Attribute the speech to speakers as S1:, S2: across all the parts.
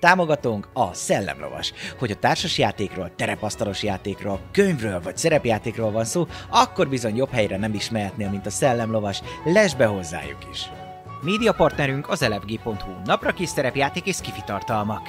S1: Támogatónk a Szellemlovas. Hogy a társas játékról, terepasztalos játékról, könyvről vagy szerepjátékról van szó, akkor bizony jobb helyre nem is mehetnél, mint a Szellemlovas. Lesz be hozzájuk is! Média partnerünk az elefg.hu, napra kis szerepjáték és kifitartalmak.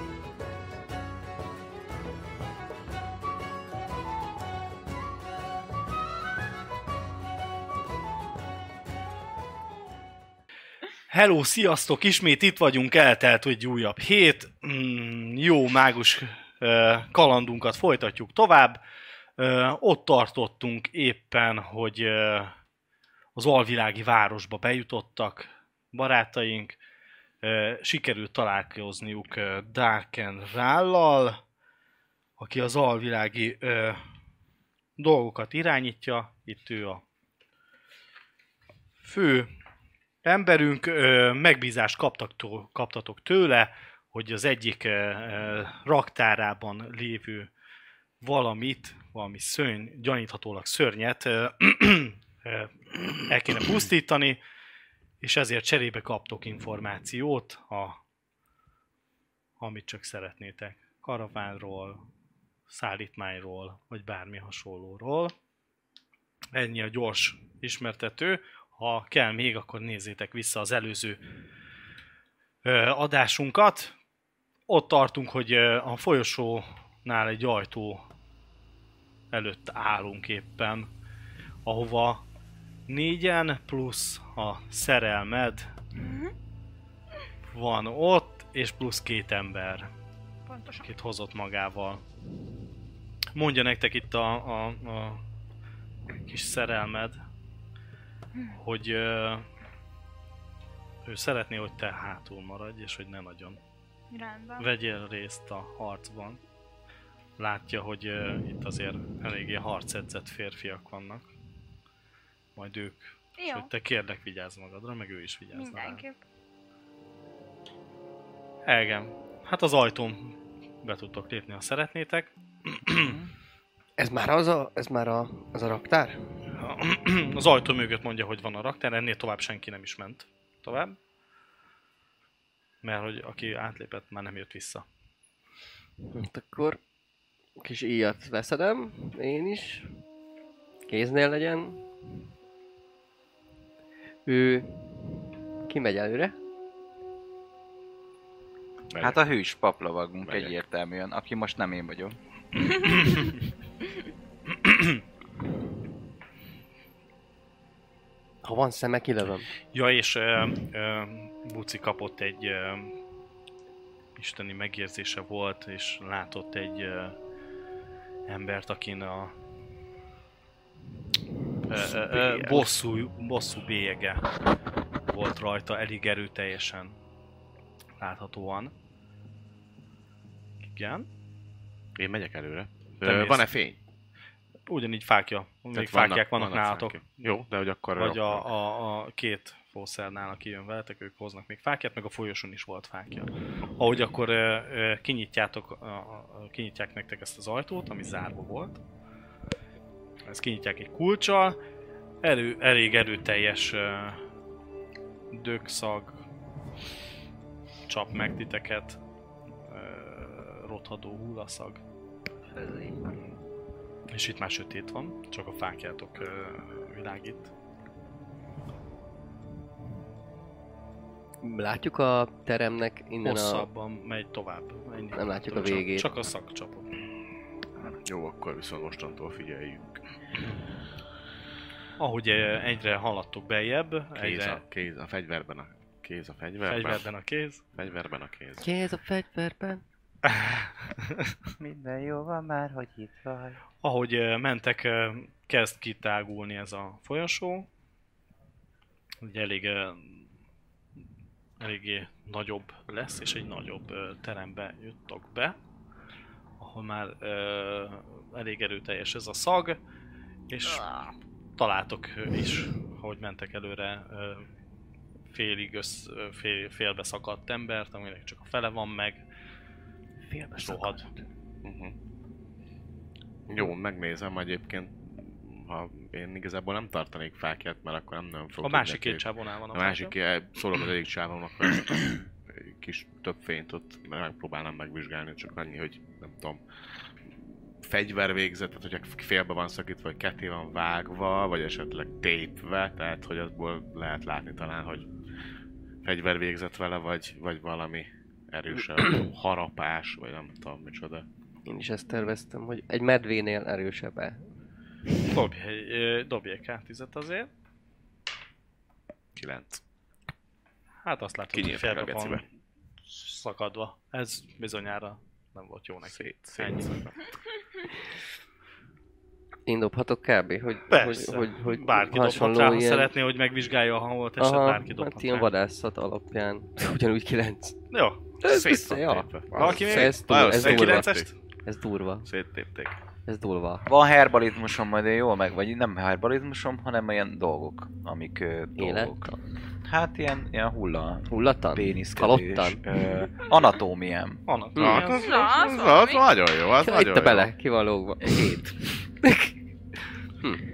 S2: Hello, sziasztok! Ismét itt vagyunk, eltelt egy újabb hét. Mm, jó mágus ö, kalandunkat folytatjuk tovább. Ö, Ott tartottunk éppen, hogy ö, az alvilági városba bejutottak barátaink. Ö, Sikerült találkozniuk ö, Darken Rállal, aki az alvilági ö, dolgokat irányítja. Itt ő a fő emberünk, ö, megbízást kaptak tó- kaptatok tőle, hogy az egyik ö, ö, raktárában lévő valamit, valami szőny, gyaníthatólag szörnyet ö, ö, el kéne pusztítani, és ezért cserébe kaptok információt, a, amit csak szeretnétek. Karavánról, szállítmányról, vagy bármi hasonlóról. Ennyi a gyors ismertető. Ha kell még, akkor nézzétek vissza az előző ö, adásunkat. Ott tartunk, hogy ö, a folyosónál egy ajtó előtt állunk éppen, ahova négyen plusz a szerelmed van ott, és plusz két ember
S3: Pontosan.
S2: akit hozott magával. Mondja nektek itt a, a, a kis szerelmed, hogy ö, ő szeretné, hogy te hátul maradj, és hogy ne nagyon
S3: Rendben.
S2: vegyél részt a harcban. Látja, hogy ö, itt azért eléggé harcedzett férfiak vannak. Majd ők,
S3: Jó,
S2: hogy te kérlek vigyázz magadra, meg ő is vigyázz rá.
S3: mindenképp.
S2: Igen. Hát az ajtón be tudtok lépni, ha szeretnétek.
S4: Ez már az a, ez már a, az a raktár?
S2: az ajtó mögött mondja, hogy van a raktár, ennél tovább senki nem is ment tovább. Mert hogy aki átlépett, már nem jött vissza.
S4: Hát akkor kis íjat veszedem, én is. Kéznél legyen. Ő kimegy előre.
S5: Hát a hős paplovagunk
S2: Megyek.
S5: egyértelműen, aki most nem én vagyok.
S4: Ha van szeme, kilövöm.
S2: Ja, és ö, ö, Buci kapott egy ö, isteni megérzése volt, és látott egy ö, embert, akin a ö, ö, ö, bosszú, bosszú bélyege volt rajta, elég erőteljesen láthatóan. Igen.
S6: Én megyek előre.
S2: Te
S6: Ö,
S2: mész.
S6: Van-e fény?
S2: Ugyanígy fákja. Még fákják vannak nálatok.
S6: fákják. Jó, de hogy akkor...
S2: Vagy a,
S6: akkor-
S2: a, a két fószernál, aki jön veletek, ők hoznak még fákját, meg a folyosón is volt fákja. Ahogy akkor ö, ö, kinyitjátok, a- a- kinyitják nektek ezt az ajtót, ami zárva volt. Ezt kinyitják egy kulcsal. Erő, elég erőteljes ö, dögszag csap meg titeket. Ö, rothadó hullaszag. És itt már sötét van, csak a fákjátok ö, világít.
S4: Látjuk a teremnek innen a...
S2: Hosszabban megy tovább. Ennyi.
S4: Nem látjuk a
S2: Csak-
S4: végét.
S2: Csak a szakcsapot.
S6: szóval Jó, akkor viszont mostantól figyeljünk.
S2: Ahogy eh, egyre haladtok beljebb,
S6: Kéz
S2: egyre
S6: a, kéz a fegyverben a kéz a fegyverben.
S2: fegyverben a kéz.
S6: Fegyverben a kéz.
S4: Kéz a fegyverben.
S5: Minden jó van már, hogy itt vagy.
S2: Ahogy eh, mentek, eh, kezd kitágulni ez a folyosó. Ugye elég eh, eléggé nagyobb lesz, és egy nagyobb eh, terembe juttok be, ahol már eh, elég erőteljes ez a szag, és
S4: Ah.
S2: találtok eh, is, ahogy mentek előre, eh, félig össz, eh, fél, félbe szakadt embert, aminek csak a fele van meg,
S4: Félbe
S2: rohad.
S6: Uh-huh. Jó, megnézem egyébként. Ha én igazából nem tartanék fákját, mert akkor nem nagyon
S2: A
S6: fogok
S2: másik
S6: tudni
S2: két csávonál van
S6: A másik, eh, szólok az egyik csávomnak, hogy azt a kis több fényt ott megpróbálnám megvizsgálni, csak annyi, hogy nem tudom, fegyver végzett, tehát hogyha félbe van szakítva, vagy ketté van vágva, vagy esetleg tépve, tehát hogy abból lehet látni talán, hogy fegyver végzett vele, vagy, vagy valami erősebb harapás, vagy nem tudom micsoda.
S4: Én is ezt terveztem, hogy egy medvénél erősebb -e.
S2: Dobj, egy- ö, dobj egy K10-et azért.
S6: 9.
S2: Hát azt látod, hogy
S6: Kinyírták a
S2: félbe van
S6: gecibe.
S2: szakadva. Ez bizonyára nem volt jó neki.
S6: Szét,
S2: Ennyi.
S6: szét.
S4: Én dobhatok kb. Hogy, hogy,
S2: Persze.
S4: hogy, hogy
S2: bárki dobhat rá, ha szeretné, hogy megvizsgálja a hangot, esetleg
S4: Aha,
S2: bárki
S4: hát
S2: dobhat
S4: ilyen
S2: rá.
S4: vadászat alapján. Ugyanúgy 9.
S2: Jó.
S4: Ez
S6: Szét
S4: vissza,
S6: van
S4: ja.
S6: tépve.
S2: Valaki még?
S4: Ez durva, ez
S2: Egy
S4: durva.
S2: 9-est?
S4: Ez durva.
S6: Széttépték.
S4: Ez durva.
S5: Van herbalizmusom, majd én jól meg, vagy nem herbalizmusom, hanem ilyen dolgok, amik ö,
S4: Élet?
S5: dolgok. Hát ilyen, ilyen hulla,
S4: Hullattan?
S5: péniszkedés,
S4: Kalottan?
S5: ö, anatómiám.
S2: Annak.
S6: Na, hát az,
S3: Na,
S6: az, az,
S3: szóval
S6: az
S3: mi?
S6: nagyon jó, az nagyon
S4: Itt
S6: jó.
S4: bele, ki van lógva.
S5: Hét.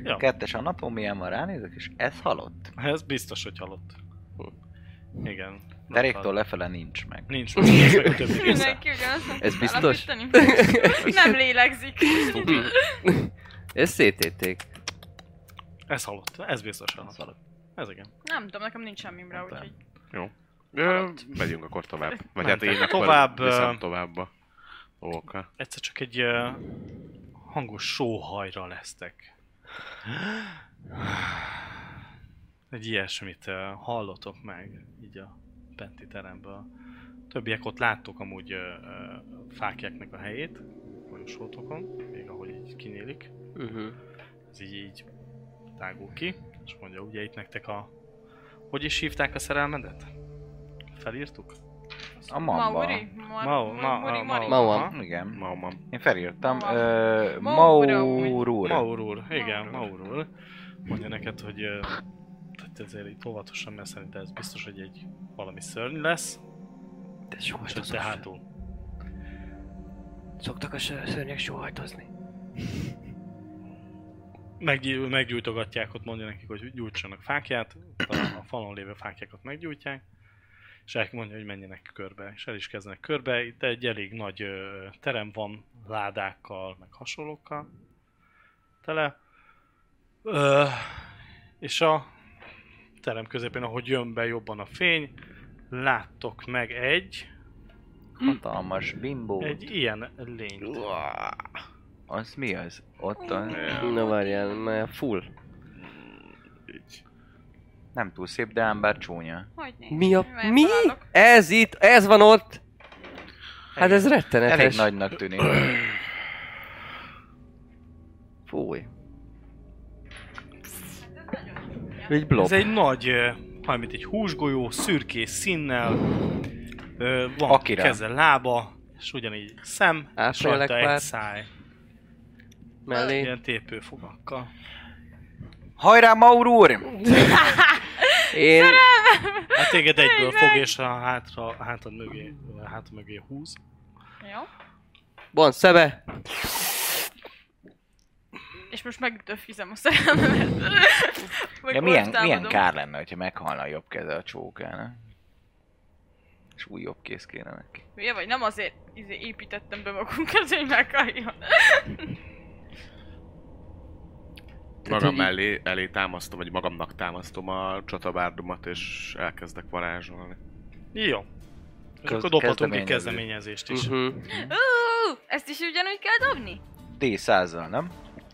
S2: Ja.
S5: Kettes anatómiámmal ránézek, és ez halott.
S2: Hát Ez biztos, hogy halott. Igen.
S5: Deréktől lefele nincs meg.
S2: Nincs most, ez meg a többi része.
S3: Mindenki ugyanazt nem
S4: Ez
S3: tud
S4: biztos?
S3: alapítani. Nem lélegzik.
S5: Tuti.
S4: Ez szététék.
S2: Ez halott. Ez biztos halott.
S5: Ez halott.
S2: Ez igen.
S3: Nem tudom, nekem nincs semmimre,
S2: Hát,
S5: Nem
S3: úgyhogy...
S6: Ö, megyünk akkor tovább. Vagy hát
S2: Mentek
S6: én akkor
S2: tovább,
S6: tovább,
S2: ö,
S6: viszem tovább a dolgokkal.
S2: egyszer csak egy uh, hangos sóhajra lesztek. Egy ilyesmit uh, hallotok meg, így a benti teremből. Többiek ott láttok amúgy uh, uh, fákjáknak a helyét, folyosótokon, még ahogy így kinyílik
S4: Uh-huh.
S2: ez így, így tágul ki, és mondja, ugye itt nektek a... Hogy is hívták a szerelmedet? Felírtuk?
S5: A mamba.
S3: Mauri? Mar-
S2: Mau- ma-
S3: Mauri-
S2: ma-
S3: Mari?
S4: Mau-
S2: Aha.
S5: Igen.
S6: Ma, ma.
S5: Én felírtam.
S3: Ma-
S5: ö,
S3: Maura,
S5: Maurur.
S2: Maurur, igen,
S3: Maurur.
S2: Maurur. Mondja neked, hogy ö, tehát ezért itt óvatosan, mert szerintem ez biztos, hogy egy valami szörny lesz,
S4: De
S2: és ott
S4: sóhajtozni.
S2: te hátul.
S4: Szoktak a sör- szörnyek sóhajtozni.
S2: Meggy- meggyújtogatják, ott mondja nekik, hogy gyújtsanak fákját, talán a falon lévő fákjákat meggyújtják, és el mondja, hogy menjenek körbe, és el is kezdenek körbe. Itt egy elég nagy ö, terem van ládákkal, meg hasonlókkal tele. Ö, és a terem közepén, ahogy jön be jobban a fény, láttok meg egy,
S5: Hatalmas bimbó.
S2: egy ilyen lényt.
S5: Az mi az? Ott a...
S4: Na várjál, már full.
S5: Nem túl szép, de ám bár csúnya.
S3: Hogy néz?
S4: Mi a...
S3: Mert
S4: Mi?
S3: találok.
S4: Ez itt, ez van ott! Hát ez rettenetes.
S5: Elég nagynak tűnik.
S4: Fúj.
S3: Ez nagyon csúnya.
S4: Egy blob.
S2: Ez egy nagy, ö, olyan, mint egy húsgolyó, szürkés színnel, ö, van
S5: Akira.
S2: keze, lába, és ugyanígy szem, és
S4: Áprilek
S2: rajta egy
S4: már.
S2: száj,
S4: Mellé.
S2: ilyen tépő fogakkal.
S5: Hajrá, Maurur!
S4: Én...
S2: Hát téged egyből fog, és a hátra, a hátad mögé, a hátad mögé húz.
S3: Jó.
S4: Van szeme.
S3: És most megdöfizem a szerelmemet. Meg
S5: Ja, milyen,
S3: orrtámadom.
S5: milyen kár lenne, ha meghalna a jobb keze a csókának? És új jobb kéz kéne neki.
S3: Hülye vagy? Nem azért izé, építettem be magunkat, hogy meghaljon.
S2: Mhm.
S4: Tehát,
S6: Magam
S4: hogy-
S6: mellé, elé támasztom, vagy magamnak támasztom a csatabárdomat, és elkezdek varázsolni.
S2: Jó. És
S5: Köz-
S2: akkor dobhatunk egy
S5: kezdeményező.
S2: kezdeményezést is.
S4: Uh-huh.
S3: Ú, ezt is ugyanúgy kell dobni?
S5: D100-zal, nem?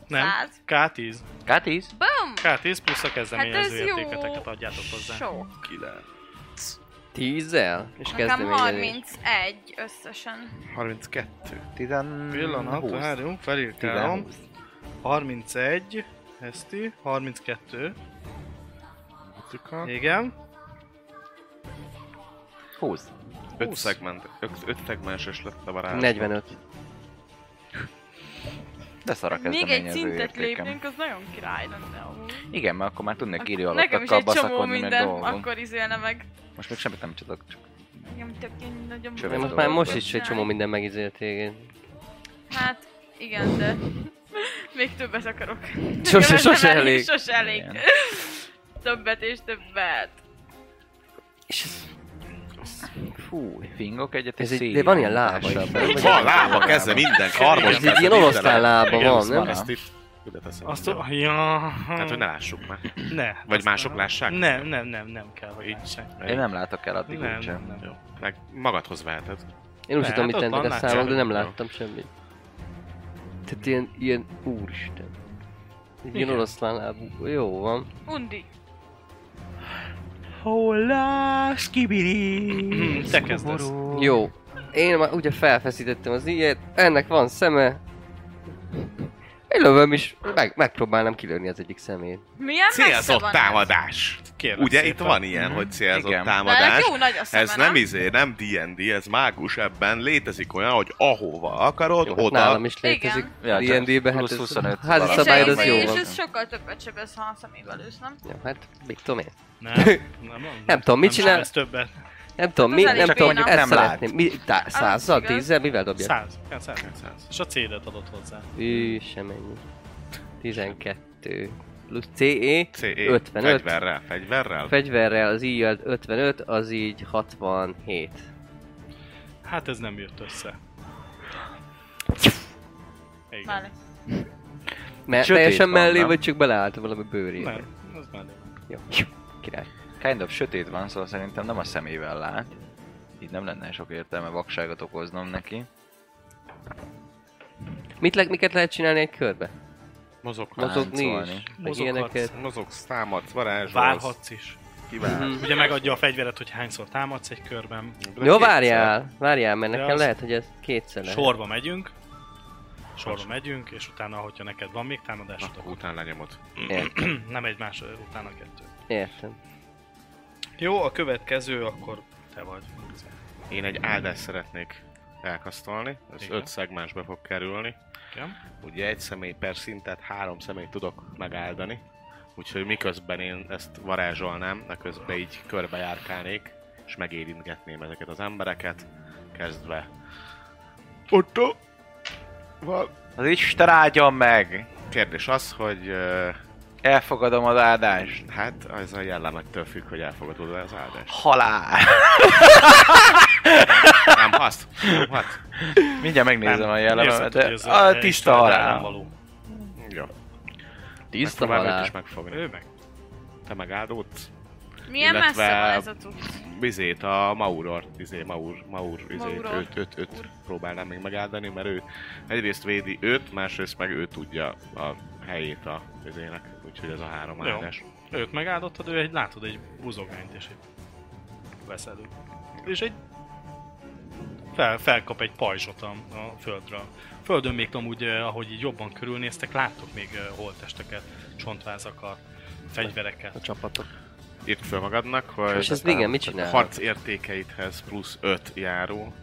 S2: Nem?
S3: Száz.
S2: K10.
S5: K10?
S3: Bum!
S2: K10 plusz a
S3: Hát ez
S2: kezdeményező
S3: jó.
S2: értéketeket adjátok hozzá.
S3: Sok.
S6: Kilenc.
S4: Tízzel? És
S3: Nekem
S4: kezdeményezés.
S3: 31 összesen.
S2: 32.
S5: Tizen...
S2: Pillanat,
S5: húsz.
S2: várjunk, felírkálom.
S5: Tizen...
S2: 31, Heszti, 32,
S6: Hatika.
S2: igen.
S5: 20.
S6: Öt,
S2: Húsz.
S6: szegment, öt, öt szegmenses lett a varázs.
S4: 45.
S5: De szar a
S3: Még egy
S5: kezdeményező
S3: szintet
S5: értékem.
S3: lépnénk, az nagyon király lenne amúgy.
S5: Igen, mert akkor már tudnék írni
S3: Nekem is
S5: alattakkal
S3: egy csomó
S5: baszakodni, meg
S3: minden,
S5: dolgom.
S3: akkor izélne meg.
S5: Most még semmit nem csinálok, csak
S3: Nekem tök ilyen nagyon...
S5: Csövem
S4: De most
S5: a
S4: már
S5: dolgokat.
S4: most is egy csomó minden megizélt téged.
S3: Hát, igen, de... Még többet akarok.
S4: Sose,
S3: Nekem
S4: sose
S3: nem
S4: elég.
S3: Sose elég.
S5: Igen.
S3: Többet és többet.
S4: És ez,
S5: fú, fingok egyet,
S4: ez
S5: és
S4: egy,
S5: szél.
S4: de van ilyen lába is ebben.
S5: Vagy-
S6: Van lába, keze minden, karmos
S4: Ez egy ilyen oroszlán lába
S6: Igen,
S4: van,
S6: azt-
S4: nem?
S6: Ezt itt ide teszem.
S2: Azt,
S6: ide.
S2: ja.
S6: Hát, hogy ne lássuk már.
S2: Ne.
S6: Vagy
S2: azt
S6: mások
S2: nem.
S6: lássák?
S2: Nem, nem, nem, nem kell, hogy
S6: Így.
S2: lássák.
S5: Én nem látok el addig
S2: Nem,
S5: úgysem.
S2: nem, nem.
S6: Jó. Meg magadhoz veheted.
S4: Én úgy
S2: Hát
S4: tudom, mit
S2: ott
S4: tennék a
S2: vannak
S4: számok, de nem
S6: cserélők.
S4: láttam semmit. Tehát ilyen, ilyen, úristen. Egy ilyen
S2: Igen.
S4: oroszlán lábú. Jó van.
S3: Undi.
S1: Hollás, kibiri!
S2: Mhm, Te kezdesz.
S4: Jó. Én már ugye felfeszítettem az ilyet, ennek van szeme. Én lövöm is, meg, megpróbálnám kilőni az egyik szemét.
S3: Milyen messze
S6: Célzott
S3: van
S6: támadás.
S2: Kérlek
S6: Ugye
S2: szépen. Mhm.
S6: itt van ilyen, hogy célzott
S5: Igen.
S3: ez? De ennek
S6: támadás.
S3: jó nagy a szeme,
S6: Ez nem izé, nem D&D, ez mágus, ebben létezik olyan, hogy ahova akarod,
S4: Jó, hát
S6: oda.
S4: nálam is létezik.
S5: Ja, csak
S4: D&D-be, hát
S5: plusz
S4: ez
S5: 25
S4: házi
S5: valami.
S3: és,
S4: szabály, az
S3: ez,
S4: jó
S3: és
S4: van.
S3: ez sokkal többet sebez, ha a szemével ősz, nem?
S4: Ja, hát, mit tudom én.
S2: Nem, nem,
S4: Nem tudom, mit csinál?
S2: Ez többet.
S4: Nem tudom,
S3: Hát
S4: mi,
S3: az elég
S4: nem tudom,
S3: béna.
S4: ezt
S5: Nem lát.
S4: szeretném. Mi, tá, százzal,
S3: igaz.
S4: tízzel, mivel dobjak?
S2: Száz. Igen, száz. És a cédet adott hozzá.
S4: Ő sem ennyi. 12. Plusz CE,
S6: CE.
S4: 55.
S6: Fegyverrel, fegyverrel.
S4: Fegyverrel az így 55, az így 67.
S2: Hát ez nem jött össze. Igen.
S3: Vale.
S4: Me-
S5: Sötét
S4: teljesen
S5: van,
S4: mellé,
S5: nem?
S4: vagy csak beleállt valami bőrébe?
S2: Nem, az már nem.
S4: Jó. Király.
S5: kind of sötét van, szóval szerintem nem a szemével lát. Így nem lenne sok értelme vakságot okoznom neki.
S4: Mit le- miket lehet csinálni egy körbe?
S6: Mozog,
S4: Mozogni
S5: Táncolni.
S4: is? Meg
S2: Mozoghatsz.
S4: ilyeneket.
S6: mozogsz, támadsz, varázsolsz.
S2: Várhatsz is.
S6: Kívánsz.
S4: Mhm.
S2: Ugye megadja a fegyveret, hogy hányszor támadsz egy körben.
S4: Jó, várjál, várjál, mert
S2: De
S4: nekem
S2: az-
S4: lehet, hogy ez kétszer lehet.
S2: Sorba megyünk. Sorba megyünk, és utána, hogyha neked van még támadásod,
S6: Akkor Után lenyomod.
S4: Értem,
S2: Hm, nem egymás utána kettő.
S4: értem.
S2: Jó, a következő akkor te vagy.
S6: Én egy áldást szeretnék elkasztolni, ez
S2: Igen.
S6: 5 szegmensbe fog kerülni.
S2: Igen.
S6: Ugye egy személy per szintet három személyt tudok megáldani, úgyhogy miközben én ezt varázsolnám, eközben így körbejárkálnék, és megérintgetném ezeket az embereket, kezdve Otto! Val.
S5: Az Isten áldjon meg!
S6: Kérdés az, hogy ö,
S5: Elfogadom az áldást.
S6: hát ez a jellemektől függ, hogy elfogadod az áldást.
S5: Halál!
S6: Nem hát, azt, nem azt.
S5: Mindjárt megnézem a jellemet,
S2: Érzed, hogy
S5: de
S2: ez
S5: a
S2: egy
S5: tiszta
S2: Isten
S5: halál.
S2: való.
S6: Jó.
S4: Tiszta
S6: Megpróbálom őt
S4: halál.
S6: is megfogni.
S2: Ő meg.
S6: Te megáldódsz.
S3: Milyen
S6: Illetve-
S3: messze van ez a cucc?
S6: Bizét, a Mauror, izé, Maur, Maur, izé,
S3: Mauror.
S6: őt, őt, őt próbálnám még megáldani, mert ő egyrészt védi őt, másrészt meg ő tudja a helyét a izének, úgyhogy ez a három
S2: Jó.
S6: áldás.
S2: Őt megáldottad, ő egy, látod egy buzogányt és egy veszelő. És egy fel, felkap egy pajzsot a, a földről. Földön még amúgy, eh, ahogy így jobban körülnéztek, láttok még eh, holttesteket, csontvázakat, fegyvereket.
S4: A csapatok.
S6: Írd fel magadnak,
S4: És
S6: hogy
S4: ez igen, mit
S6: a
S4: csinál?
S6: harc értékeidhez plusz 5 járó,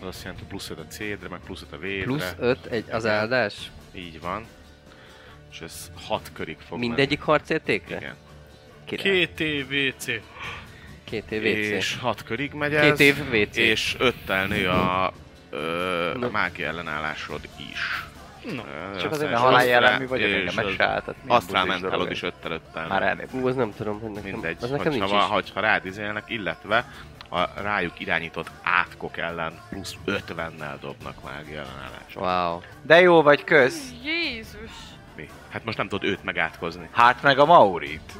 S6: az azt jelenti hogy plusz 5 a C-dre, meg plusz 5 a V-dre,
S4: Plusz 5 egy az áldás?
S6: így van. És ez 6 körig fog
S4: Mindegyik harcértékre?
S6: menni. Igen.
S4: Király.
S2: Két TVC.
S4: Két év WC.
S6: És 6 körig megy ez.
S4: Két év WC.
S6: És öttel nő a, ö,
S4: Na.
S6: a mágia ellenállásod is.
S2: No.
S6: Ö,
S5: Csak
S6: aztán
S5: azért, mert
S6: és
S5: halál
S6: aztrá-
S5: jellemű vagyok, engem
S6: és
S5: meg se állt. tehát milyen
S6: Aztrál
S5: buzi
S6: mentálod
S5: dolog
S6: is
S5: ez.
S6: öttel öttel.
S5: Már
S6: nő.
S5: elnézést.
S4: Ú, az nem tudom, hogy nekem,
S6: Mindegy,
S4: az
S6: szóval
S4: nekem
S6: hogyha,
S4: nincs
S6: va,
S4: is.
S6: hogyha rád izélnek, illetve a rájuk irányított átkok ellen plusz 50-nel dobnak mágia ellenállásod.
S4: Wow.
S5: De jó vagy, kösz!
S3: Jézus.
S6: megütni. Hát most nem tudod őt megátkozni.
S5: Hát meg a Maurit.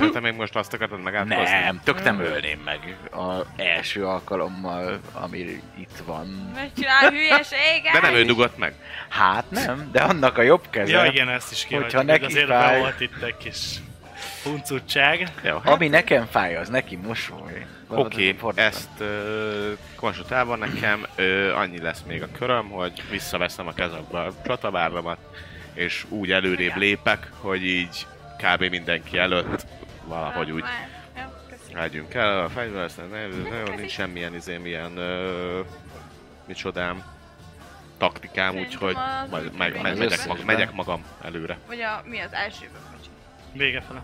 S6: Hát te még most azt akarod megátkozni?
S5: Mhm. Nem, Hát tök nem ölném meg a első alkalommal, ami itt van.
S3: Mert csinál hülyeséget!
S6: De nem ő dugott meg.
S5: Hát nem, de annak a jobb keze.
S2: Ja, igen, ezt is kihagyjuk,
S5: neki
S2: hogy azért
S5: fáj.
S2: be volt itt egy kis huncutság.
S6: Jó, hát
S5: Ami nekem fáj, az neki mosoly. Valahogy
S6: Oké, okay,
S5: fordítva.
S6: ezt ö, konsultálva nekem ö, annyi lesz még a köröm, hogy visszaveszem a kezembe a csatabárlamat, és úgy előrébb lépek, hogy így kb. mindenki előtt valahogy úgy
S3: Jó, köszi.
S6: Hágyjunk el a fegyver, aztán ne, nagyon nincs semmilyen izém, ilyen ö, micsodám taktikám,
S3: Szerintem
S6: úgyhogy
S3: az
S6: majd
S3: úgy
S6: meg,
S3: van.
S6: meg,
S5: Az
S6: megyek,
S5: összes
S6: mag, megyek magam előre.
S3: Vagy a, mi az elsőben? Bocs.
S2: Vége fele.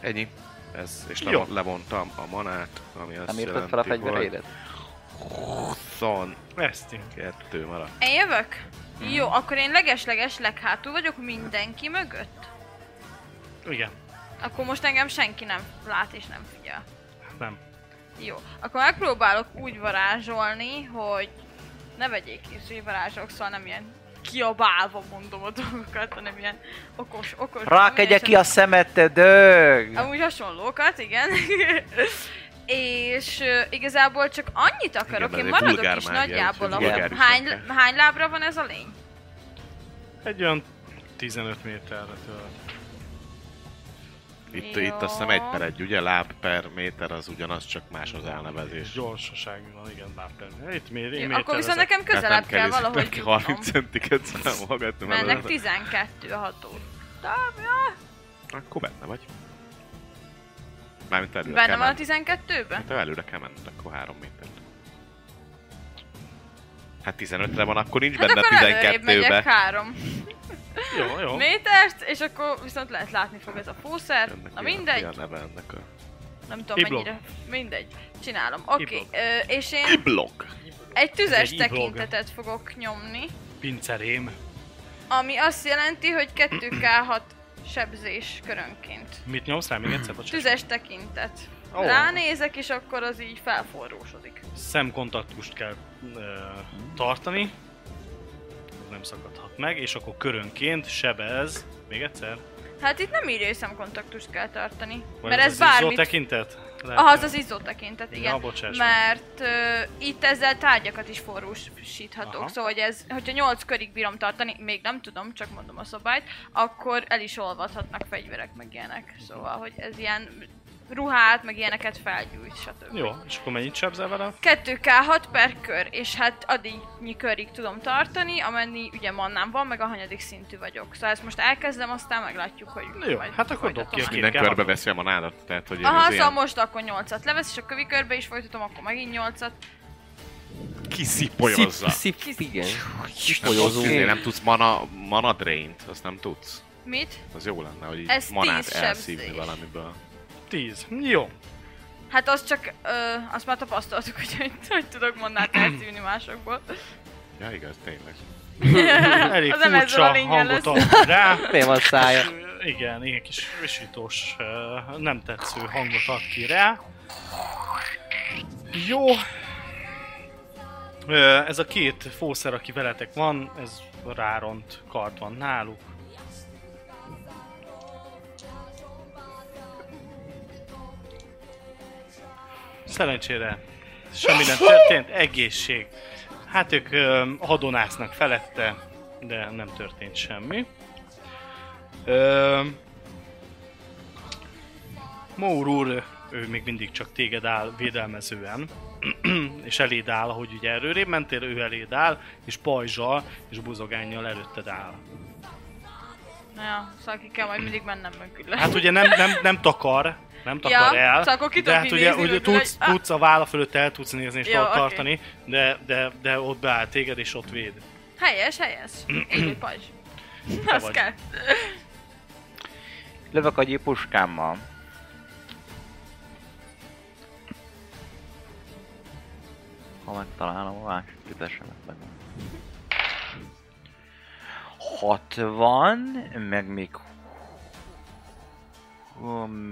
S6: Ennyi. Ez, és
S2: Jó.
S6: levon, levontam a manát, ami azt
S4: Nem írtad
S6: jelenti,
S4: fel a
S6: hogy
S4: fegyverédet?
S6: 22
S2: Ezt én.
S6: maradt.
S3: Én jövök?
S1: Hmm.
S3: Jó, akkor én legesleges leghátul vagyok mindenki mögött.
S2: Igen,
S3: Akkor most engem senki nem lát és nem figyel.
S2: nem.
S3: Jó, akkor megpróbálok úgy varázsolni, hogy ne vegyék észre, hogy varázsolok, szóval nem ilyen kiabálva mondom a dolgokat, hanem ilyen okos, okos.
S1: Rákegye
S3: minden
S1: ki a szemed, te dög!
S3: Amúgy hasonlókat, igen. És ö, igazából csak annyit akarok,
S6: Igen,
S3: én
S6: ez egy
S3: maradok
S6: vulgár
S3: is
S6: mágia,
S3: nagyjából,
S6: úgyhogy
S3: ahol
S6: vulgáris
S3: hány,
S6: akár.
S3: hány lábra van ez a lény?
S2: Egy olyan 15 méterre tőled.
S6: Itt,
S3: Jó.
S6: itt azt hiszem egy per egy, ugye? Láb per méter az ugyanaz, csak más az elnevezés.
S2: Gyorsaság van, igen, bár persze. Itt mér, én
S3: Jó, akkor viszont
S2: méterezek.
S3: nekem
S6: Tehát
S3: közelebb kell
S6: izé-
S3: valahogy
S6: nem kell
S3: jutnom.
S6: 30 centiket számolgatni,
S3: Mert ennek
S6: mert
S3: 12 a ható. De
S6: Akkor benne vagy. Mármint előre
S3: benne
S6: kell
S3: van a
S6: menned.
S3: 12-ben?
S6: Hát előre kell menned, akkor három métert. Hát 15-re van, akkor nincs
S3: Hát
S6: benne
S3: akkor előrébb megyek hát-
S6: 12-be.
S3: három
S2: Jó, jó.
S3: métert, és akkor viszont lehet látni fog ez a fószer.
S6: Ennek
S3: Na
S6: mi a-
S3: mindegy,
S6: Mi a neve ennek a...
S3: nem tudom
S2: Iblog.
S3: mennyire. Mindegy, csinálom. Oké,
S2: Iblog.
S3: ö, és én
S6: Blokk!
S3: egy tüzes
S2: Ez egy iblog.
S3: tekintetet fogok nyomni,
S2: Pincerém.
S3: ami azt jelenti, hogy 2K6 sebzés körönként.
S2: Mit nyomsz rá még egyszer? Bocsás.
S3: Tüzes tekintet.
S2: Ó.
S3: Ránézek, és akkor az így felforrósodik.
S2: Szemkontaktust kell ö, tartani. Ez Nem szakadhat meg, és akkor körönként sebez. Még egyszer?
S3: Hát itt nem így szemkontaktust kell tartani.
S2: Vagy
S3: mert
S2: az
S3: ez
S2: az
S3: bármit...
S2: izzó tekintet? Lehet,
S3: Aha, az
S2: nem.
S3: az izzó tekintet, igen.
S2: Ja, bocsáss meg.
S3: mert ö, itt ezzel tárgyakat is forrósíthatok,
S2: Aha.
S3: szóval hogy ez, hogyha 8 körig bírom tartani, még nem tudom, csak mondom a szabályt, akkor el is olvadhatnak fegyverek, meg ilyenek.
S2: Mhm.
S3: Szóval, hogy ez ilyen ruhát, meg ilyeneket felgyújt, stb.
S2: Jó, és akkor mennyit sebzel vele?
S3: 2K6 per kör, és hát addignyi körig tudom tartani, amennyi ugye mannám van, meg a hanyadik szintű vagyok. Szóval ezt most elkezdem, aztán meglátjuk, hogy
S2: Jó,
S3: majd
S2: hát akkor dob
S3: folytatom.
S2: ki a két
S6: Minden körbe
S2: K6-ot.
S6: veszi a manádat, tehát hogy
S3: Aha,
S6: ez
S3: szóval
S6: ilyen
S3: most akkor 8-at levesz, és a kövi körbe is folytatom, akkor megint 8-at.
S6: kiszipolyozza.
S4: Szip, szip, igen.
S6: Kispolyozó.
S4: Oké.
S6: Nem tudsz mana, mana draint, azt nem tudsz.
S3: Mit?
S6: Az jó lenne, hogy így
S3: Ez
S6: manát
S3: tíz
S6: elszívni
S3: sebzés.
S6: valamiből.
S2: 10. Jó.
S3: Hát azt csak, ö, azt már tapasztaltuk, hogy, hogy, hogy tudok mondani elszívni másokból.
S6: Ja, igaz, tényleg.
S2: Elég
S3: Az nem ezzel a
S2: furcsa
S3: lényen
S2: hangot
S3: lesz.
S2: ad rá.
S4: Miért van szája?
S2: Igen, ilyen kis visítós, ö, nem tetsző hangot ad ki rá. Jó. Ö, Ez a két fószer, aki veletek van, ez ráront kard van náluk. Szerencsére semmi nem történt, egészség. Hát ők ö, hadonásznak felette, de nem történt semmi. Ö, Mór úr, ő még mindig csak téged áll védelmezően, és eléd áll, ahogy ugye előrébb mentél, ő eléd áll, és pajzsal és buzogánnyal előtted áll.
S3: Na ja, szóval ki kell majd mindig mennem mögül.
S2: Hát ugye nem, nem, nem takar, nem takar
S3: Ja,
S2: el,
S3: szóval akkor ki
S2: de
S3: tudok
S2: hát
S3: így
S2: ugye,
S3: nézni,
S2: ugye
S3: hogy-
S2: tudsz,
S3: hogy-
S2: tudsz a válla fölött el tudsz nézni és
S3: Jó,
S2: tudod
S3: oké.
S2: tartani, de, de, de ott beáll téged és ott véd.
S3: Helyes, helyes. Élő pajzs.
S2: Te
S3: Azt
S2: vagy.
S3: kell.
S5: Lövök a gyípuskámmal. Ha megtalálom a másik ütesemet meg. 60, meg még... Hú,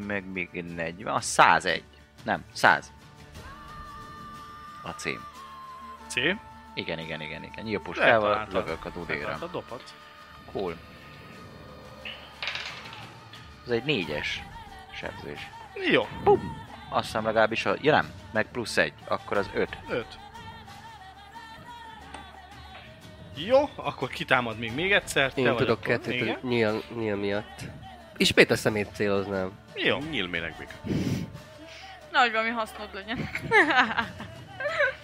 S5: Meg még 40, a 101. Nem, 100. A cím.
S2: C,
S5: Igen, igen, igen, igen. Nyílpuskával
S2: Eltaláltad.
S5: lövök a dudéra.
S2: hát a dopat.
S5: Cool. Ez egy négyes sebzés.
S2: Jó,
S5: Azt hiszem legalábbis a... Ja nem, meg plusz egy, akkor az öt.
S2: öt. Jó, akkor kitámad még még egyszer. te
S4: Én
S2: vagy
S4: tudok
S2: akkor. Igen.
S4: kettőt nyíl, nyíl miatt. Ismét a szemét céloznám.
S2: Jó,
S6: Nyílmének még.
S3: Nagy valami hasznod legyen.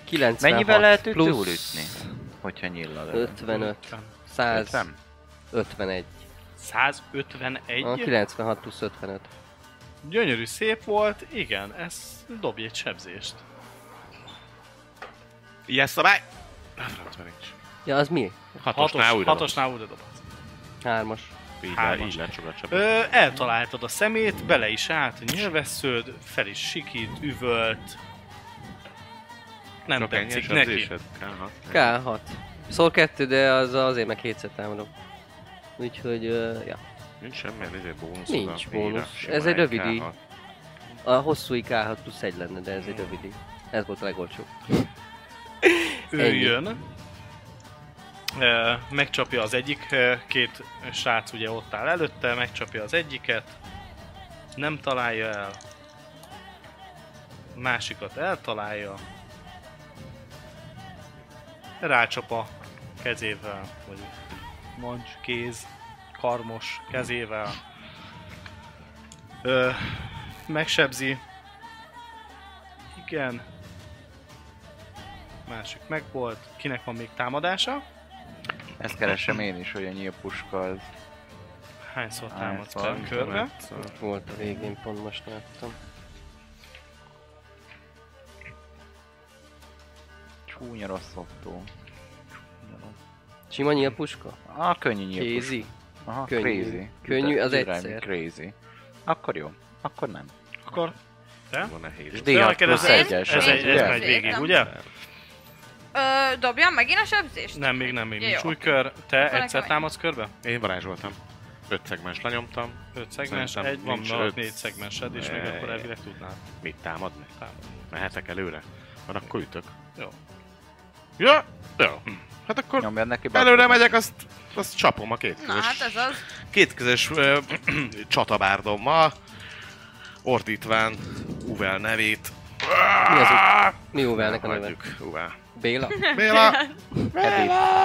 S4: 96
S5: Mennyivel lehet őt
S4: plusz
S5: túlütni? Hogyha nyillad.
S4: 55. 100.
S6: 50?
S4: 51.
S2: 151.
S4: A 96 plusz 55.
S2: Gyönyörű, szép volt. Igen, ez dobj egy sebzést.
S6: Ilyen szabály? Na, francba nincs.
S4: Ja, az mi?
S6: Hatosnál újra.
S2: hatosnál újra dobsz.
S4: Hármas.
S6: Így,
S2: Há,
S6: le- így
S2: így.
S6: lehet sokat csak.
S2: Ö, eltaláltad a szemét, bele is állt, nyilvessződ, fel is sikít, üvölt. Nem
S6: Csak ennyi
S2: tetszik
S6: a
S2: neki.
S6: sebzésed? Aha.
S4: K6. Szor Szóval kettő, de az azért meg kétszer támadok. Úgyhogy, uh, ja.
S6: Nincs semmi, ezért bónusz.
S4: Nincs bónusz. Ez egy rövid így. A hosszú K6 plusz 1 lenne, de ez egy rövid így. Ez volt a legolcsóbb.
S2: Ő
S4: Ennyi.
S2: jön. Ö, megcsapja az egyik, ö, két srác ugye ott áll előtte, megcsapja az egyiket. Nem találja el. Másikat eltalálja. Rácsap a kezével, vagy mondj, kéz, karmos kezével. Ö, megsebzi. Igen, másik megvolt. Kinek van még támadása?
S5: Ezt keresem én is, hogy a nyílpuska az...
S2: Hányszor
S5: Hányszor,
S2: támadsz fel
S5: nem
S2: körbe?
S4: Ott volt a végén, pont most láttam.
S5: Csúnya rossz szoktó.
S4: Sima nyílpuska?
S5: A könnyű nyílpuska.
S4: Kézi?
S5: Aha,
S4: Könnyű.
S5: crazy.
S4: Könnyű,
S5: De-
S4: az
S5: durán,
S4: egyszer.
S5: Crazy. Akkor jó. Akkor nem.
S2: Akkor
S6: Van nehéz.
S5: És
S6: De...
S5: D6
S2: neked ez
S5: plusz
S3: egy-
S5: egyes,
S2: ez,
S5: az
S2: egy, ez
S5: ugye?
S2: megy végig,
S3: Nem.
S2: ugye?
S3: Ö, dobjam megint a sebzést?
S2: Nem, még nem, még
S3: Jó,
S2: nincs
S3: oké.
S2: új kör. Te
S3: nekem
S2: egyszer
S3: egy.
S2: támadsz körbe?
S6: Én varázsoltam. Öt szegmens lenyomtam.
S2: 5 szegmens,
S6: Szerintem
S2: egy van,
S6: nincs
S2: mert
S6: öt.
S2: négy szegmensed, és még
S6: Ne.
S2: akkor elvileg tudnál
S6: Mit támadni?
S2: támadni.
S6: Mehetek előre? Van, akkor ütök.
S2: Jó.
S6: Ja, jó. Hát akkor
S5: Nyomjad neki be.
S6: előre megyek, azt, azt csapom a két
S3: Na hát ez az.
S6: kétkezes ö, csatabárdommal, ordítván Uvel nevét.
S4: Mi az ú- Mi Uvelnek a neve?
S6: Hagyjuk, Uvel.
S4: Béla?
S6: Béla!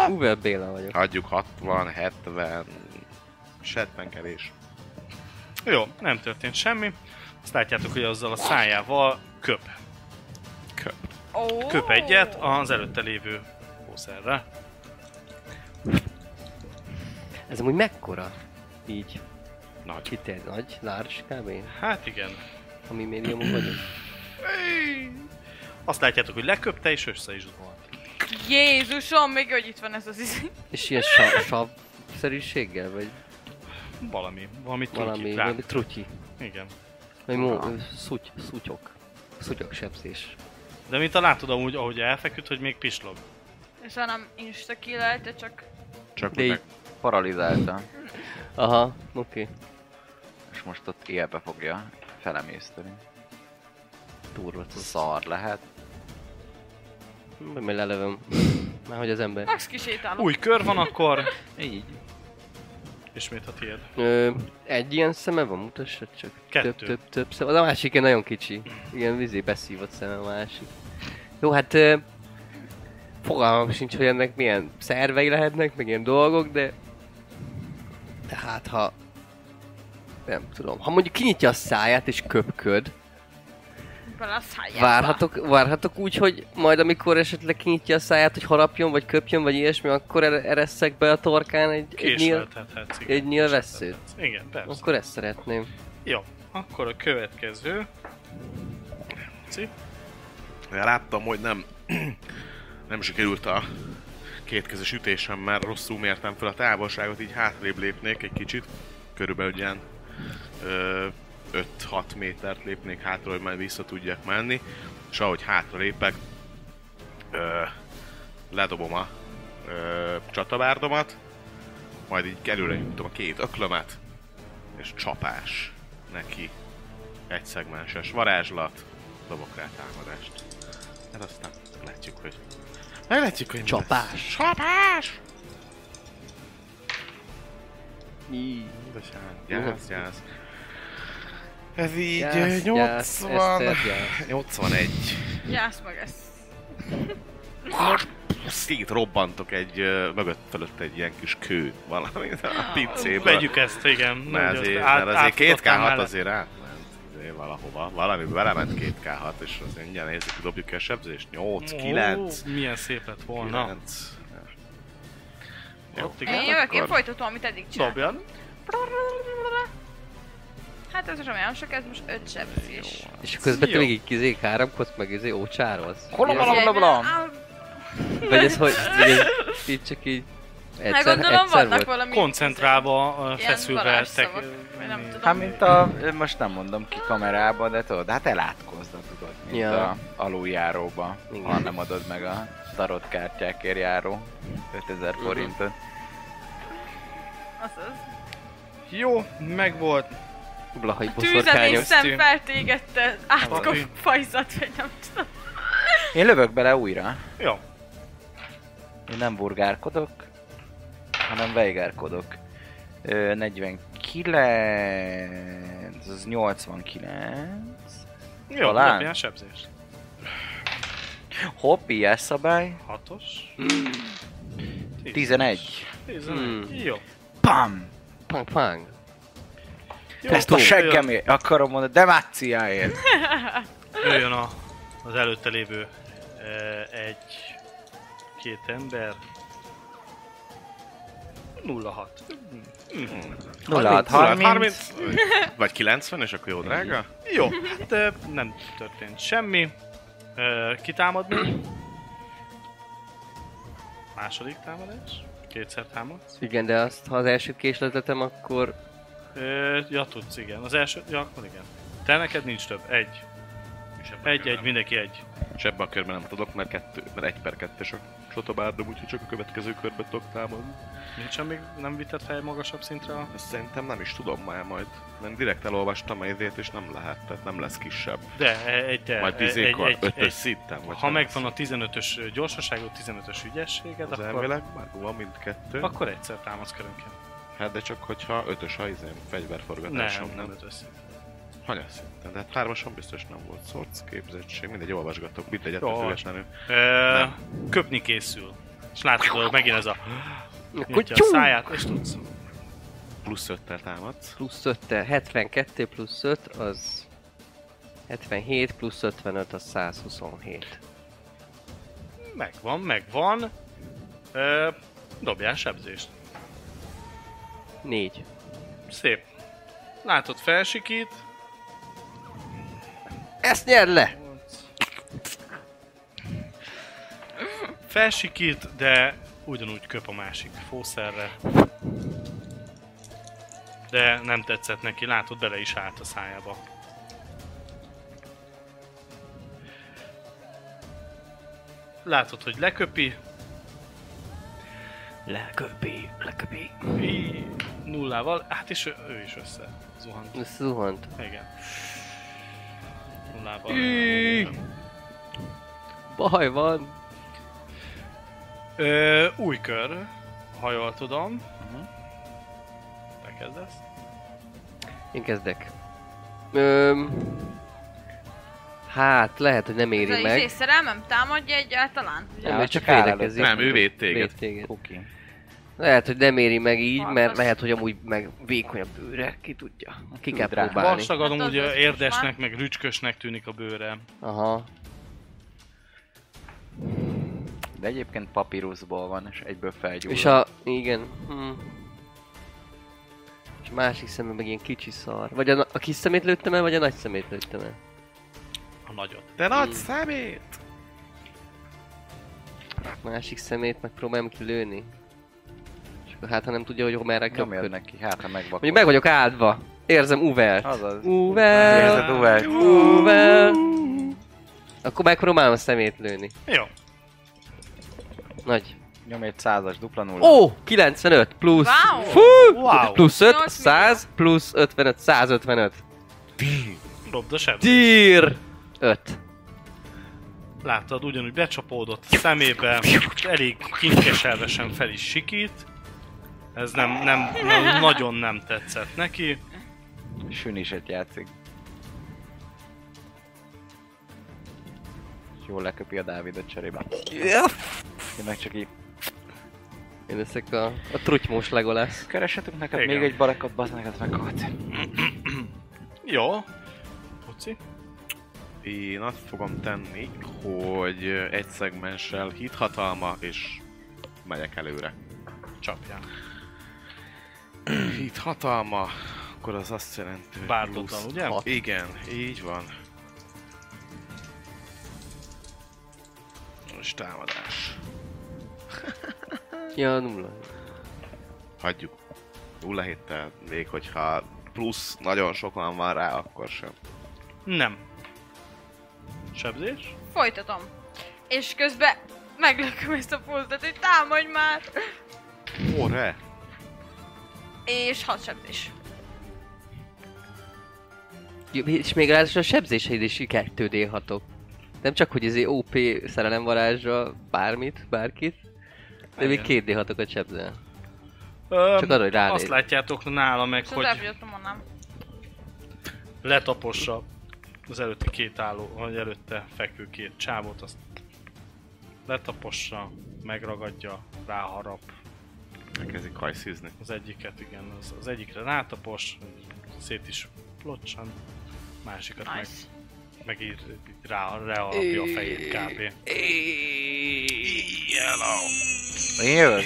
S4: Uvel Béla vagyok.
S6: Hagyjuk 60, 70, 70 kevés.
S2: Jó, nem történt semmi. Azt látjátok, hogy azzal a szájával köp.
S3: Ó.
S2: Köp egyet az előtte lévő hószerre.
S4: Ez amúgy mekkora? Így.
S6: Nagy.
S4: Kitér nagy, large kb.
S2: Hát igen.
S4: A mi médiumunk vagyunk.
S2: Azt látjátok, hogy leköpte és össze is zuhant.
S3: Jézusom, még hogy itt van ez az izé. izi.
S4: És ilyen sa- sav szerűséggel, vagy
S2: Valami, valami
S4: valami,
S2: tudjuk rá.
S4: valami trutyi.
S2: Igen.
S4: Vagy mó, szuty, szutyok. Szutyok sebzés.
S2: De mint a látod amúgy, ahogy elfeküdt, hogy még pislog.
S3: És ha nem insta kilelte, csak
S6: Csak
S4: De így,
S6: meg
S5: Paralizálta.
S4: aha, oké. Okay.
S5: És most ott élbe fogja felemészteni.
S4: Durva tudsz.
S5: Szar lehet.
S4: Majd majd lelövöm. Már hogy az ember.
S3: max kisétálok.
S2: Új kör van akkor,
S4: Így.
S2: ismét a tiéd.
S4: Ö, egy ilyen szeme van, mutassad csak.
S2: Kettő.
S4: Több, több, több szeme. Az a másik ilyen nagyon kicsi. Ilyen vizé beszívott szeme a másik. Jó, hát ö, fogalmam sincs, hogy ennek milyen szervei lehetnek, meg ilyen dolgok, de... De hát ha... Nem tudom. Ha mondjuk kinyitja a száját és köpköd,
S3: Bele a szájába.
S4: várhatok, várhatok úgy, hogy majd amikor esetleg kinyitja a száját, hogy harapjon, vagy köpjön, vagy ilyesmi, akkor er- eresszek be a torkán egy, egy nyíl...
S2: Késleltethetsz.
S4: egy nyíl veszőt.
S2: Késleltethetsz. Igen, persze.
S4: Akkor ezt szeretném.
S2: Jó, akkor a következő. Ci.
S6: láttam, hogy nem, nem sikerült a kétkezes ütésem, mert rosszul mértem fel a távolságot, így hátrébb lépnék egy kicsit. Körülbelül ilyen ö, 5-6 métert lépnék hátra, hogy majd vissza tudjak menni. És ahogy hátra lépek, ö, ledobom a ö, csatabárdomat, majd így előre jutom a két öklömet, és csapás neki. Egy szegmenses varázslat, dobok rá támadást. Hát aztán meglátjuk, hogy... Meglátjuk, hogy mi lesz.
S4: Csapás.
S6: Csapás!
S4: Így.
S6: Mindegy, hát, Gyász, gyász. Ez így eh,
S4: Gyász,
S6: yes,
S4: gyász,
S6: 80...
S4: Eszter, gyász.
S6: 81.
S3: Jász meg ezt.
S6: Szét robbantok egy ö, mögött fölött egy ilyen kis kő valami a pincéből.
S2: Vegyük ezt, igen.
S6: mert
S2: Ugye,
S6: azért,
S2: azt
S6: mert azért két
S2: átfutattam
S6: K6
S2: vele.
S6: azért átment azért valahova. Valami belement két K6, és azért mindjárt nézzük, dobjuk ki a sebzést. 8, 9,
S2: Ó, milyen szép lett volna.
S6: 9.
S2: Ott
S3: Én
S2: igen.
S3: jövök, én
S6: akkor-
S3: folytatom, amit eddig csináltam.
S2: Dobjan.
S3: Hát ez sem olyan sok, ez most öt sebzés.
S4: És közben te
S2: Jó.
S4: még így kizé káromkodsz, meg izé ócsárolsz.
S5: Hol a
S4: Ilyen-
S5: valahol- Blablabla.
S3: Á,
S4: Vagy ez hogy, vagy ez így csak így
S3: Hát
S4: egyszer,
S3: gondolom
S4: egyszer
S3: vannak
S4: volt.
S3: valami...
S2: Koncentrálva, ö,
S3: Ilyen
S2: feszülve. Tek...
S3: varázsszavak, vagy nem tudom.
S5: Hát mint a, most nem mondom ki kamerába, de tudod, hát elátkozna tudod, mint
S4: Ja.
S5: ja. a aluljáróba,
S4: Igen.
S5: ha nem adod meg a tarot kártyákért járó 5000 forintot.
S3: Azaz.
S2: Jó, megvolt.
S4: Blahai
S3: Tűzen
S4: boszorkányok.
S3: hiszem
S2: tű.
S3: feltégette átkop
S2: Valami.
S3: fajzat, vagy nem tudom.
S5: Én lövök bele újra.
S2: Jó.
S5: Én nem burgárkodok, hanem veigárkodok. Ö, 49, az 89.
S2: Jó,
S5: Talán.
S2: dobjál sebzést.
S5: Hoppi, ez szabály.
S2: Hatos.
S5: 11.
S4: Hmm.
S2: 11. Jó.
S5: Pam!
S4: Pang, pang.
S2: Jó,
S5: Ezt a
S2: jó,
S5: seggemért akarom mondani, demáciáért.
S2: Jöjjön a, az előtte lévő e, egy, két ember. 06.
S5: 0 30.
S6: 30, vagy 90, és akkor jó drága.
S2: Jó, hát ö, nem történt semmi. E, Ö, Kitámad még. Második támadás. Kétszer támadsz.
S4: Igen, de azt, ha az elsőt késletetem, akkor
S2: Ö, E, Ja, tudsz, igen. Az első, ja, akkor igen. Te neked nincs több. Egy. Egy, egy, mindenki egy.
S6: És ebben a körben nem tudok, mert, kettő, mert egy per kettes a csotabárdom, úgyhogy csak a következő körben tudok támadni.
S2: Nincsen még, nem vitted fel magasabb szintre a...
S6: Ezt szerintem nem is tudom már majd. Mert direkt elolvastam a izét, és nem lehet, tehát nem lesz kisebb.
S2: De, e- egy, de.
S6: Majd
S2: e- egy,
S6: izékor,
S2: egy,
S6: ötös
S2: egy,
S6: szinten, vagy
S2: ha megvan a 15-ös gyorsaságod, 15-ös ügyességed,
S6: az
S2: akkor,
S6: elvileg, már van mindkettő.
S2: akkor egyszer támadsz körönként.
S6: Hát de csak hogyha ötös ha izém, fegyverforgatásom
S2: Nem,
S6: nem.
S2: nem
S6: nem.
S2: ötös szint.
S6: Hanyas szinten? Tehát hármason biztos nem volt szorc képzettség, mindegy, olvasgatok, mindegy,
S2: Jó,
S6: ettől
S2: olvas.
S6: függetlenül.
S2: Ö, Köpni készül. És látod, hogy megint ez a...
S4: akkor
S2: Nyitja a
S4: tyú!
S2: száját, és tudsz.
S6: Plusz öttel támadsz.
S4: plusz 5 72 plusz 5 az 77 plusz 55 az 127.
S2: Megvan, megvan. Ö, dobjál sebzést.
S4: 4.
S2: Szép. Látod, felsikít.
S4: Ezt nyer le!
S2: Felsikít, de ugyanúgy köp a másik fószerre. De nem tetszett neki, látod, bele is állt a szájába. Látod, hogy leköpi. Leköpi, leköpi. Í, nullával, hát és ő, ő is össze zuhant.
S4: Ez zuhant.
S2: Igen. Nullával.
S4: Baj van.
S2: Ö, új kör, ha jól tudom. Te kezdesz.
S4: Én kezdek. Öm, hát, lehet, hogy nem
S3: Ez a
S4: éri
S3: izé
S4: meg.
S3: szerelmem támadja egyáltalán?
S4: Nem,
S5: Ja,
S4: ő
S5: csak
S4: csak
S5: állod.
S4: védekezik.
S6: Nem, ő véd téged.
S4: Véd téged.
S5: Oké.
S4: Lehet, hogy nem éri meg így, mert
S3: Farkas.
S4: lehet, hogy amúgy meg vékonyabb bőre, ki tudja. Ki kell
S5: Tud rá.
S4: próbálni.
S2: Vastagadom,
S3: Hát az az
S2: ugye
S3: is
S2: érdesnek, meg rücskösnek tűnik a bőre.
S4: Aha.
S5: De egyébként papíruszból van, és egyből felgyújt.
S4: És a... igen. Hm. És a másik szemem meg ilyen kicsi szar. Vagy a, na- a kis szemét lőttem el, vagy a nagy szemét lőttem el?
S2: A nagyot.
S6: De nagy szemét!
S4: A másik szemét megpróbálom kilőni. És akkor hát, ha nem tudja, hogy merre kell.
S5: Nyomjad
S4: Mondjuk
S5: neki, hát ha megbakol.
S4: meg vagyok áldva. Érzem uvelt.
S5: Azaz.
S4: Uvel,
S5: Érzed, Uwe?
S4: Uvel. Akkor megpróbálom a szemét lőni.
S2: Jó.
S4: Nagy.
S5: Nyomj egy százas, dupla nulla.
S4: Ó! 95 plusz...
S3: Wow!
S4: Fú!
S2: Wow!
S4: Plusz 5,
S3: Nyolc
S4: 100, plusz 55, 155.
S2: Dobd a seb.
S4: Dír! 5.
S2: Láttad, ugyanúgy becsapódott a szemébe, elég kinkeselvesen fel is sikít. Ez nem, nem, na- nagyon nem tetszett neki.
S5: Sűniset játszik. jól leköpi a Dávidot cserébe. Én meg csak így
S4: Én leszek a, a trutymós legolász.
S5: keresetünk neked
S2: Igen.
S5: még egy barakot, bazd neked meghalt.
S2: Jó. Poci.
S6: Én azt fogom tenni, hogy egy szegmenssel hit hatalma, és megyek előre.
S2: Csapjál.
S6: Hit hatalma, akkor az azt jelenti, hogy
S2: Pártatlan,
S6: plusz
S2: ugye?
S6: hat. Igen, így van. És támadás.
S4: Ja, nulla.
S6: Hagyjuk. 0 héttel, még hogyha plusz nagyon sokan van rá, akkor sem.
S2: Nem. Sebzés?
S3: Folytatom. És közben meglököm ezt a pultot, hogy támadj már!
S6: Orre!
S3: És hat sebzés.
S4: Ja, És még ráadásul a sebzéseid is 2 d Nem csak, hogy izé OP szerelem varázsra bármit, bárkit, de még
S2: Igen.
S4: 2 d 6 sebzel.
S2: Öm,
S4: Csak arra, hogy ránéz.
S2: Azt látjátok nála meg,
S3: Szóval
S2: hogy
S3: elfogyottam onnan.
S2: letapossa az előtti két álló, vagy előtte fekvő két csávot, azt letapossa, megragadja, ráharap
S6: Elkezdik hajszízni.
S2: az egyiket, igen, az, az egyikre rátapos, szét is plocsan, másikat meg,
S3: Nice.
S2: meg így, így rá, ráharapja a fejét kb.
S5: Én jövök.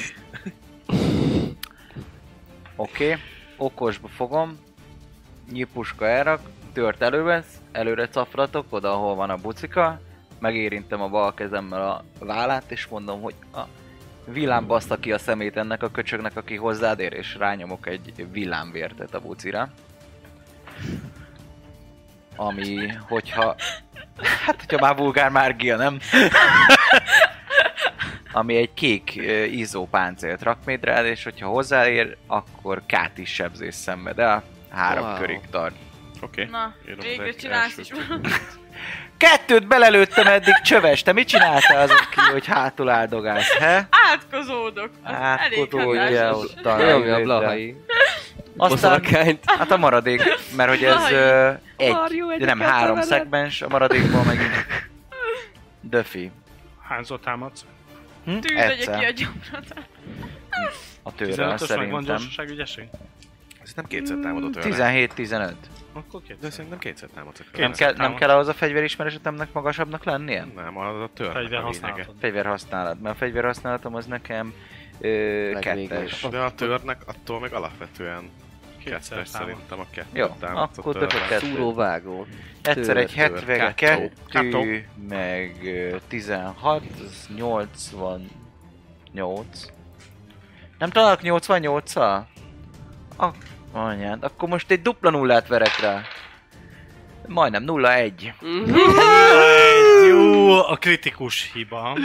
S5: Oké, okay. okosba fogom, nyipuska elrak, tört elővesz, előre cafratok, oda ahol van a bucika, megérintem a bal kezemmel a vállát, és mondom, hogy a villám baszta ki a szemét ennek a köcsögnek, aki hozzád ér, és rányomok egy villámvértet a bucira. Ami, hogyha... Hát, hogyha már vulgár márgia, nem? ami egy kék ö, izzó páncélt rak még rád, és hogyha hozzáér, akkor kát is sebzés szenved el. Három
S4: Wow.
S5: wow. körig tart.
S6: Oké.
S3: Na,
S6: Én dobok
S3: végre
S6: egy
S3: csinálsz is
S6: elsőt.
S3: valamit.
S5: Kettőt belelőttem eddig csöves, te mit csináltál azon ki, hogy hátul áldogálsz, he?
S3: Átkozódok. Az elég
S5: Átkozódjál
S3: hatásos.
S5: ott
S4: De nyomja a
S5: lejtőn.
S4: blahai.
S5: Aztán,
S4: Boszorkányt.
S5: hát a maradék, mert hogy ez
S3: Jaj,
S5: ö, egy,
S4: marjú
S5: de nem
S4: egyiket
S5: három
S4: kevered.
S5: szegmens, a maradékból megint döfi
S2: Hányszor támadsz?
S3: Tűz egye ki a
S5: egyszer.
S3: gyomrat.
S5: a tőrrel
S2: 15-ös megvan
S5: szerintem.
S2: gyorsaság ügyesség?
S6: Szerintem kétszer
S2: Mm,
S6: támadott olyan.
S5: 17-15.
S2: Akkor
S6: De
S2: kétszer.
S6: szerintem kétszer támadtak
S2: Kétszer.
S5: Nem
S6: Nem,
S5: kell, nem
S2: támad.
S5: kell ahhoz a fegyverismeresetemnek magasabbnak lennie?
S6: nem, az a
S2: Fegyver
S6: törnek a lényege.
S2: használatod.
S5: Fegyverhasználat, mert a fegyverhasználatom az nekem ö,
S4: Legvégén.
S5: kettes.
S6: De a törnek attól meg alapvetően
S2: Kétszer
S6: kettes
S2: támad.
S6: szerintem a kettő
S5: Jó,
S6: támadsz a
S5: akkor
S6: törnek.
S5: döfök kettőt.
S4: Túróvágó.
S5: Egyszer egy
S6: Tőle, tőle.
S5: 72,
S6: Kátó.
S5: meg ö, 16, az 88. Nem találok 88-al? Ak- anyád, akkor most egy dupla nullát verek rá. Majdnem 0-1.
S2: Jó, a kritikus hiba.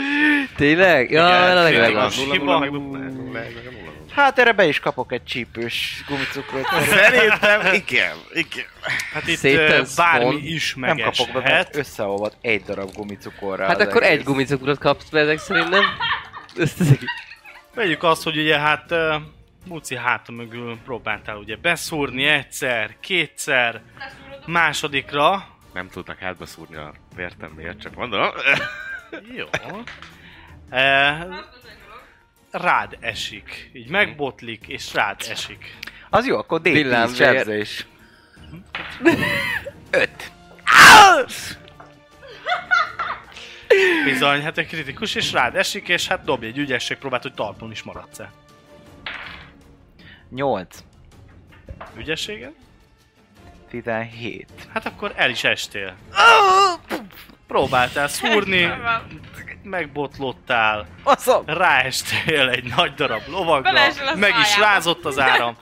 S4: Tényleg? Ja,
S6: Igen,
S4: a
S6: kritikus
S4: leglegalább.
S2: az.
S6: hiba,
S2: Hiba.
S6: meg nulla, nulla, meg a nulla, nulla.
S5: Hát erre be is kapok egy csípős gumicukrot.
S6: Szerintem igen, igen.
S2: Hát itt
S4: Szépen
S2: ö, bármi
S4: szpont.
S2: is
S5: Nem kapok be, mert
S2: megeshet.
S5: összeolvad egy darab gumicukorra.
S4: Hát
S5: az
S4: akkor egy
S5: egész.
S4: gumicukrot kapsz be ezek szerint, nem? Ezt az egész-
S2: Vegyük azt, hogy ugye hát ö, Muci háta mögül próbáltál ugye beszúrni egyszer, kétszer, másodikra.
S6: Nem tudnak hátba szúrni a vértem miért, csak mondom.
S2: Jó. E, rád esik.
S3: Mhm.
S2: Így megbotlik, és rád esik.
S5: Az jó, akkor D10
S4: Villámvér.
S5: sebzés.
S2: Bizony, hát egy kritikus, és rád esik, és hát dobj egy ügyesség próbált, hogy talpon is maradsz-e.
S5: 8.
S2: Ügyessége?
S5: 17.
S2: Hát akkor el is estél. Próbáltál szúrni, megbotlottál,
S5: Baszom!
S2: ráestél egy nagy darab lovagra,
S3: Beleesel a
S2: meg is
S3: szájába.
S2: rázott az áram,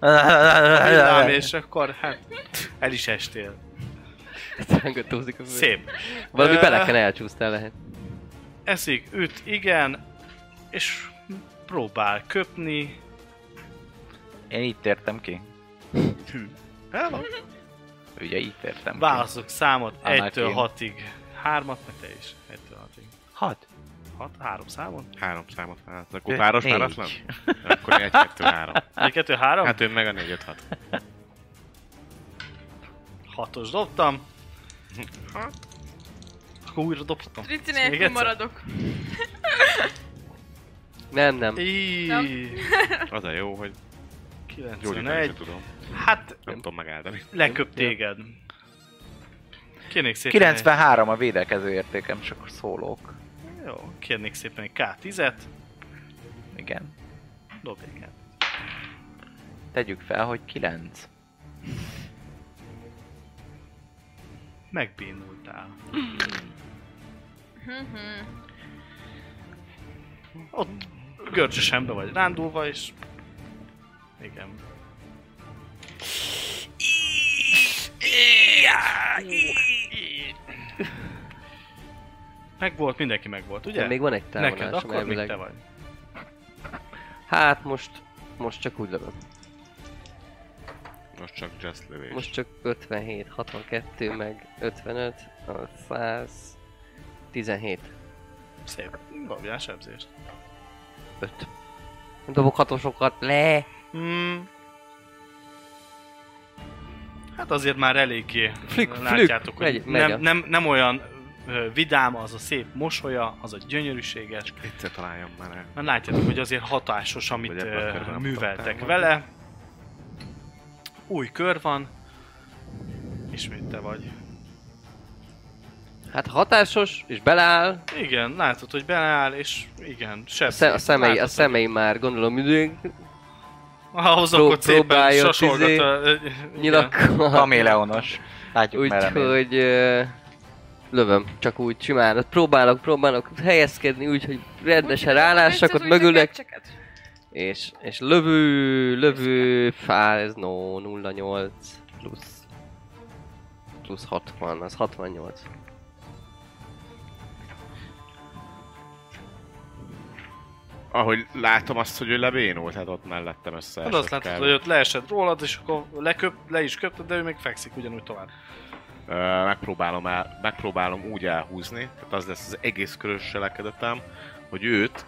S2: villám, és akkor hát el is estél.
S4: ezt rángatózik a föld.
S2: Szép.
S4: Valami
S2: Ö,
S4: beleken elcsúsztál lehet.
S2: Eszik, üt, igen, és próbál köpni,
S5: Én így tértem ki.
S6: Hello.
S5: Ugye így tértem ki.
S2: válaszok számot
S5: Annak
S2: 1-től
S5: én.
S2: 6-ig. 3-at, meg te is. 1-től 6-ig.
S5: 6.
S2: 6, 3 számon?
S6: Három számot hát, akkor
S5: Öt,
S6: páros
S5: négy.
S6: páratlan? Akkor egy, kettő, három.
S2: 1, 2, 3?
S6: Hát ő meg a négy, öt, hat.
S2: 6-os dobtam. akkor újra dobhatom.
S3: Trici
S2: Ezt még
S3: nélkül
S2: egyszer?
S3: maradok.
S4: Nem, nem.
S2: Íj,
S3: Nem.
S6: Az a jó, hogy gyógyítani se
S2: 91.
S6: tudom.
S2: Hát,
S6: Nem tudom megáldani.
S2: leköp téged. Kérnék szépen...
S5: 93 a védekező értékem, csak a szólók.
S2: Egy... Jó, kérnék szépen egy K10-et.
S5: Igen.
S2: Dobj egy K10-et.
S5: Tegyük fel, hogy 9.
S2: Megbénultál. Ott görcsösen be vagy rándulva, és... Igen. Megvolt, mindenki megvolt, ugye?
S4: De még van egy távolásom
S2: Neked, akkor még
S4: elvileg.
S2: te vagy.
S4: Hát most, most csak úgy lövöm.
S6: Most csak just lövés.
S4: Most csak 57, 62, meg 55, az 100, 17,
S2: Szép. Dobjál sebzést.
S4: 5. Dobok hatosokat, le!
S2: Mm. Hát azért már eléggé
S4: Flük,
S2: látjátok, hogy
S4: flük, megy- megy a-
S2: nem, nem, nem olyan ö, vidám az a szép mosolya, az a gyönyörűséges,
S6: Egyszer találjam már el.
S2: Mert látjátok, hogy azért hatásos, amit
S6: Vagy ebben a
S2: ö,
S6: körben nem
S2: műveltek
S6: kaptál
S2: vele. Új kör van. Ismét te vagy.
S4: Hát hatásos, és beleáll,
S2: Igen, látod, hogy beáll, és igen,
S4: a,
S2: sebb.
S4: szem, a, szemei, a szemei már gondolom üdünk,
S2: Ahhoz akkor
S4: pró-
S2: szépen
S4: próbálja izé,
S2: sasolgat a... ö, igen.
S4: nyilakkal.
S5: Kaméleonos. Látjuk merre hogy...
S4: Úgyhogy ö, lövöm, csak úgy simán. Ott Próbálok, próbálok helyezkedni úgy, hogy rendesen állássak, ott mögülök, és, és lövő, lövő, fál, ez no, 08 plusz, plusz 60, az 68.
S6: Ahogy látom azt, hogy ő lebénult, hát ott mellettem össze.
S2: Hát azt látod, hogy ott leesett rólad, és akkor leköp, le is köpted, de ő még fekszik ugyanúgy tovább.
S6: Ö, megpróbálom, el, megpróbálom úgy elhúzni, tehát az lesz az egész körös selekedetem, hogy őt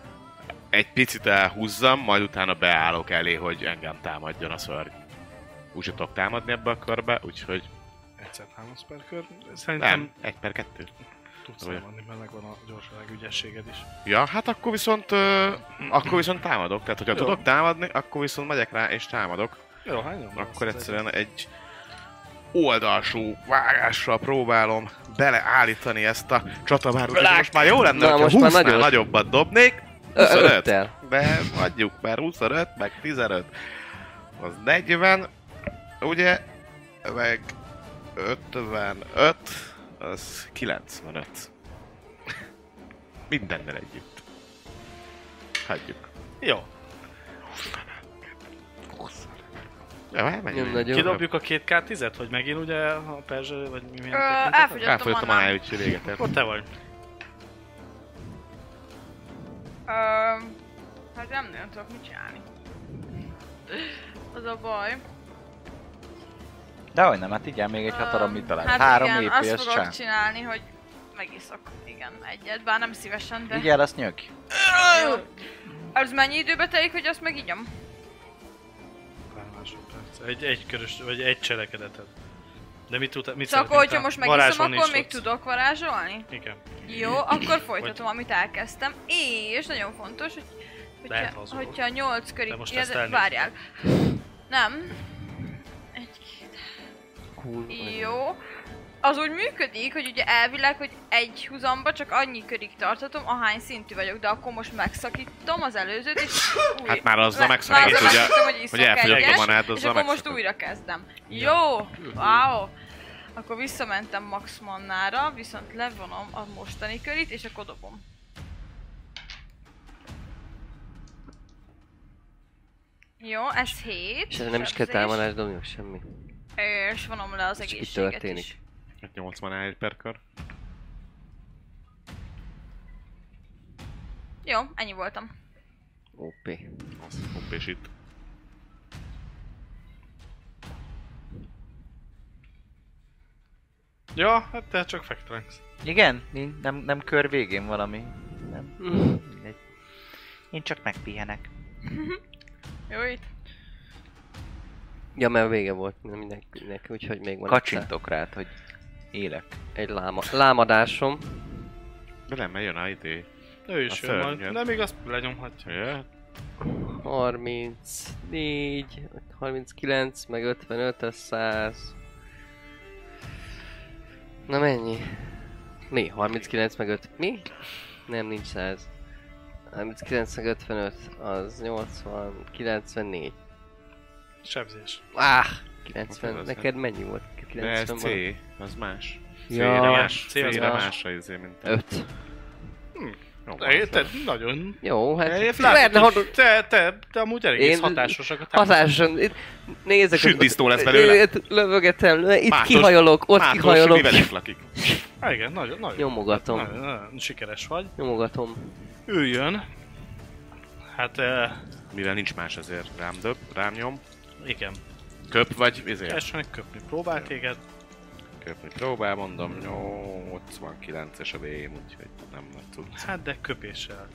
S6: egy picit elhúzzam, majd utána beállok elé, hogy engem támadjon a szörny. Úgy tudok támadni ebbe a körbe, úgyhogy
S2: Egyszer támadsz per kör.
S6: nem,
S2: Szerintem
S6: nem. egy per kettő.
S2: tudsz
S6: Vagy-
S2: támadni, mert megvan a gyorsaság ügyességed is.
S6: Ja, hát akkor viszont, ö, akkor viszont támadok, tehát hogyha
S2: Jó.
S6: tudok támadni, akkor viszont megyek rá és támadok.
S2: Jó, hát hányom?
S6: Akkor egyszerűen egy oldalsó vágással próbálom beleállítani ezt a csatabárt. Úgyhogy most már jó lenne,
S4: Na,
S6: hogyha
S4: most már
S6: 20-nál
S4: nagyon-
S6: nagyobbat dobnék.
S4: Ö,
S6: 25.
S4: öttel.
S6: De adjuk már 25, meg 15. Az 40, ugye? Meg 55, az 95. Mindennel együtt. Hagyjuk.
S2: Jó,
S6: Ja, már mennyi?
S4: Nem nagyon. Jó.
S2: kidobjuk a két K10-et, vagy megint ugye a perzső, vagy mi milyen tekinteted?
S3: Elfogyottam
S6: Elfogyott a
S3: onnan.
S6: mája, úgyhogy véget ért.
S2: Akkor te vagy.
S3: Öm, Hát nem nagyon tudok mit csinálni. Az a baj.
S5: De hogy nem, hát igen, még egy hatalom
S3: Öm,
S5: mit talál.
S3: Hát
S5: Három
S3: igen, azt
S5: lépés
S3: fogok
S5: sem.
S3: csinálni, hogy megiszok. Igen, egyet, bár nem szívesen, de...
S5: Így el, azt nyög.
S3: Jó. Az mennyi időbe telik, hogy azt megigyom?
S2: Pár másodperc. Egy, egy körös, vagy egy cselekedeted. De mit tudtál, mit
S3: Szóval akkor,
S2: szeretnél?
S3: hogyha most megiszom,
S2: Varázsolni
S3: akkor
S2: is
S3: még
S2: tudsz.
S3: tudok varázsolni?
S2: Igen.
S3: Jó, akkor folytatom, amit elkezdtem. És nagyon fontos, hogy
S2: Lehet
S3: hogyha,
S2: hazudok.
S3: hogyha 8
S2: De
S3: körig...
S2: most
S3: Ja,
S2: ezt
S3: de-
S2: elnéztem.
S3: Várjál. Nem. Egy,
S4: Cool.
S3: Jó. Az úgy működik, hogy ugye elvileg, hogy egy húzamba csak annyi körig tartatom, ahány szintű vagyok, de akkor most megszakítom az előzőt, és új...
S6: Hát már azzal
S3: Le- már
S6: megszakítod,
S3: azzal
S6: ugye,
S3: megszakítom,
S6: hogy
S3: iszok
S6: elfogyott a
S3: egyet,
S6: manád,
S3: És
S6: azzal
S3: akkor most
S6: megszakítod.
S3: újra kezdem. Jó! Wow! Akkor visszamentem Max Mannára, viszont levonom a mostani körit, és akkor dobom. Jó, ez 7.
S4: És ez nem is kell támadás dobni, semmi.
S3: És vonom le az
S4: Ez csak így
S3: egészséget
S4: történik.
S3: is.
S6: Hát 81 per kör.
S3: Jó, ennyi voltam.
S4: OP.
S6: Az hopp és itt.
S2: Ja, hát te csak fektrengsz.
S5: Igen? Nin- Nem, nem kör végén valami. Nem.
S4: Mm.
S5: mindegy. Én csak megpihenek.
S3: Jó itt.
S4: Ja, mert vége volt mindenkinek, úgyhogy még van egyszer.
S5: Kacsintok rád, hogy élek.
S4: egy láma, lámadásom.
S6: De nem, mert jön a idé.
S2: Ő is
S6: A
S2: jön majd.
S6: szörnyed.
S2: Nem igaz, lenyomhatja.
S6: Ja,
S4: 34, 39, meg 55, az 100. Na mennyi? Mi? 39 meg 5. Mi? Nem, nincs 100. 39 meg 55, az 80, 94.
S2: Sebzés.
S4: Áh! 90,
S6: Az
S4: neked mennyi volt?
S6: de ez
S4: 90
S6: C,
S4: volt?
S6: az más.
S4: Ja.
S6: C-re más,
S2: C az
S6: C-re
S4: más.
S6: más a izé, mint a...
S4: 5.
S6: Jó,
S2: De érted? Nagyon...
S4: Jó, hát...
S2: Én
S4: Lehetne
S2: Látod,
S4: hat-
S2: hogy te, te, te amúgy elég
S4: Én-
S2: hatásosak a támadások.
S4: Hatáson, itt nézek...
S6: Sült disznó lesz belőle.
S4: Itt Lövögetem, itt
S6: Mátos-
S4: kihajolok, ott
S6: Mátos,
S4: kihajolok.
S6: mi velük lakik.
S2: Há, Igen, nagyon, nagyon,
S4: Nyomogatom.
S2: nagyon, nagyon sikeres vagy.
S4: Nyomogatom.
S2: Ő jön. Hát, eh,
S6: Mivel nincs más ezért rám döb, rám nyom. Izé,
S2: igen.
S6: Köp vagy, ezért
S2: Teljesen megköpni próbál téged.
S6: köpni próbál, mondom, 89-es a vém, úgyhogy nem nagy tudsz.
S2: Hát, de köpéssel.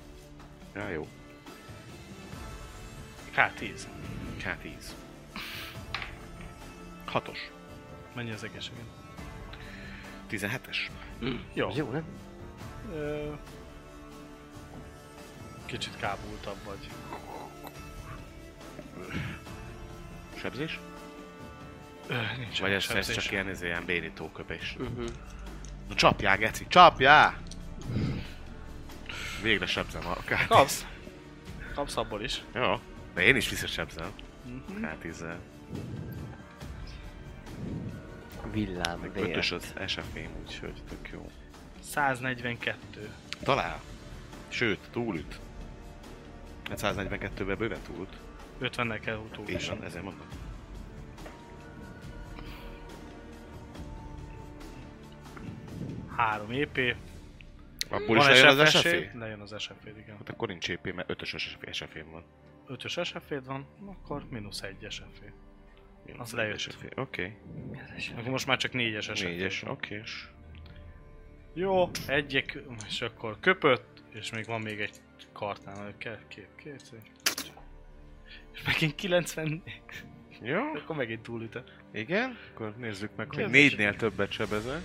S6: Ja, jó.
S2: K10.
S6: K10.
S2: Hatos. Mennyi az egészséged?
S6: 17-es.
S2: Jó.
S4: Jó, nem?
S2: Ö, Kicsit kábultabb vagy.
S6: Sebzés?
S2: Ö, Nincs
S6: Vagy ez, ez
S2: sebzés.
S6: csak ilyen, ez ilyen bénító köpés.
S4: Mhm.
S6: Na csapjál, geci, csapjál! Végre sebzem a k
S2: Kapsz. Kapsz abból is.
S6: Jó. De én is Hát visszasebzem.
S2: Mhm.
S6: K10-zel.
S4: Villám,
S6: Meg
S4: vér.
S6: ötös az SFM, úgyhogy tök jó.
S2: 142.
S6: Talál. Sőt, túlüt. Hát 142-ben bőven túlüt.
S2: 50-nel kell utól.
S6: És ezért mondom.
S2: Három E EP.
S6: Abból is lejön az E? SFM?
S2: Lejön az SFP, igen.
S6: Hát akkor nincs EP, mert 5-ös SFM van.
S2: Ötös SFP van, akkor mínusz egy SFP.
S6: Jó,
S2: Az lejött.
S6: SFP. Oké.
S2: Akkor most már csak négyes SFP.
S6: Négyes, oké. s-
S2: Jó, egyik, és akkor köpött, és még van még egy kartán, kell két, két, két. És megint 90,
S6: Jó,
S2: akkor megint túlütött.
S6: igen. Akkor nézzük meg, hogy
S2: Kedves.
S6: négynél többet sebezel.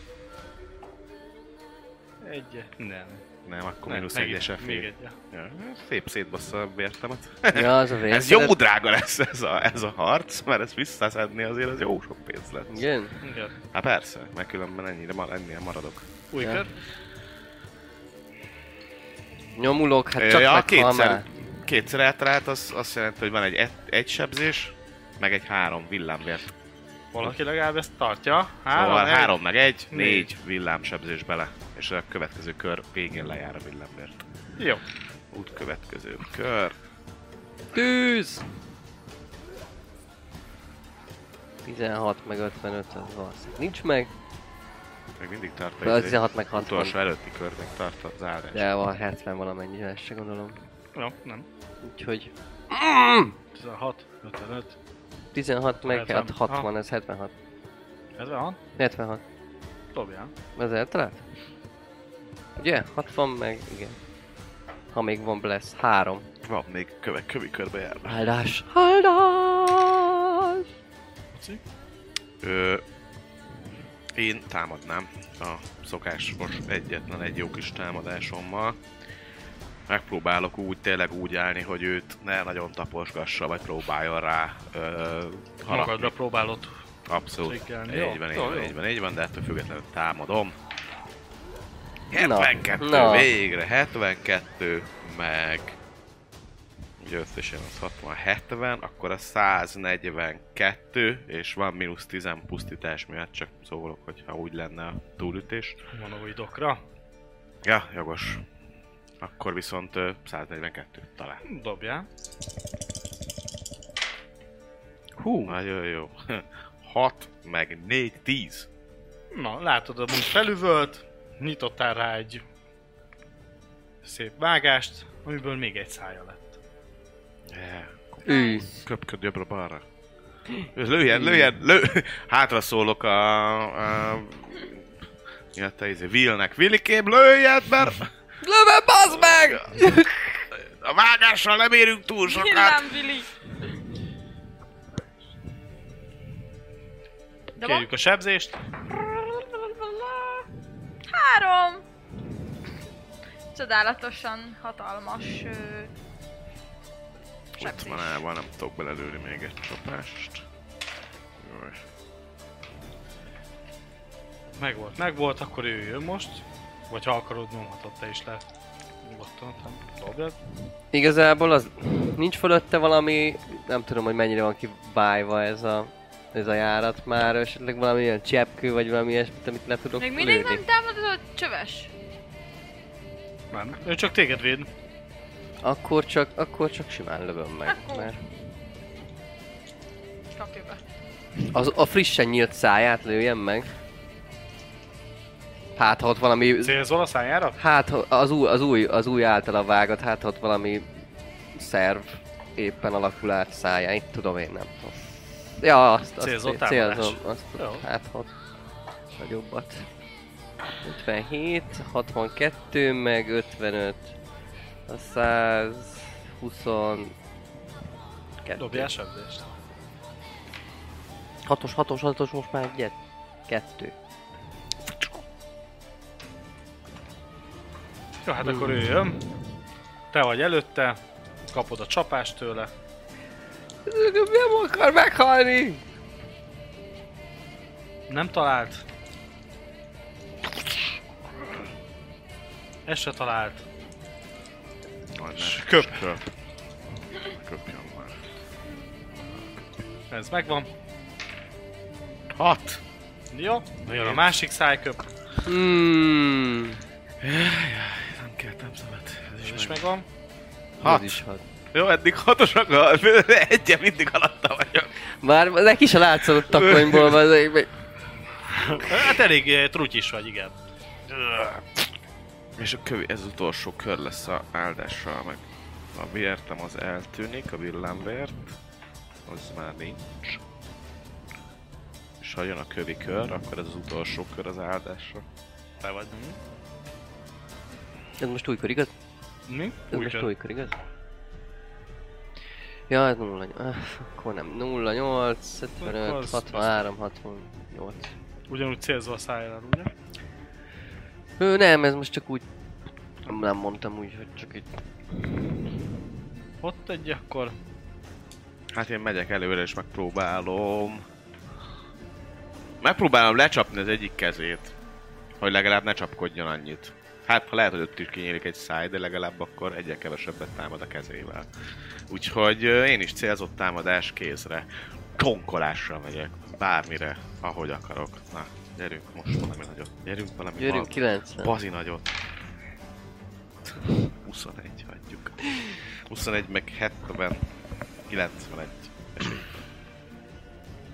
S2: Egyet. Nem.
S6: Nem, akkor
S2: Nem,
S6: mínusz
S2: megint
S6: egy SFP.
S2: Még egy. ja.
S6: Ja, Szép szétbassza a bértemet.
S4: Ja, az a vér.
S6: Ez jó drága lesz ez a, ez a harc, mert ezt visszaszedni azért az jó sok pénz lesz.
S4: Igen?
S2: Igen.
S6: Hát persze, mert különben ennyire, ma- ennyire maradok.
S2: Új
S4: Ja.
S2: kör.
S4: Nyomulok, hát
S6: Ö,
S4: csak
S6: ja,
S4: meghal
S6: kétszer,
S4: már.
S6: kétszer eltalált, az azt jelenti, hogy van egy, et- egy sebzés, meg egy három villámvért.
S2: Valaki legalább ezt tartja.
S6: Három,
S2: Három,
S6: szóval
S2: egy.
S6: három, meg egy,
S2: négy.
S6: négy, négy villámsebzés bele. És a következő kör végén lejár a villámvért.
S2: Jó.
S6: Út következő kör.
S4: Tűz! 16 meg 55 az valószínűleg. Nincs meg,
S6: Még mindig tart
S4: de
S6: izé.
S4: az 16 meg 60.
S6: Utolsó előtti kör még tart az állás.
S4: De van 70 valamennyivel, se gondolom.
S2: Jó, nem.
S4: Úgyhogy
S2: 16, 55,
S4: 16 meg
S2: 70.
S4: 60, ez 76.
S2: 76.
S4: 76.
S2: Dobjál.
S4: Ez eltalált? Ugye? 60 meg, igen. Ha még van bless, 3.
S6: Van még köve, kövi körbe járna.
S4: Áldás! Áldás!
S6: Ö, én támadnám a szokásos egyetlen egy jó kis támadásommal. Megpróbálok úgy, tényleg úgy állni, hogy őt ne nagyon taposgassa, vagy próbáljon rá ö, harapni.
S2: Magadra próbálod.
S6: Abszolút.
S2: triggerni. Jó,
S6: Így van, így
S2: jó,
S6: van,
S2: jó.
S6: így van, így van, de ettől függetlenül támadom.
S4: Na,
S6: 72,
S4: na.
S6: végre 72, meg... Ugye összesen az 60-70, akkor a 142, és van mínusz 10 pusztítás miatt, csak szólok, hogyha úgy lenne a túlütés.
S2: Humanoidokra.
S6: Ja, jogos. Akkor viszont ö, 142 talán.
S2: Dobjál.
S6: Hú! Nagyon jó. 6, meg 4, 10.
S2: Na, látod, amúgy felüvölt, nyitottál rá egy szép vágást, amiből még egy szája lett.
S6: Yeah.
S4: Ő!
S6: Köpköd jobbra balra. Lőjen, lőjen, lő... Hátra szólok a... a... Mi a te izé? Vilnek. Villikém, lőjed, mert...
S4: Lövöm, bazd meg!
S6: A vágással nem érünk túl sokat.
S3: Villám, Billy! De van
S2: Kérjük a sebzést.
S3: Három! csodálatosan hatalmas ö,
S6: hát
S3: sebzés.
S6: Utmanában nem tudok belelőni még egy csapást. Jaj.
S2: Megvolt, megvolt, akkor ő jön most. Vagy ha akarod, nyomhatod te is le. Nyugodtan, nem dobjad.
S4: Igazából az nincs fölötte valami, nem tudom, hogy mennyire van kibájva ez a, ez a járat már, esetleg valami ilyen cseppkő, vagy valami ilyesmit, amit le tudok
S3: Még
S4: lőni.
S3: mindig nem támadod, csöves.
S2: Nem. Ő csak téged véd.
S4: Akkor csak, akkor csak simán lövöm meg,
S3: Akkor.
S4: mert
S3: Kapja
S4: az, a frissen nyílt száját lőjem meg. Hát, ha ott valami
S2: Célzol a szájára?
S4: Hát ha- az új, az új, az új általa vágott, hát ott valami szerv éppen alakul át száján, itt tudom én, nem tudom. Ja, azt, azt
S2: Célzott
S4: célzott
S2: támadás.
S4: célzom, azt
S2: Jó.
S4: hát ott nagyobbat. 57, 62, meg 55, a 122.
S2: Dobjál sebzést.
S4: 6-os, 6-os, 6-os, most már egyet. Kettő.
S2: Jó, hát akkor ő jön. Te vagy előtte, kapod a csapást tőle.
S4: Nem akar meghalni!
S2: Nem talált. Ez se talált.
S6: Majdnem.
S2: Köp.
S6: Köp. Köpjön már.
S2: Ez megvan.
S6: Hat!
S2: Jó, jön a másik szájköp.
S4: Mm.
S6: Nem kértem szemet. Ez
S2: Ez is megvan.
S4: Hat. Is hat.
S6: Jó, eddig hatosak, a- egyen mindig alatta vagyok.
S4: Már neki se látszott a konyból, az
S2: Hát elég eh, trutyis vagy, igen.
S6: És a kövi, ez utolsó kör lesz a áldással, meg a vértem az eltűnik, a villámvért, az már nincs. És ha jön a kövi kör, akkor ez az utolsó kör az áldásra.
S2: Te vagy.
S4: Ez most újkor, igaz?
S2: Mi?
S4: Ez most újkor, igaz? Ja, hát ez 0, ah, akkor nem, 0, 8, 55,
S2: Akkor az-
S4: 63, 68.
S2: Ugyanúgy célzva a szájára, ugye?
S4: Ő nem, ez most csak úgy, nem, nem mondtam úgy, hogy csak itt.
S2: Ott egy akkor.
S6: Hát én megyek előre és megpróbálom... Megpróbálom lecsapni az egyik kezét. Hogy legalább ne csapkodjon annyit. Hát, ha lehet, hogy ott is kinyílik egy száj, de legalább akkor egyre kevesebbet támad a kezével. Úgyhogy ö, én is célzott támadás kézre. Konkolással megyek. Bármire, ahogy akarok. Na, gyerünk most valami nagyot. Gyerünk valami
S4: Gyerünk,
S6: bal-
S4: 90.
S6: Bazi nagyot. 21 hagyjuk. 21 meg 70. 91. Esély.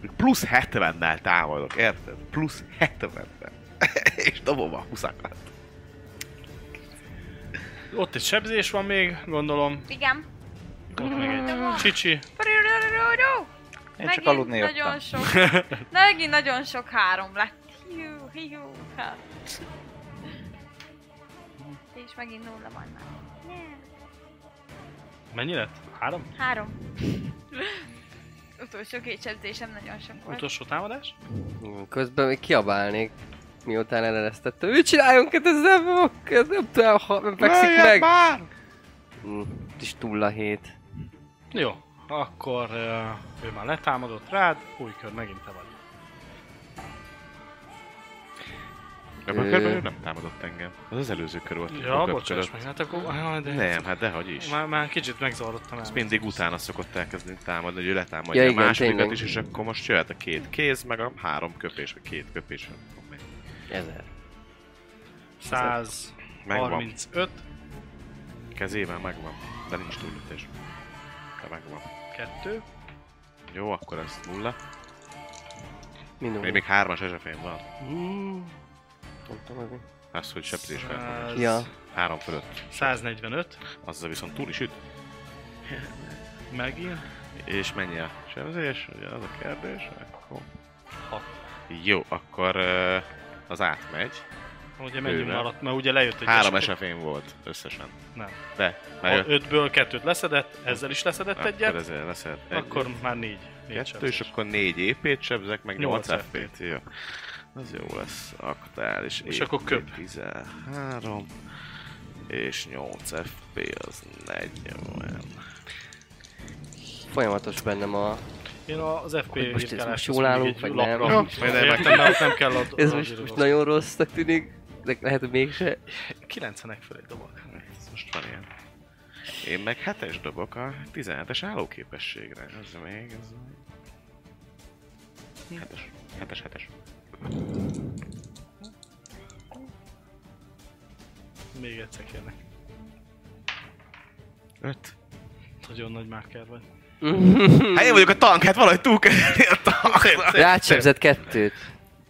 S6: Még Plusz 70-nel támadok, érted? Plusz 70-nel. És dobom a 20
S2: Ott egy sebzés van még, gondolom.
S3: Igen.
S2: Ott még egy csicsi.
S3: Parururururu!
S5: Én
S3: Megint
S5: csak aludni
S3: nagyon
S5: jöttem.
S3: sok, megint nagyon sok három lett. Hiú, hiú, hát. És megint nulla van nálam.
S2: Mennyi lett? Három?
S3: Három. Utolsó két sebzésem nagyon sok volt.
S2: Utolsó támadás?
S4: Közben még kiabálnék, miután eleresztette. Ő csináljon, hát ez nem fog, ez nem tudom, ha nem fekszik meg.
S6: már!
S4: Mm, És túl a hét.
S2: Jó. Akkor uh, ő már letámadott rád, új kör, megint te vagy.
S6: Ebben a
S4: Ö.
S6: körben ő nem támadott engem. Az az előző kör volt.
S2: Ja,
S6: amikor
S2: bocsáss
S6: körött.
S2: meg, hát akkor... Ah, de
S6: Nem, hát dehogy is.
S2: Már, már kicsit megzavarodtam el.
S6: Ezt mindig utána szokott elkezdeni támadni, hogy ő letámadja
S4: Ja,
S6: ja, a
S4: igen,
S6: másodikat
S4: tényleg.
S6: is, és akkor most jöhet a két kéz, meg a három köpés, vagy két köpés. nem tudom, melyik.
S4: Ezer.
S2: 135.
S6: Megvan. Kezében megvan, de nincs túlütés. De megvan.
S2: 2.
S6: Jó, akkor ez nulla.
S4: Minimum.
S6: Még, még hármas esefén van.
S4: Mm. Mondtam azért.
S6: Az, hogy sebzés fel.
S4: Ja.
S6: Három fölött.
S2: 145.
S6: Azzal viszont túl is üt.
S2: Megint.
S6: És mennyi a sebzés? Ugye az a kérdés. Akkor...
S2: Hat.
S6: Jó, akkor ö, az átmegy.
S2: Ugye menjünk
S6: Bőven.
S2: alatt, mert ugye lejött egy
S6: Három
S2: eset.
S6: esefén volt összesen.
S2: Nem.
S6: De,
S2: Ha
S6: mert
S2: ötből kettőt leszedett, ezzel is leszedett
S6: akkor
S2: egyet,
S6: ezért leszed egy.
S2: akkor már négy. négy
S6: kettő,
S2: sebzés.
S6: és akkor négy épét sebzek, meg
S2: Nyolc
S6: 8 FP-t. Jó. Az jó lesz, aktuális.
S2: És akkor köp.
S6: 13. és 8 FP az 40.
S4: Folyamatos bennem a...
S2: Én az FP
S4: Hogy most ez
S2: írkálás
S4: most jól
S2: azt
S4: állunk,
S2: még
S4: vagy
S2: egy
S4: nem?
S2: lapra
S4: Jó.
S2: húzom, értem, nem, nem kell ad,
S4: Ez most, most nagyon rossznak tűnik, de lehet, hogy mégse.
S2: 90-ek felé dobok.
S6: Ez most van ilyen. Én meg 7-es dobok a 17-es állóképességre. Ez még, ez még... 7-es, 7-es, 7-es.
S2: Még egyszer kérlek.
S6: 5.
S2: Nagyon nagy máker vagy.
S6: Hát én vagyok a tank, hát valahogy túl kell élni a tankot.
S4: Rácsebzett kettőt.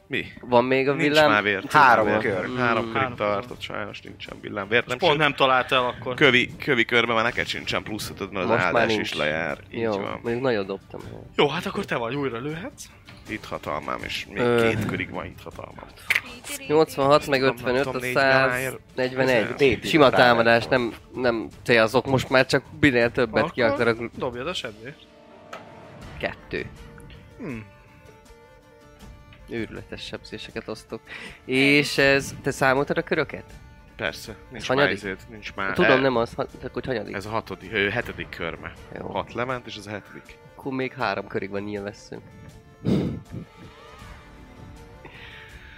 S6: Mi?
S4: Van még a
S6: Nincs
S4: villám?
S6: már vért.
S5: Három
S6: Vért.
S5: kör.
S6: Három
S2: Három
S6: körig
S2: kör.
S6: tartott, sajnos nincsen villámvért. Nem,
S2: Nem Pont
S6: sőt,
S2: nem találtál akkor.
S6: Kövi, kövi körben már neked sincsen plusz ötöd, mert az
S4: Most már
S6: áldás
S4: nincs.
S6: is lejár. Így
S4: Jó,
S6: van.
S4: mondjuk nagyon dobtam.
S2: Jó, hát akkor te vagy, újra lőhetsz.
S6: Itt hatalmám, és még
S4: Ö.
S6: két körig van itt hatalmam.
S4: 86 meg
S6: Tudom, nem
S4: 55, a
S6: tudom, négy ráér.
S4: 141.
S5: Tét
S4: Sima
S5: írott rá,
S4: támadás,
S5: nem
S4: nem, nem célzok, most már csak minél többet ki
S2: Akkor
S4: akarok.
S2: Dobjad a sebzést.
S4: Kettő.
S2: Hm.
S6: Hmm.
S4: Őrületes sebzéseket osztok. És ez, te számoltad a köröket?
S6: Persze, nincs már
S4: hanyadik?
S6: ezért, nincs már.
S4: Tudom,
S6: el-
S4: nem az, ha- csak hogy hanyadik.
S6: Ez a hatodik, ö, hetedik körme.
S4: Jó.
S6: Hat lement, és ez a hetedik.
S4: Akkor még három körig van, nyilván veszünk.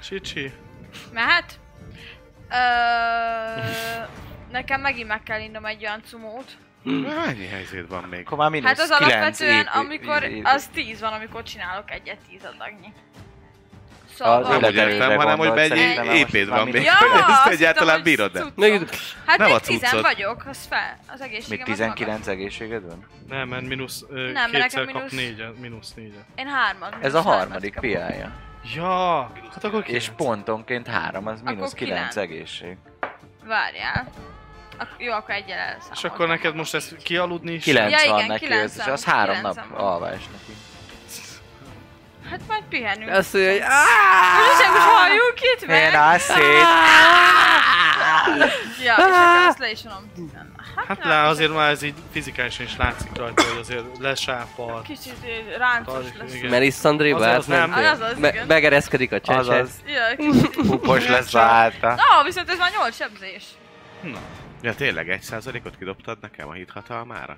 S2: Csicsi.
S3: Mehet? Ö... Nekem megint meg kell innom egy olyan cumót.
S4: Hmm.
S6: Hány helyzet van még?
S5: Akkor már mínusz
S3: Hát az
S5: 9
S3: alapvetően,
S5: ép-
S3: amikor
S5: ép-
S3: az 10 van, amikor csinálok egyet 10 adagnyi.
S5: Az
S6: Nem
S3: Szóval...
S5: ötlet-
S6: úgy értem, hanem hogy
S5: gondolt,
S6: egy
S3: szerintem, mert
S5: most
S6: épéd van
S5: már
S6: még,
S5: Ja,
S3: Ja,
S6: hogy
S3: azt
S6: ezt
S3: hittem,
S6: egyáltalán
S3: hogy
S6: bírod -e?
S3: cuccom. Hát
S6: Nem
S3: még
S6: a
S3: 10
S6: cuccod.
S3: vagyok, az fel, az
S5: Még
S3: egészségem az magas.
S5: 19 egészséged van?
S2: Nem, mert mínusz, ö,
S3: Nem, mert
S2: kétszer
S3: nekem
S2: kap
S3: mínusz-
S2: négyet, mínusz négyet.
S3: Én hármat.
S5: Ez a harmadik piája.
S2: Ja, hát akkor kilenc.
S5: És pontonként három, az mínusz
S3: Akkor
S5: 9
S3: kilenc.
S5: egészség.
S3: Várjál. Ak- jó, akkor egyel elszámoltam.
S2: És akkor neked most ezt kialudni is?
S5: 9
S3: Ja,
S5: van
S3: igen,
S5: neki,
S3: kilenc
S5: ez, és
S3: van,
S5: az három
S3: kilenc
S5: nap
S3: van.
S5: alvás neki.
S3: Hát majd pihenünk.
S4: Azt mondja, hogy
S3: Most sem most halljuk itt meg?
S5: Én azt
S3: Ja, és akkor azt le is mondom. tizen-
S2: Hát lá, azért már ez így fizikálisan is látszik rajta, hogy azért lesápad.
S3: Kicsit így ráncos
S2: Tartsd,
S3: lesz.
S2: igen.
S4: Melisszandréba
S2: Azaz
S4: átmentél?
S2: nem.
S3: Azaz, igen.
S4: Megereszkedik a csecset.
S5: Azaz,
S3: Ja, kicsit.
S5: pupos lesz a háta.
S3: Na, viszont ez már 8 sebzés.
S6: Ja, tényleg egy százalékot kidobtad nekem a hit hatalmára?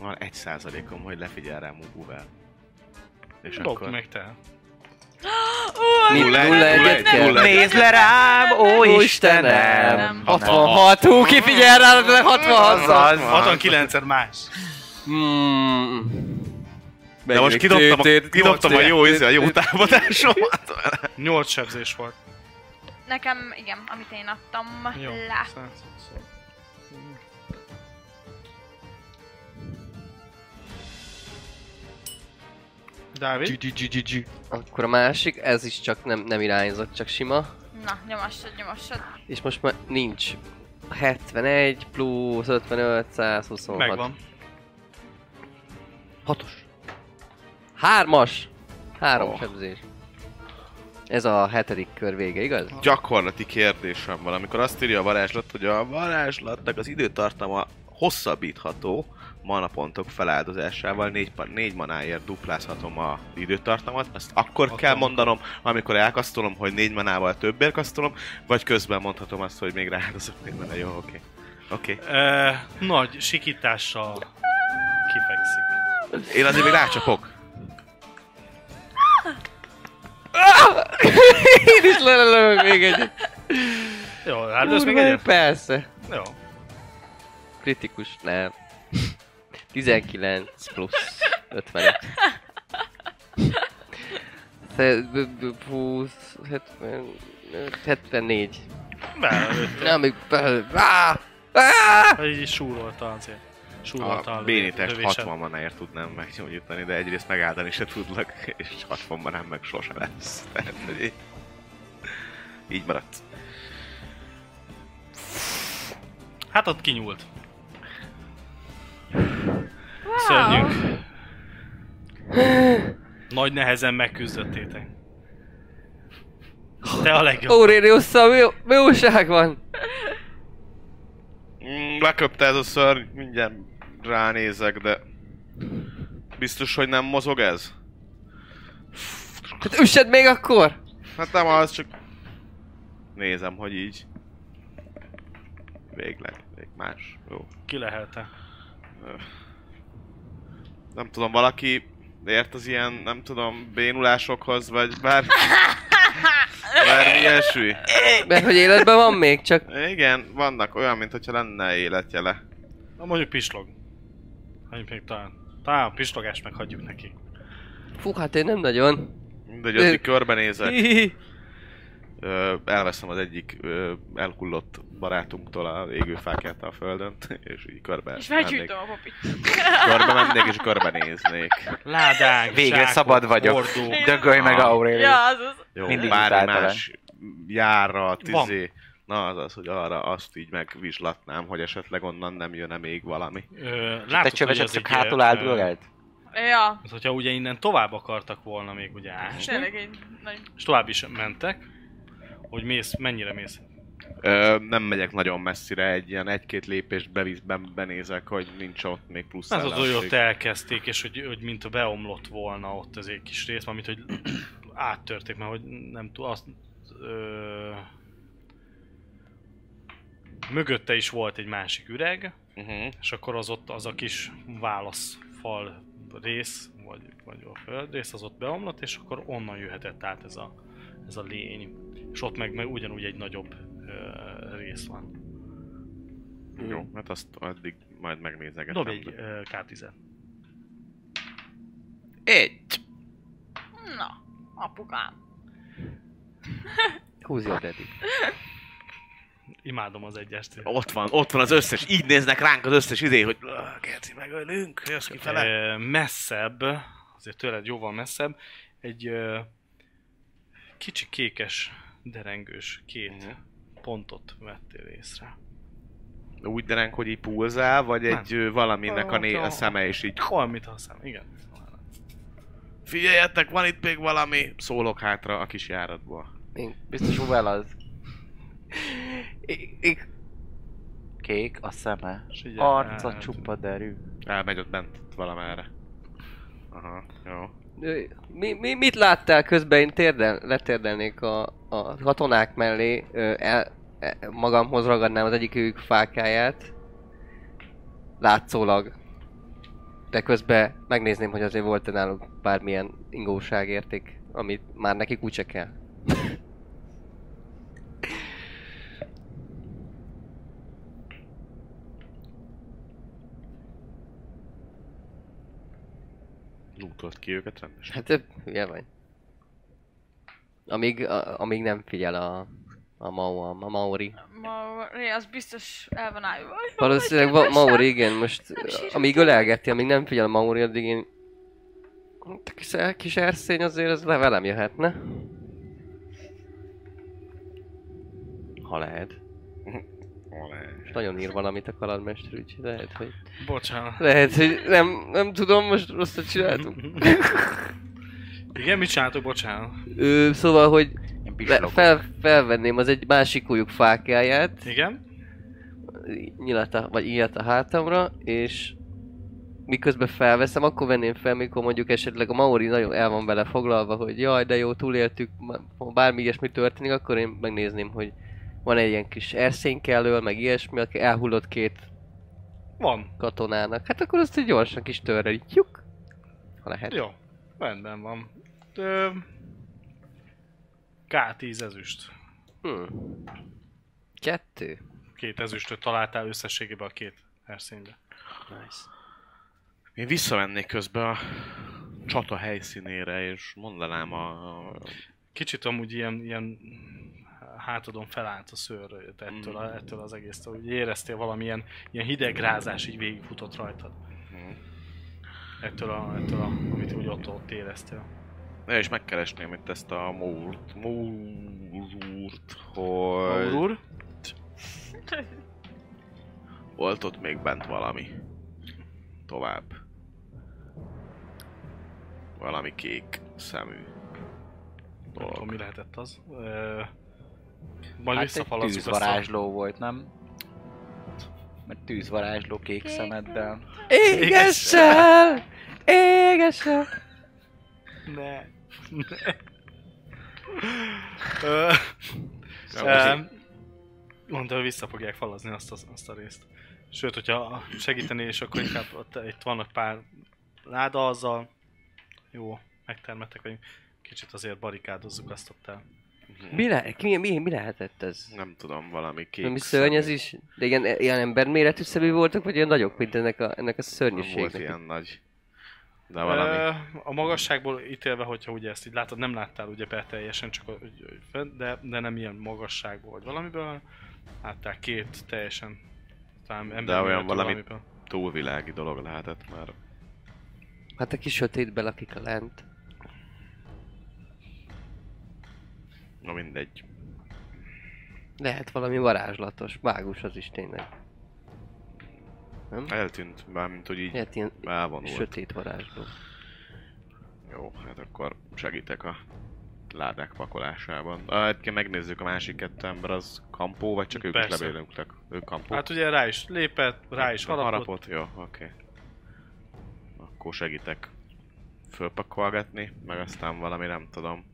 S6: Van egy százalékom, hogy lefigyel rám Ubuvel. És
S2: Dobd
S6: akkor...
S2: meg te.
S3: Ú,
S4: Mi-
S3: nem,
S4: nulla
S3: nem,
S4: egyet
S3: nem,
S4: kell.
S3: nem,
S5: Nézd
S3: nem,
S5: le
S3: nem,
S5: rám,
S3: nem,
S5: ó
S3: nem.
S5: Istenem!
S3: Nem.
S4: 66, hú, ki figyel rá, de 66
S5: Azaz,
S2: 69-szer Hát más.
S4: Hmm.
S6: De most kidobtam a, kidobtam a jó, izé, a jó támadásomat.
S2: 8 sebzés volt.
S3: Nekem, igen, amit én adtam
S2: Jó.
S3: le.
S2: száz- száz. Dávid?
S4: Akkor a másik, ez is csak nem, nem irányzott, csak sima.
S3: Na, nyomassad, nyomassad.
S4: És most már nincs. 71 plusz 55, 126.
S2: Megvan.
S4: Hatos. Hármas! Három
S6: Oh.
S4: oh. sebzés. Ez a hetedik kör vége, igaz?
S6: Gyakorlati kérdésem van, amikor azt írja a varázslat, hogy a varázslatnak az időtartama hosszabbítható manapontok feláldozásával négy, pa- négy manáért duplázhatom a időtartamat, ezt akkor
S2: Akkor.
S6: kell mondanom, amikor elkasztolom, hogy négy manával többért kasztolom, vagy közben mondhatom azt, hogy még rááldozok négy maná. Jó, oké. Oké.
S2: Ö, nagy sikítással kifekszik.
S6: Én azért még rácsapok.
S4: Én is lelelövök még egy.
S2: Jó, hát ez még
S4: Kurva,
S2: egyet.
S4: Persze.
S2: Jó.
S4: Kritikus, nem. 19 plusz 55. Te- b- b- 20, 70, 74.
S2: Belőtt.
S4: Nem, még bel... Á! Á!
S2: Így súrolta azért. Súrolta
S6: A bénítést 60 manáért tudnám meggyógyítani, de egyrészt megáldani se tudlak, és 60 manám meg sose lesz. Tehát, hogy így, így maradt.
S2: Hát ott kinyúlt.
S3: Wow.
S2: Szörnyű. Nagy nehezen megküzdöttétek. Te a legjobb.
S4: Aureliusszal mi, mi újság van?
S6: Mm, leköpte ez a szörny, mindjárt ránézek, de... Biztos, hogy nem mozog ez?
S4: Hát üssed még akkor?
S6: Hát nem az, csak... Nézem, hogy így. végleg. Még más. Jó.
S2: Ki lehet-e?
S6: Nem tudom, valaki ért az ilyen, nem tudom, bénulásokhoz, vagy bár... Bármi ilyesmi.
S4: Mert hogy életben van még, csak
S6: Igen, vannak olyan, mint hogyha lenne életjele.
S2: Na mondjuk pislog. Mondjuk még talán. Talán a pislogást meghagyjuk neki.
S4: fú, hát én nem nagyon.
S6: Mindegy, addig
S4: Ö-
S6: körbenézek.
S4: Hihi.
S6: Ö, elveszem az egyik ö, elhullott barátunktól a égőfákját a földön, és így körbe
S3: És
S6: mennék.
S3: meggyújtom a popit.
S6: Körbe mennék és körbenéznék.
S2: Ládák,
S5: Végre szabad vagyok.
S2: Hordó.
S5: Dögölj meg Aurélia.
S3: Ja, az az.
S6: Jó,
S5: Mindig
S6: Mindig bármi
S5: utáltalan.
S6: más járra,
S2: Van.
S6: tizé. Na az az, hogy arra azt így megvizslatnám, hogy esetleg onnan nem jön még valami.
S2: Ö,
S5: Te
S2: látod, Hát, hogy
S5: csöveset
S2: ez
S5: csak
S2: egy,
S5: hátul
S2: ö,
S5: áldulgált?
S3: Ja.
S2: Az, hogyha ugye innen tovább akartak volna még ugye ásni,
S3: Tényleg egy nagy...
S2: és tovább is mentek, hogy mész, mennyire mész.
S6: Ö, nem megyek nagyon messzire, egy ilyen egy-két lépést bevisz, ben- benézek, hogy nincs ott még plusz
S2: Ez Hát az, hogy ott
S6: ellenfél.
S2: elkezdték, és hogy, hogy mint beomlott volna ott az egy kis rész, amit hogy áttörték, mert hogy nem tudom, azt... Ö, mögötte is volt egy másik üreg,
S6: Uh-huh.
S2: és akkor az ott az a kis válaszfal rész, vagy, vagy a földrész, az ott beomlott, és akkor onnan jöhetett át ez a, ez a lény. És ott meg, meg ugyanúgy egy nagyobb ö, rész van.
S6: Jó, hát azt addig majd megnézegetem.
S2: Dob Mm-hmm. egy ö, K10.
S6: Egy!
S3: Na, apukám.
S4: Húzja a dedik.
S2: Imádom az egyest.
S6: Ott van, ott van az összes, így néznek ránk az összes idé, hogy "Ah, Gerci, megölünk, jössz kifele.
S2: Ö, messzebb, azért tőled jóval messzebb, egy ö, kicsi kékes, derengős két
S6: Mhm.
S2: pontot vettél észre.
S6: Úgy dereng, hogy így pulzál, vagy
S2: Nem.
S6: egy ö, valaminek a, né-
S2: Valami-
S6: a szeme is így
S2: Holmit használ, igen.
S6: Figyeljetek, van itt még valami! Szólok hátra a kis járatból.
S5: Biztos Uvel az. Kék a szeme.
S2: És így
S5: Arca
S2: el-
S5: csupa derű.
S6: Elmegy ott bent ott valamerre. Aha, jó.
S4: Ö, Mi, mi, mit láttál közben? Én térdel, letérdelnék a, a katonák mellé, ö, el, e- magamhoz ragadnám az egyikük fákáját. Látszólag. De közben megnézném, hogy azért volt-e náluk bármilyen ingóságérték, amit már nekik úgyse kell.
S6: Lútolt ki őket rendesen.
S4: Hát ö, hülye vagy. Amíg, a, amíg nem figyel a, a, Mau, a, a Maori.
S3: Mauri, az biztos el van állva.
S4: Valószínűleg va-
S3: Hogy
S4: Maori, igen, most uh,
S3: Nem sírtam.
S4: amíg ölelgeti, amíg nem figyel a Maori, addig én... A kis, a kis erszény azért az le velem jöhetne. Ha lehet.
S6: Olé.
S4: Nagyon ír valamit a kalandmester, úgyhogy lehet, hogy...
S2: Bocsánat.
S4: Lehet, hogy nem, nem tudom, most rosszat csináltunk.
S2: Igen, mit csináltok, bocsánat?
S4: Ö, szóval, hogy
S5: Én
S4: le,
S5: pislogok.
S4: fel, felvenném az egy másik újuk fákjáját,
S2: Igen?
S4: nyilat a, vagy ilyet a hátamra, és miközben felveszem, akkor venném fel, mikor mondjuk esetleg a Maori nagyon el van vele foglalva, hogy jaj, de jó, túléltük, ma- ha bármi ilyesmi történik, akkor én megnézném, hogy van egy ilyen kis erszénke elől, meg ilyesmi, aki elhullott két
S2: Van.
S4: katonának. Hát akkor azt egy gyorsan kis törre így, tyuk, ha lehet.
S2: Jó. Rendben van. Ö... K10 ezüst.
S4: Hmm. Kettő.
S2: Két ezüstöt találtál összességében a két herszénybe.
S4: Nice.
S6: Én visszamennék közben a csata helyszínére, és mondanám a...
S2: Kicsit amúgy ilyen, ilyen hátadon felállt a szőr ettől, a, ettől az egésztől. Úgy éreztél valamilyen ilyen hidegrázás így végigfutott rajtad. Mhm. Ettől, a, ettől a, amit úgy ott, ott éreztél.
S6: Ja, és megkeresném itt ezt a múrt, múrt,
S2: Maur
S6: hogy...
S2: úr?
S6: Volt ott még bent valami. Tovább. Valami kék szemű.
S2: Nem tudom,
S6: Dolog.
S2: mi lehetett az. Ö, majd hát
S5: Hát egy
S2: visszafalazzuk azt a
S5: tűzvarázsló volt, nem? Mert tűzvarázsló kék szemeddel.
S4: Égesel! Égesel!
S2: Ne. ne. Ö,
S6: Ja,
S2: em, mondta, hogy vissza fogják falazni azt, az, azt a részt. Sőt, hogyha segíteni és akkor inkább ott, itt vannak pár láda, azzal jó, megtermettek vagyunk. Kicsit azért barikádozzuk azt ott el.
S4: Mi, le, mi, mi, mi lehetett ez?
S6: hm, Nem tudom, valami kék
S4: Nem is szörny ez
S6: szemű.
S4: is? De ilyen, ilyen emberméretű szemű voltak, vagy olyan nagyok, mint ennek a, ennek a
S6: Nem volt
S4: szörnyűségnek?
S6: ilyen nagy. De valami.
S2: Ö, A magasságból ítélve, hogyha ugye ezt így látod, nem láttál ugye be teljesen, csak hogy- hogy fent, de, de nem ilyen magasságból vagy valamiből, hanem láttál két teljesen talán ember
S6: olyan valami- Túlvilági dolog lehetett már.
S4: Hát a kis sötétbe lakik a lent.
S6: Na mindegy.
S4: Lehet valami varázslatos, mágus az is tényleg.
S6: Eltűnt, mármint hogy így
S4: Lehet ilyen
S6: elvonult.
S4: sötét varázsló.
S6: Jó, hát akkor segítek a ládák pakolásában. Ah, Egyébként megnézzük a másik kettő ember, az kampó, vagy csak ők
S2: Persze.
S6: is lebélünk Ők kampó.
S2: Hát ugye rá is lépett, rá is harapott.
S6: harapott. Jó, oké. Akkor segítek fölpakolgatni, meg aztán valami nem tudom.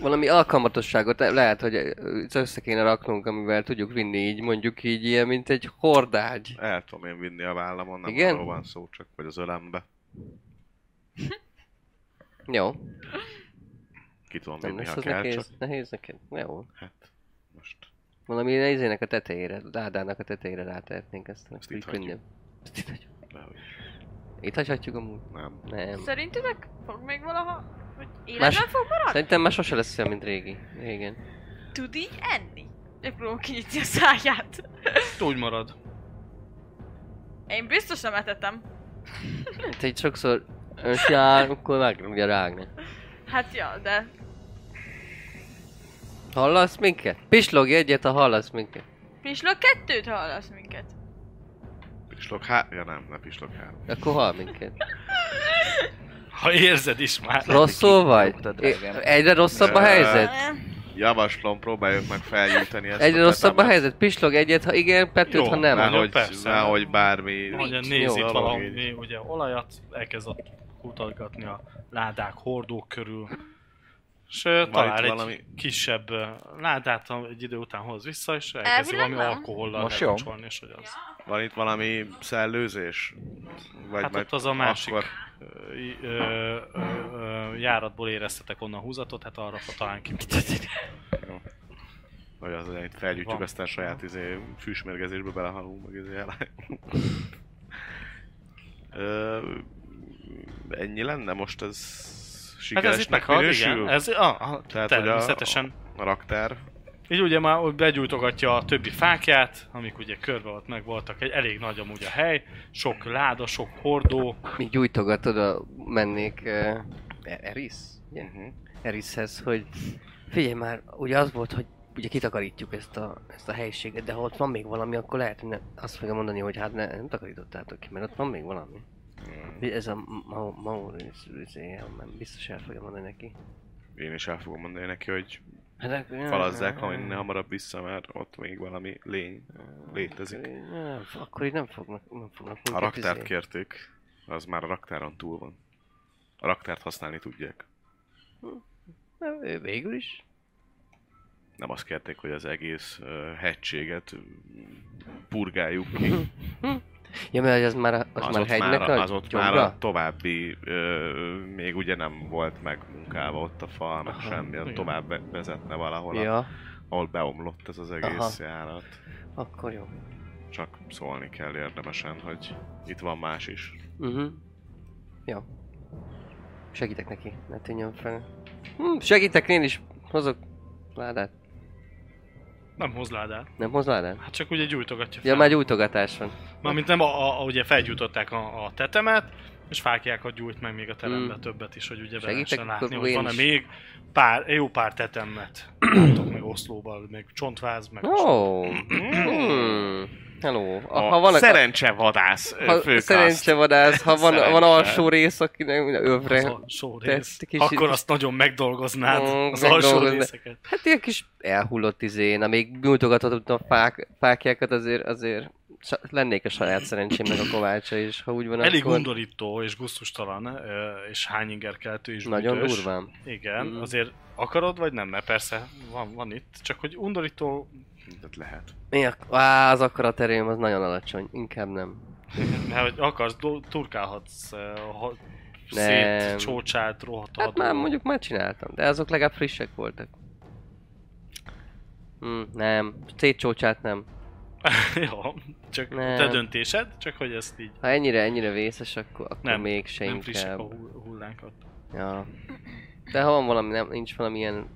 S4: Valami alkalmatosságot le- lehet, hogy ö, össze kéne raknunk, amivel tudjuk vinni így, mondjuk így ilyen, mint egy hordágy.
S6: El tudom én vinni a vállamon, nem
S4: Igen?
S6: arról van szó, csak vagy az ölembe.
S4: Jó,
S6: Ki tudom
S4: nem
S6: vinni,
S4: lesz
S6: ha
S4: az
S6: kell,
S4: nehéz,
S6: csak
S4: nehéz neked. Jó.
S6: hát most
S4: Valami nézének a tetejére, ládának a tetejére rátehetnénk ezt.
S6: Ezt
S4: Ezt így
S6: itt hagyjuk.
S4: könnyebb. Ezt itt hagyjuk.
S6: dehogy
S4: Itt hagyhatjuk amúgy?
S6: nem.
S4: Nem.
S3: Szerintetek fog még valaha, hogy életben
S4: Más-
S3: fog maradni?
S4: Szerintem már sose lesz olyan, mint régi. Régen.
S3: Tud így enni? Megpróbálom kinyitni a száját.
S2: Úgy marad.
S3: Én biztos nem etetem.
S4: Hát egy sokszor önsjár, akkor meg ugye rágni.
S3: Hát ja, de
S4: Hallasz minket? Pislogj egyet, ha hallasz minket.
S3: pislog kettőt, ha hallasz minket.
S6: Pislog há... Ja nem, ne pislog há...
S4: Akkor hall minket.
S2: Ha érzed is már.
S4: Rosszul vagy?
S5: Nyomtad,
S4: É,
S5: drágám.
S4: Egyre rosszabb a
S6: Ne.
S4: helyzet.
S3: Nem.
S6: Javaslom, próbáljuk meg felgyújtani ezt
S4: Egyre
S6: a
S4: rosszabb a
S6: tetemet.
S4: helyzet. Pislog egyet, ha igen, petőt,
S2: Jó,
S4: ha nem.
S2: már-
S6: Nehogy,
S2: persze.
S6: nehogy bármi...
S2: Mondja,
S4: Nincs.
S2: néz
S4: Jó.
S2: itt valami, ugye olajat, elkezd ott kutatgatni a ládák, hordók körül. És ö,
S6: itt
S2: talál egy
S6: valami-
S2: kisebb ö, ládát, am- egy idő után hoz vissza, és elkezdi
S3: Elvileg
S2: valami
S3: nem.
S2: alkohollal
S5: Most jó.
S2: elkocsolni, és hogy az.
S6: Van itt valami szellőzés? Vagy
S2: Hát
S6: majd
S2: ott az a másik
S6: Akkor...
S2: ö, i- ö, ö, ö, járatból éreztetek onnan húzatot, hát arra talán ki.
S6: Vagy az, hogy itt felgyújtjuk,
S2: Van.
S6: aztán saját izé, fűsmérgezésbe belehalunk, meg izé elájulunk. Ö, Ennyi lenne most
S2: Hát
S6: ez
S2: ez itt
S6: sikeresnek
S2: meghalt, igen.
S6: minősül?
S2: Ez, ah, ah,
S6: Tehát, hogy a-
S2: természetesen.
S6: A raktár.
S2: Így ugye már ott begyújtogatja a többi fákját, amik ugye körbe ott meg voltak, egy elég nagy amúgy a hely, sok láda, sok hordó,
S4: Mi gyújtogat oda mennék uh, Eris? Ugye?
S6: Uh-huh.
S4: Erishez, hogy figyelj már, ugye az volt, hogy ugye kitakarítjuk ezt a, ezt a helyiséget, de ha ott van még valami, akkor lehet, hogy ne, azt fogja mondani, hogy hát ne, nem takarítottátok ki, mert ott van még valami. Ez a Mau- Maurice, izé, biztos el fogja mondani neki.
S6: Én is el fogom mondani neki, hogy
S4: Hát akkor-
S6: falazzák, ha minél hamarabb vissza, mert ott még valami lény létezik.
S4: Akkor így Nem, akkor így nem fognak, nem fognak
S6: A
S4: minket
S6: raktárt
S4: izé-
S6: kérték, az már a raktáron túl van. A raktárt használni tudják.
S4: Hm? Na, ő Végül is.
S6: Nem azt kérték, hogy az egész uh, hegységet mm, purgáljuk ki.
S4: Ja, mert az már, az,
S6: az,
S4: Hm, már
S6: ott már,
S4: hegynek
S6: a-
S4: a
S6: az ott
S4: gyomra?
S6: már a további, ö, még ugye nem volt megmunkálva ott a fal, meg
S4: Aha,
S6: semmi, az
S2: igen.
S6: tovább be- vezetne valahol, a,
S4: Ja,
S6: ahol beomlott ez az egész
S4: Aha.
S6: járat.
S4: akkor jó.
S6: Csak szólni kell érdemesen, hogy itt van más is.
S4: Mhm. Ja. Segítek neki, ne tűnjön fel. Hm, segítek én is, hozok ládát.
S2: nem hoz ládát.
S4: Nem hoz ládát?
S2: Hát csak ugye gyújtogatja fel.
S4: Ja, már gyújtogatás van.
S2: Mármint nem, a, a, a- ugye felgyújtották a, a tetemet, és fákjákat gyújt meg még a terembe
S4: Mm.
S2: többet is, hogy ugye be
S4: Segítek,
S2: lehessen látni,
S4: akkor
S2: hogy
S4: én
S2: van-e
S4: is.
S2: még pár, jó pár tetemet. Látok meg oszlóval, meg csontváz, meg...
S4: Ó. Oh. Hmm. Hello.
S6: A
S4: Ha, ha van
S6: szerencsevadász ö,
S4: ha,
S6: főkaszt.
S4: szerencsevadász, ha van, van
S6: Szerencse.
S4: alsó rész, akinek minden
S2: Az
S4: övre.
S2: alsó
S4: te-
S2: rész.
S4: te kicsit-
S2: Akkor azt nagyon megdolgoznád,
S4: Mm,
S2: az alsó
S4: megdolgozná-
S2: részeket.
S4: Hát ilyen kis elhullott izén, amíg gyújtogathatott a fák, fákjákat, azért, azért sa- lennék a saját szerencsémnek a kovácsa, és ha úgy van,
S2: Elég undorító és gusztustalan, ö, és hányingerkeltő és
S4: Nagyon
S2: ütős.
S4: durván.
S2: Igen,
S4: Mm.
S2: azért akarod vagy nem? Mert persze van, van itt, csak hogy undorító,
S6: Mindent lehet.
S4: Mi a... Á, az akkora terém az nagyon alacsony, inkább nem.
S2: mert hogy akarsz, do- turkálhatsz, ö, ha-
S4: Nem.
S2: szét, csócsát, rohadható.
S4: Hát már mondjuk már csináltam, de azok legalább frissek voltak. Hm, nem. Szétcsócsát nem.
S2: Jó, csak
S4: Nem.
S2: te döntésed, csak hogy ezt így
S4: Ha ennyire, ennyire vészes, akkor, akkor
S2: Nem,
S4: mégse
S2: nem frissek
S4: inkább.
S2: a hu- hullánkat.
S4: Ja. De ha van valami, nem, nincs valami ilyen...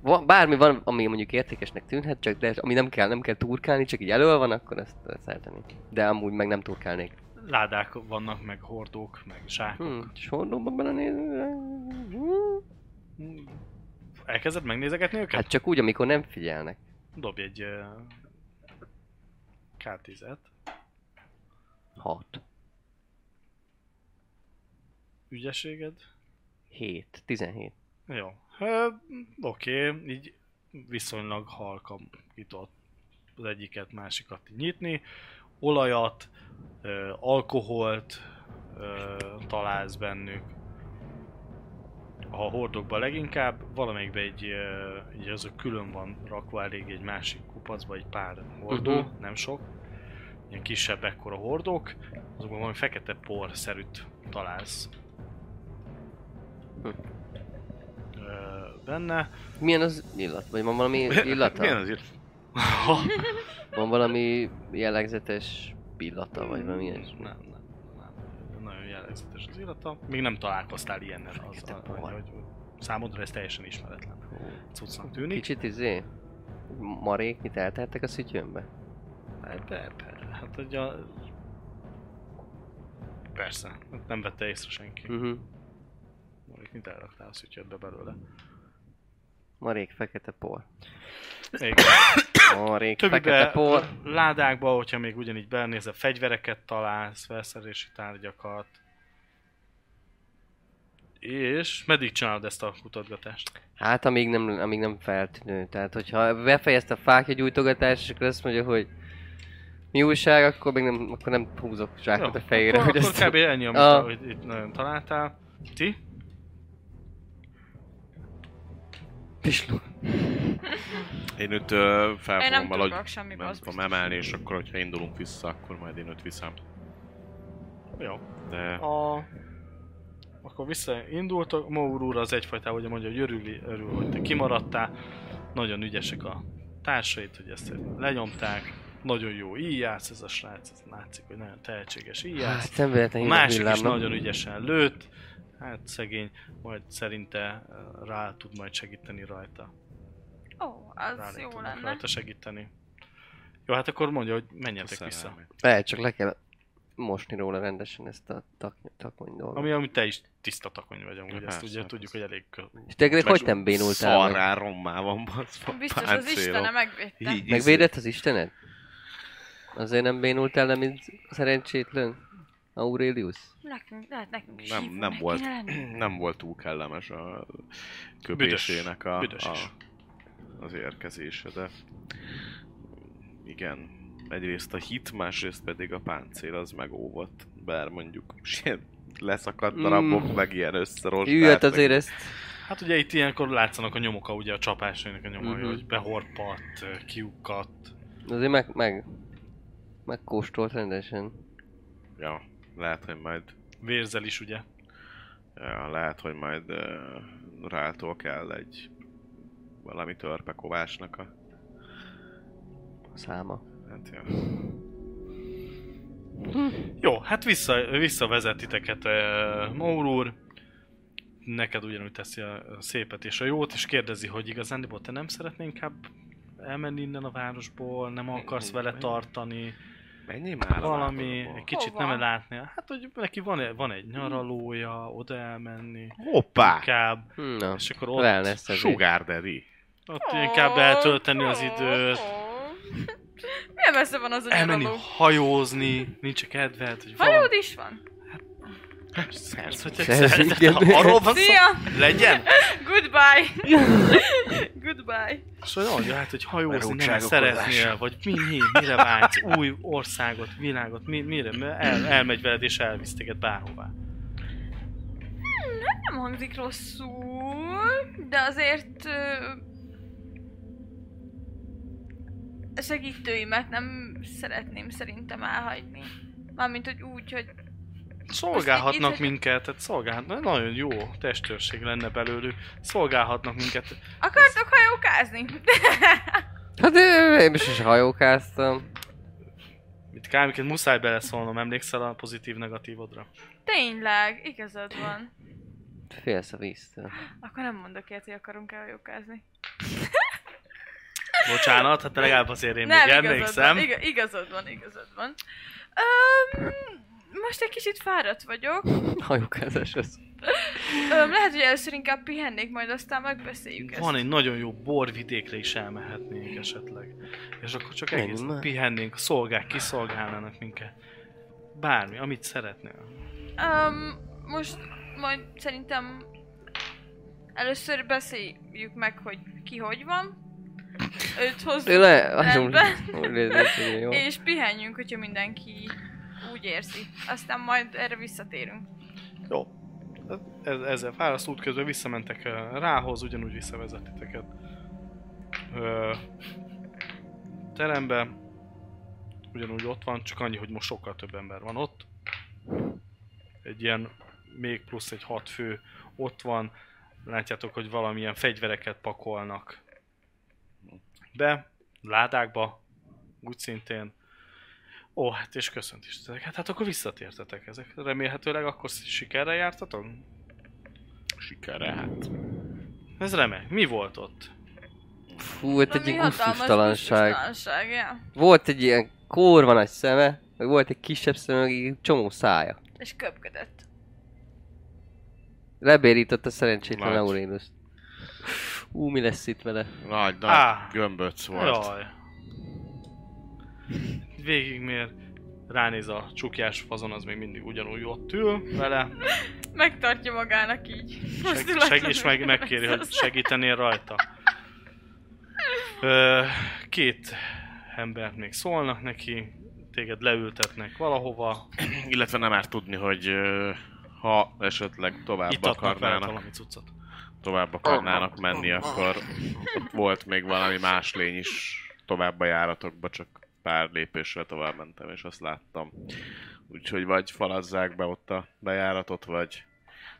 S4: Van, bármi van, ami mondjuk értékesnek tűnhet, csak de ami nem kell, nem kell turkálni, csak így elő van, akkor ezt szeretnék. De amúgy meg nem turkálnék.
S2: Ládák vannak, meg hordók, meg zsák.
S4: Hm, sordóba belenézni? Hm.
S2: Elkezded megnézegetni őket?
S4: Hát csak úgy, amikor nem figyelnek.
S2: Dobj egy ö, K10-et.
S4: Hat,
S2: Ügyességed?
S4: hét, tizenhét.
S2: Jó. Ö, Oké, így viszonylag halkan nyitott az egyiket, másikat így nyitni. Olajat, ö, alkoholt ö, találsz bennük. A hordokban leginkább, valamelyikben egy, ö, így azok külön van rakva elég egy másik kupacba, egy pár hordó,
S4: Mhm.
S2: uh-huh. nem sok. Ilyen kisebb ekkora hordók, azokban valami fekete porszerűt találsz.
S4: Hm.
S2: Ö, benne.
S4: Milyen az illat? Vagy van valami illata?
S6: Milyen az illat?
S4: Van valami jellegzetes illata, vagy valami
S2: Nem,
S4: ilyesmi?
S2: nem, nem. Nagyon jellegzetes az illata. Még nem találkoztál ilyennel. Az,
S4: Fekete
S2: a,
S4: por.
S2: hogy, hogy számodra ez teljesen ismeretlen
S4: Ó.
S2: cuccnak tűnik.
S4: Kicsit izé? Maréknyit elteltek a szütyönbe?
S2: Hát, de- de- hát hogy a... Persze, hát nem vette észre senki.
S4: Mhm.
S2: Mondjuk mint elraktál a szütyödbe belőle.
S4: Marék fekete por.
S2: Még
S4: Marék
S2: többibe
S4: fekete por.
S2: ládákba, hogyha még ugyanígy belenézel, fegyvereket találsz, felszerelési tárgyakat. És meddig csinálod ezt a kutatgatást?
S4: Hát amíg nem, amíg nem feltűnő. Tehát hogyha befejezte a fákja gyújtogatást, és akkor azt mondja, hogy mi újság, akkor még nem, akkor nem húzok zsákot
S2: Jó,
S4: a fejére.
S2: Akkor,
S4: hogy
S2: akkor
S4: azt...
S2: kb. ennyi, amit
S4: Ah.
S2: ahogy itt nagyon találtál. Ti?
S4: Pislog.
S6: Én őt ö, fel
S3: Én nem
S6: fogom valahogy
S3: tudok semmi,
S6: nem
S3: az
S6: tudom
S3: biztos.
S6: emelni, és akkor, hogyha indulunk vissza, akkor majd én őt viszem.
S2: Jó.
S6: De
S2: A... Akkor visszaindultok. Maur úr az egyfajtában ugye mondja, hogy örül, örül, hogy te kimaradtál. Nagyon ügyesek a társait, hogy ezt lenyomták. Nagyon jó íjász ez a srác, ez látszik, hogy nagyon tehetséges íjász.
S4: Hát nem
S2: A
S4: véletlenül
S2: másik is
S4: villámnak.
S2: nagyon ügyesen lőtt. Hát szegény, majd szerinte eh, rá tud majd segíteni rajta.
S3: Ó,
S2: Rá
S3: az jó
S2: tudnak
S3: lenne.
S2: rajta segíteni. Jó, hát akkor mondja, hogy menjetek
S6: Köszönöm.
S2: vissza.
S4: Lehet, csak le kell mosni róla rendesen ezt a tak, takony dolgot.
S2: Ami, ami te is tiszta takony vagy amúgy,
S6: Ja,
S2: ezt
S6: persze,
S2: ugye
S6: persze.
S2: tudjuk, hogy elég kö-
S4: És tényleg
S6: Meg
S4: hogy nem bénultál meg?
S6: Szarrá rommá van, bazd meg,
S3: Biztos az
S6: páncélom.
S3: Istene megvédte.
S6: Így
S4: Megvédett az Istened? Azért nem bénultál le, mint szerencsétlen Aurelius?
S3: Nekünk, lehet nekünk is
S6: Nem,
S3: hívónak
S6: nem volt.
S3: kéne lenni.
S6: nem volt túl kellemes a
S2: Büdös.
S6: köpésének a,
S2: Büdös
S6: a,
S2: is.
S6: az érkezése, de igen, egyrészt a hit, másrészt pedig a páncél az megóvott, bár mondjuk ilyen leszakadt darabok,
S4: Mm.
S6: meg ilyen összerolt.
S4: Jú, hát azért ezt...
S2: Hát ugye itt ilyenkor látszanak a nyomoka, ugye a csapásainak a nyomai,
S4: Mhm.
S2: hogy behorpadt, ö, kiukadt.
S4: Azért meg... meg... Megkóstolt rendesen.
S6: Ja, lehet, hogy majd
S2: Vérzel is, ugye?
S6: Ja, lehet, hogy majd uh, rától kell egy valami törpe kovásnak a...
S4: A száma.
S6: Hát, ja.
S2: Jó, hát vissza, visszavezet titeket uh, Maur úr. Neked ugyanúgy teszi a a szépet és a jót, és kérdezi, hogy igazándiból te nem szeretnél inkább elmenni innen a városból, nem akarsz vele tartani.
S6: Mennyi már a
S2: Hát valami,
S6: lábadból?
S2: egy kicsit
S3: Hova?
S2: nem látni. Hát, hogy neki van, van egy nyaralója, oda elmenni,
S6: Hoppá!
S2: inkább,
S4: Hm, Na,
S2: és akkor ott,
S4: wellness ezért.
S6: Sugar daddy.
S2: ott inkább eltölteni az időt,
S3: Milyen messze van az a
S2: elmenni
S3: nyaraló?
S2: hajózni, nincs kedved, hogy valami...
S3: Hajód is van.
S6: Szersz,
S2: Hogy egy
S4: Szerz,
S2: szerzett,
S4: igen.
S2: ha arról van szó,
S3: Szia!
S2: legyen!
S3: Goodbye! Goodbye.
S2: És hogy mondja, hát, hogy hajózni nem
S5: Barátságok
S2: szeretnél,
S5: oldása.
S2: vagy mi, mi, mire vágysz, új országot, világot, mi, mire, mert el, elmegy veled és elvisz téged bárhová.
S3: Nem hangzik rosszul, de azért ö, a segítőimet nem szeretném szerintem elhagyni. Mármint, hogy úgy, hogy Most
S2: Szolgálhatnak
S3: így-
S2: minket, tehát szolgálhatnak, nagyon jó testőrség lenne belőlük, szolgálhatnak minket.
S3: akartok hajókázni?
S4: Hát ö, én is is hajókáztam.
S2: Mit kármiként muszáj beleszólnom, emlékszel a pozitív-negatívodra?
S3: Tényleg, igazad van.
S4: Félsz a víztől.
S3: Akkor nem mondok ilyet, hogy akarunk-e hajókázni.
S2: Bocsánat, hát legalább azért én még emlékszem.
S3: Igazad van, iga- igazad van, igazad van. Öm, most egy kicsit fáradt vagyok.
S4: Hajókázás az.
S3: Öm, lehet, hogy először inkább pihennék, majd aztán megbeszéljük ezt.
S2: Van egy nagyon jó borvidékre is elmehetnénk esetleg. És akkor csak
S4: Menjünk
S2: egész
S4: már.
S2: pihennénk, a szolgák kiszolgálnának minket. Bármi, amit szeretnél.
S3: Öm, most majd szerintem először beszéljük meg, hogy ki hogy van. Őt hozzuk
S4: Le, azon
S3: rendben,
S4: úgy nézett, hogy jó.
S3: és pihenjünk, hogyha mindenki úgy érzi. Aztán majd erre visszatérünk.
S2: Jó. Hát, Ez, ezzel fáraszt útközben visszamentek ö, rához, ugyanúgy visszavezetiteket ö, terembe. Ugyanúgy ott van, csak annyi, hogy most sokkal több ember van ott. Egy ilyen, még plusz egy hat fő ott van. Látjátok, hogy valamilyen fegyvereket pakolnak be, ládákba, úgy szintén. Ó, hát és köszönt is titeket. Hát akkor visszatértetek ezek. Remélhetőleg akkor sikerre jártatok?
S6: Sikerre, hát.
S2: Ez remek. Mi volt ott?
S4: Fú, hát egy
S3: Valami
S4: ilyen
S3: hatalmas
S4: gusztustalanság.
S3: gusztustalanság, ja.
S4: Volt egy ilyen kurva nagy szeme, meg volt egy kisebb szeme, meg egy csomó szája.
S3: És köpködött.
S4: Lebérított a szerencsétlen
S6: Lát.
S4: Auréluszt. Ú, mi lesz itt vele?
S6: Nagy, nagy
S2: Á.
S6: gömböc volt.
S2: Jaj. Végig mér. Ránéz a csukjás fazon, az még mindig ugyanúgy ott ül vele.
S3: Megtartja magának így.
S2: Seg, seg, és meg, megkéri, hogy segítenél rajta. Ö, két embert még szólnak neki, téged leültetnek valahova,
S6: Illetve nem árt tudni, hogy ö, ha esetleg tovább
S2: itatnak veled
S6: akarnának,
S2: valami cuccot.
S6: tovább akarnának menni, akkor ott volt még valami más lény is tovább a járatokba, csak pár lépésre tovább mentem, és azt láttam. Úgyhogy vagy falazzák be ott a bejáratot, vagy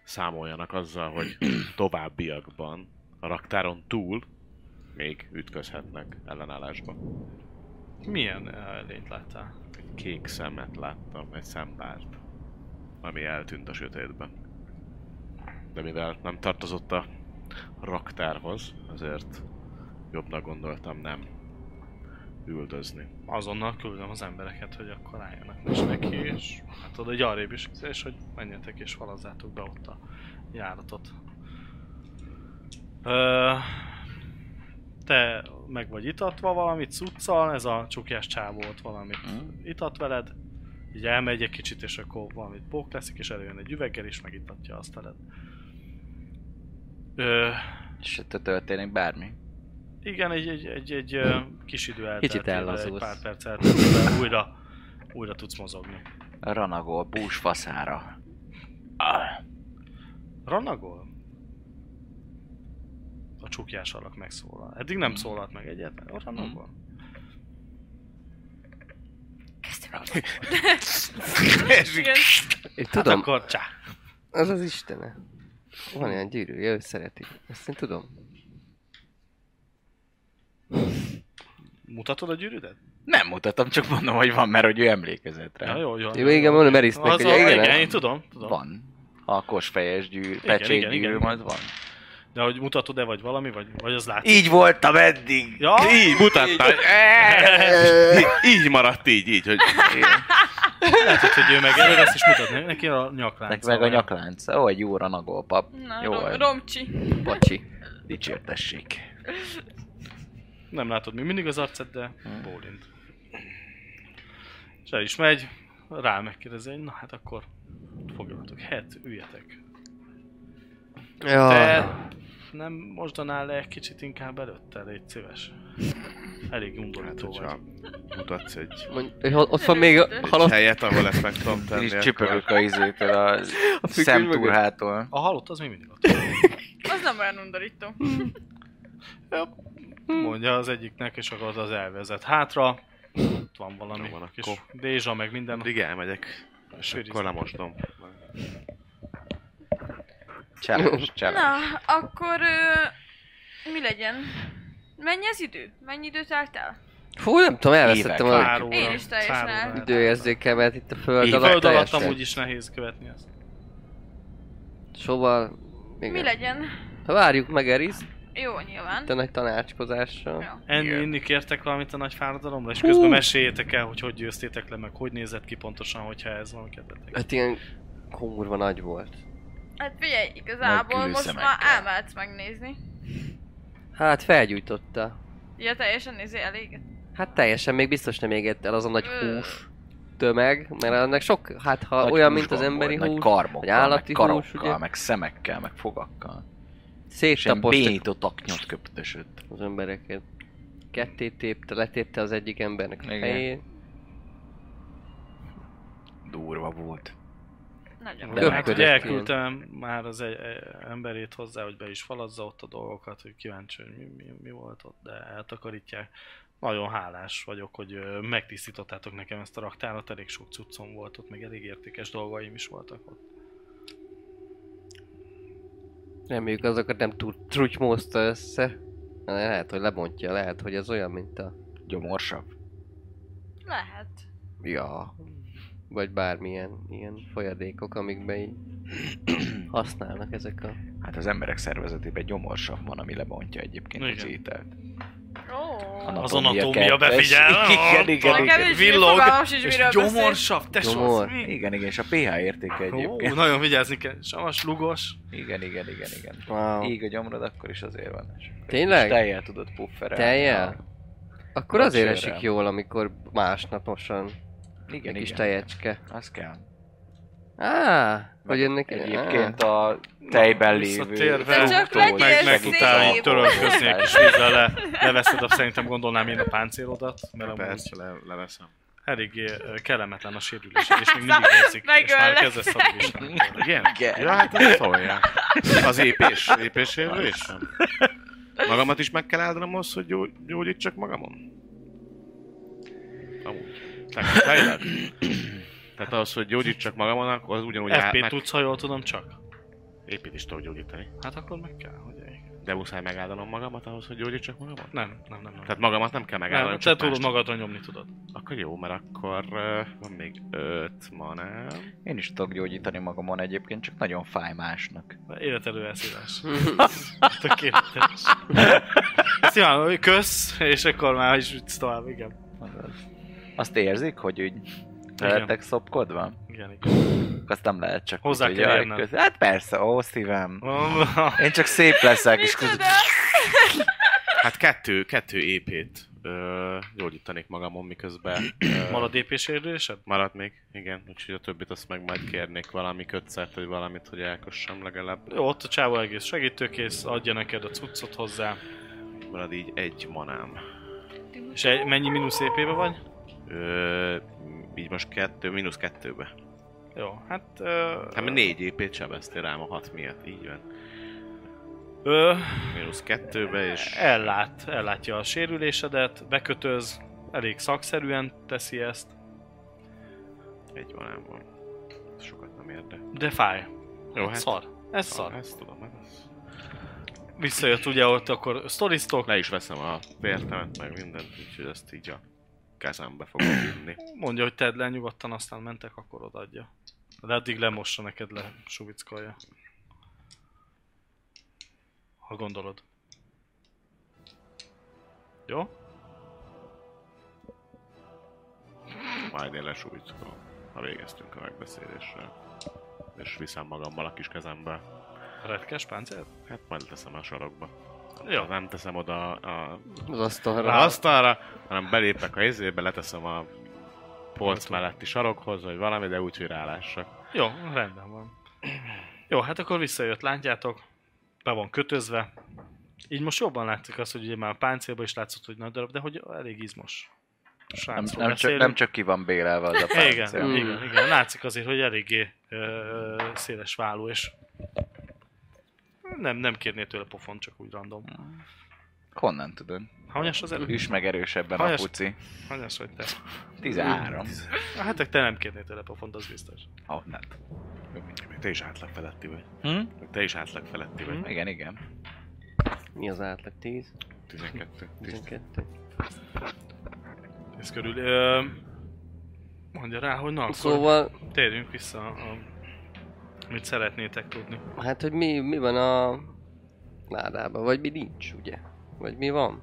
S6: számoljanak azzal, hogy továbbiakban a raktáron túl még ütközhetnek ellenállásba.
S2: Milyen ö, lényt láttál?
S6: Egy kék szemet láttam, egy szempárt, ami eltűnt a sötétben. De mivel nem tartozott a raktárhoz, azért jobbnak gondoltam nem üldözni.
S2: azonnal küldöm az embereket, hogy akkor álljanak most neki, és hát tudod, egy arrébb is, és hogy menjetek és falazzátok be ott a járatot. Ö, te meg vagy itatva valamit cuccal, ez a csukjás csávó ott valamit itat veled, így elmegy egy kicsit, és akkor valamit pók leszik, és előjön egy üveggel, és megitatja azt veled. Ö,
S5: És ettől történik bármi.
S2: igen, egy, egy, egy, egy ö, kis idő eltelt,
S4: Kicsit
S2: Egy
S4: ellazulsz.
S2: pár perc elteltével újra, újra tudsz mozogni.
S5: Ranagol, bús faszára.
S2: Ranagol? A csukjás alak megszólal. Eddig nem szólalt meg egyetlen. A ranagol?
S4: Én
S2: Hát
S4: tudom,
S2: akkor csá.
S4: az az istene. Van ilyen gyűrűje, ő szereti. Ezt én tudom.
S2: Mutatod a gyűrűdet?
S5: Nem mutatom, csak mondom, hogy van, mert hogy ő emlékezett rá.
S2: Ja, jó, jó.
S4: Jó, igen, mondom Erisznek,
S2: Az
S4: hogy
S2: a, igen,
S4: igen,
S2: én tudom, tudom.
S5: Van. A kosfejes gyűr,
S2: igen, igen.
S5: pecsétgyűr, majd van.
S2: De hogy mutatod-e vagy valami, vagy, vagy az látszik?
S5: Így voltam eddig!
S2: Ja,
S6: Így mutatta! így, így maradt így, így, hogy
S2: látod, hogy ő meg előre, ezt is mutatni. Neki a
S5: Meg,
S2: nyaklánc.
S5: meg a nyaklánca, ó, egy jó ranagol pap.
S3: Na,
S5: jó,
S3: rom,
S5: vagy.
S3: romcsi.
S4: Pacsi.
S5: dicsértessék.
S2: Nem látod még mindig az arcát, de
S6: Hm.
S2: bólint. És el is megy, rá megkérdezi, hogy na hát akkor foglaltok, hát üljetek.
S4: Ja.
S2: Te nem mozdanál le egy kicsit inkább előtte, légy szíves. Elég
S6: Hát,
S2: undorító
S6: hogyha
S2: vagy.
S6: mutatsz egy,
S4: Mondj, hogy ott van még a
S6: egy
S4: halott
S6: helyet, ahol ezt meg tudom
S5: Én is
S6: tenni, akkor
S5: csipörök a izétől a,
S4: függöny
S5: a szemtúrhától.
S2: A halott az még mindig ott van.
S3: Az nem olyan undorító.
S4: Hm.
S6: Hm.
S2: Mondja az egyiknek, és akkor az az elvezet hátra. Ott van valami
S6: Na, van
S2: kis
S6: akkor.
S2: dézsa, meg minden.
S6: mindig elmegyek, és
S2: Sőrizni.
S6: akkor lemosdom.
S5: Csáros, csáros.
S3: Na, akkor ö, mi legyen? Mennyi az idő? Mennyi időt álltál?
S4: Fú, nem tudom, elveszettem
S5: Évek.
S4: a
S2: Pár óra.
S3: Én is teljesen
S2: pár óra
S3: el-
S2: eltelt.
S4: időérzékemet itt a föld
S6: Évek.
S4: alatt.
S2: Föld alatt
S4: teljesen.
S2: amúgy is nehéz követni ezt.
S4: Szóval... Igen.
S3: Mi legyen?
S4: Ha várjuk meg Eris,
S3: Jó, nyilván.
S4: itt a nagy tanácskozással.
S3: Jó.
S2: Enni,
S6: Igen.
S2: inni kértek valamit a nagy fáradalomra, és
S4: Hú.
S2: közben meséljétek el, hogy hogy győztétek le, meg hogy nézett ki pontosan, hogyha ez valami kedvetek.
S4: Hát ilyen kurva nagy volt.
S3: Hát figyelj, igazából
S5: Nagy
S3: most már
S5: külszemekkel.
S3: elmehetsz megnézni.
S4: Hát felgyújtotta.
S3: Ja, teljesen nézi elég.
S4: Hát teljesen még biztos nem égett el az a nagy
S3: Ö.
S4: hús tömeg, mert annak sok, hát ha
S5: Nagy
S4: olyan, mint az
S5: húsban
S4: emberi
S5: volt,
S4: hús,
S5: Nagy karmokkal,
S4: vagy állati
S5: meg
S4: hús,
S5: karokkal,
S4: ugye?
S5: meg szemekkel, meg fogakkal. És ilyen
S4: széttapostak
S5: bénított aknyot köptösött.
S4: az embereket. Ketté tépte, letépte az egyik embernek a
S5: Igen.
S4: helyét.
S5: Durva volt.
S3: Nagyon.
S2: De hát,
S4: meg
S2: hogy
S4: körös
S2: elküldtem már az egy, e- emberét hozzá, hogy be is falazza ott a dolgokat, hogy kíváncsi, hogy mi, mi, mi volt ott, de eltakarítják. Nagyon hálás vagyok, hogy ö, megtisztítottátok nekem ezt a raktárat, elég sok cuccom volt ott, meg elég értékes dolgaim is voltak ott.
S4: Reméljük azokat nem túl trutymózta össze. Na, Lehet, hogy lebontja, lehet, hogy az olyan, mint a...
S5: Gyomorsabb.
S3: Lehet.
S4: Ja. Vagy bármilyen ilyen folyadékok, amikben így használnak ezek a...
S5: Hát az emberek szervezetében gyomorsabb van, ami lebontja egyébként
S2: Igen.
S5: az ételt.
S3: Ó.
S5: Anatómia
S2: Az anatómia
S5: kedves.
S2: befigyel.
S5: Igen, igen,
S3: Nekem
S5: igen.
S3: is fogalmam sincs,
S2: és
S3: miről beszél.
S2: gyomorsabb, tesó,
S4: Gyomor.
S5: Igen, igen, és a pH értéke
S2: Ó,
S5: egyébként.
S2: nagyon vigyázni kell. Savas, lugos.
S5: Igen, igen, igen, igen.
S4: Wow.
S5: Ég a gyomrod, akkor is azért van. És akkor
S4: Tényleg?
S5: is Tejjel tudod pufferelni.
S4: Tejjel? Akkor
S5: Vagy
S4: azért
S5: sörrel.
S4: esik jól, amikor másnaposan
S5: Igen,
S4: egy kis
S5: igen.
S4: tejecske.
S5: Az kell.
S4: Á, hogy ennek Ah.
S5: Egyébként a tejben lévő...
S2: visszatérve- De
S3: csak
S5: fruktóz-
S3: legyél
S2: Meg, meg
S3: szép.
S2: utána így törölközni egy kis vízzel le, leveszed, a, szerintem gondolnám én a páncélodat, mert amúgy
S6: Persze, le, leveszem.
S2: eléggé ö, kellemetlen a sérülésed, és még mindig érzik, és már
S3: Megöllek.
S2: kezdesz szabadul is nem.
S6: Igen?
S5: Igen.
S6: Ja, hát ez szólja. Az épés, épés érvelésem. Magamat is meg kell áldnom ahhoz, hogy gyó- gyógyítsak magamon. Amúgy. Tehát, fejled? Tehát ahhoz, hogy gyógyítsak magamon, akkor az ugyanúgy áll,
S2: FP
S6: hát meg...
S2: tudsz, ha jól tudom, csak?
S6: Épét is tudok gyógyítani.
S2: Hát akkor meg kell, hogy elég.
S6: De muszáj megáldanom magamat ahhoz, hogy gyógyítsak magamon?
S2: Nem, nem, nem, nem.
S6: Tehát magamat nem kell
S2: nem,
S6: megáldanom,
S2: nem
S6: nem,
S2: te tudod
S6: csak mást.
S2: magadra nyomni, tudod.
S6: Akkor jó, mert akkor uh, van még öt manám.
S5: Én is tudok gyógyítani magamon egyébként, csak nagyon fáj másnak.
S2: Életelő elszívás. Tökéletes. Szíván, kösz, és akkor már is ütsz tovább, igen.
S5: Azaz. Azt érzik, hogy úgy veletek szopkodva?
S2: Igen, igen.
S5: Azt nem lehet csak
S2: Hozzá
S5: úgy, hogy
S2: kell
S5: jaj,
S2: érned.
S5: kösz- Hát persze, ó szívem.
S2: Ó,
S5: Én csak szép leszek, és köz...
S3: Micsoda?
S6: Hát kettő, kettő épét uh, gyógyítanék magamon, miközben... ö,
S2: Marad épésérülésed?
S6: Maradt még, igen, úgyhogy a többit azt meg majd kérnék valami kötszert, vagy valamit, hogy elkössem legalább.
S2: Jó, ott a csávó egész segítőkész, adja neked a cuccot hozzá.
S6: Marad így egy manám.
S2: És egy, mennyi mínusz épébe vagy?
S6: Ö, így most kettő, mínusz kettőbe.
S2: Jó, hát... Ö,
S6: Hát mert négy épét sebeztél rám a hat miatt, így van.
S2: Ö,
S6: Mínusz kettőbe, és
S2: ellát, ellátja a sérülésedet, bekötöz, elég szakszerűen teszi ezt,
S6: egy manám van. Ez Sokat nem érde.
S2: de fáj.
S6: Jó, hát.
S2: Szar. Ez
S6: Ah,
S2: szar.
S6: Ezt tudom, hát ez.
S2: Visszajött ugye ott, akkor sztoriztok,
S6: Le is veszem a vértemet, meg mindent, úgyhogy ezt így a kezembe fogom vinni.
S2: mondja, hogy tedd le nyugodtan, aztán mentek, akkor odaadja. De addig lemossa neked le, suvickolja. Ha gondolod. Jó?
S6: Majd én lesújtom, ha végeztünk a megbeszéléssel. És viszem magammal a kis kezembe
S2: Retkes páncél?
S6: Hát majd leteszem a sarokba.
S2: Jó.
S6: Jó. Nem teszem oda a,
S4: Az
S6: a
S4: asztalra.
S6: asztalra, hanem belépek a izébe, leteszem a polc melletti sarokhoz, vagy valami, de úgy, hogy rálássak.
S2: Jó, rendben van. Jó, hát akkor visszajött, látjátok.
S6: be van kötözve. Így most jobban látszik az, hogy ugye már a páncélban is látszott, hogy nagy darab, de hogy elég izmos.
S5: Nem,
S6: Srácról
S5: nem, csak,
S6: beszélünk.
S5: nem csak ki van bélelve az a
S6: Igen,
S5: páncél. Hmm.
S4: Mm.
S6: igen, igen. Látszik azért, hogy eléggé ö, széles válló, és nem, nem kérné tőle pofon, csak úgy random.
S5: Honnan tudod?
S6: Hányas az elő?
S5: Üs meg erősebben a
S6: Hajas-
S5: puci.
S6: Hányas vagy te?
S5: 13.
S6: Hát te nem kérnél tőle pofont, az biztos.
S5: Honnan tudod?
S7: Te is átlag feletti vagy.
S5: Hm?
S7: Te is átlag feletti vagy.
S2: Mhm.
S5: Igen, igen.
S4: Mi az átlag? 10?
S7: 12.
S4: 12?
S6: Ez körül. Ö, mondja rá, hogy na akkor szóval...
S4: Szóval,
S6: térjünk vissza, a, mit szeretnétek tudni.
S4: hát hogy mi, mi van a ládában, vagy mi nincs, ugye? Vagy mi van?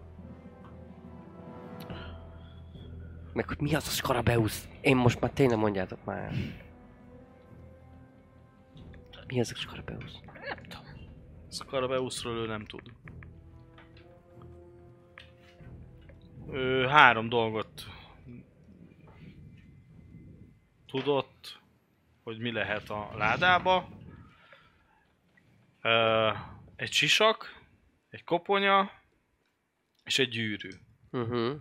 S4: Meg hogy mi az a Skarabeusz? Én most már tényleg mondjátok már. el. Mi az a Skarabeusz?
S6: Skarabeuszról ő nem tud. Ő három dolgot tudott, hogy mi lehet a ládába. Ö, egy sisak, egy koponya, és egy gyűrű.
S4: Uh-huh.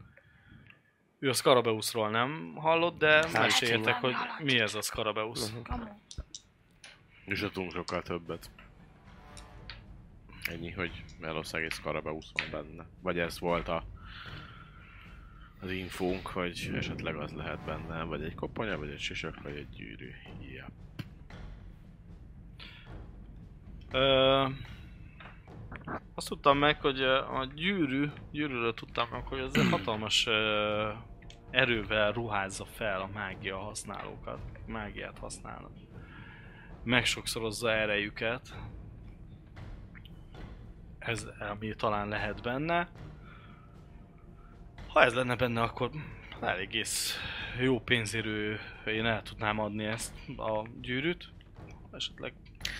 S6: Ő a Skarabeuszról nem hallott, de meséljetek, hogy
S3: valami alacsony.
S6: mi ez a Skarabeusz.
S4: Uh-huh.
S3: Kamu.
S7: És a tudunk sokkal többet. Ennyi, hogy Melosz egész Karabeusz van benne. Vagy ez volt a az infónk, vagy esetleg az lehet benne, vagy egy koponya, vagy egy sisak, vagy egy gyűrű. Ja.
S6: Ö, azt tudtam meg, hogy ö, a gyűrű, gyűrűről tudtam meg, hogy ez egy hatalmas ö, erővel ruházza fel a mágia használókat, mágiát használnak. Megsokszorozza erejüket. Ez, ami talán lehet benne. Ha ez lenne benne, akkor elég ész jó pénzérő, én el tudnám adni ezt a gyűrűt. Esetleg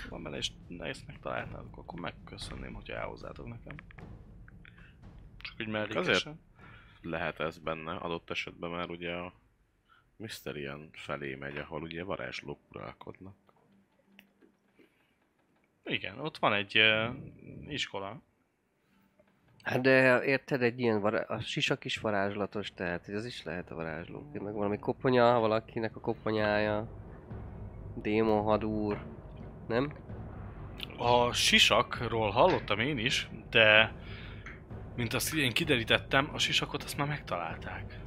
S6: van benne, és ezt megtalálnátok, akkor megköszönném, hogyha elhozzátok nekem. Csak úgy mellékesen.
S7: Lehet ez benne, adott esetben már ugye a Mysterion felé megy, ahol ugye varázslók uralkodnak.
S6: Igen, ott van egy uh, iskola.
S4: Hát de érted, egy ilyen vará- a sisak is varázslatos, tehát ez is lehet a varázsló. Meg valami koponya, ha valakinek a koponyája. Démon hadúr. Nem?
S6: A sisakról hallottam én is, de mint azt én kiderítettem, a sisakot azt már megtalálták.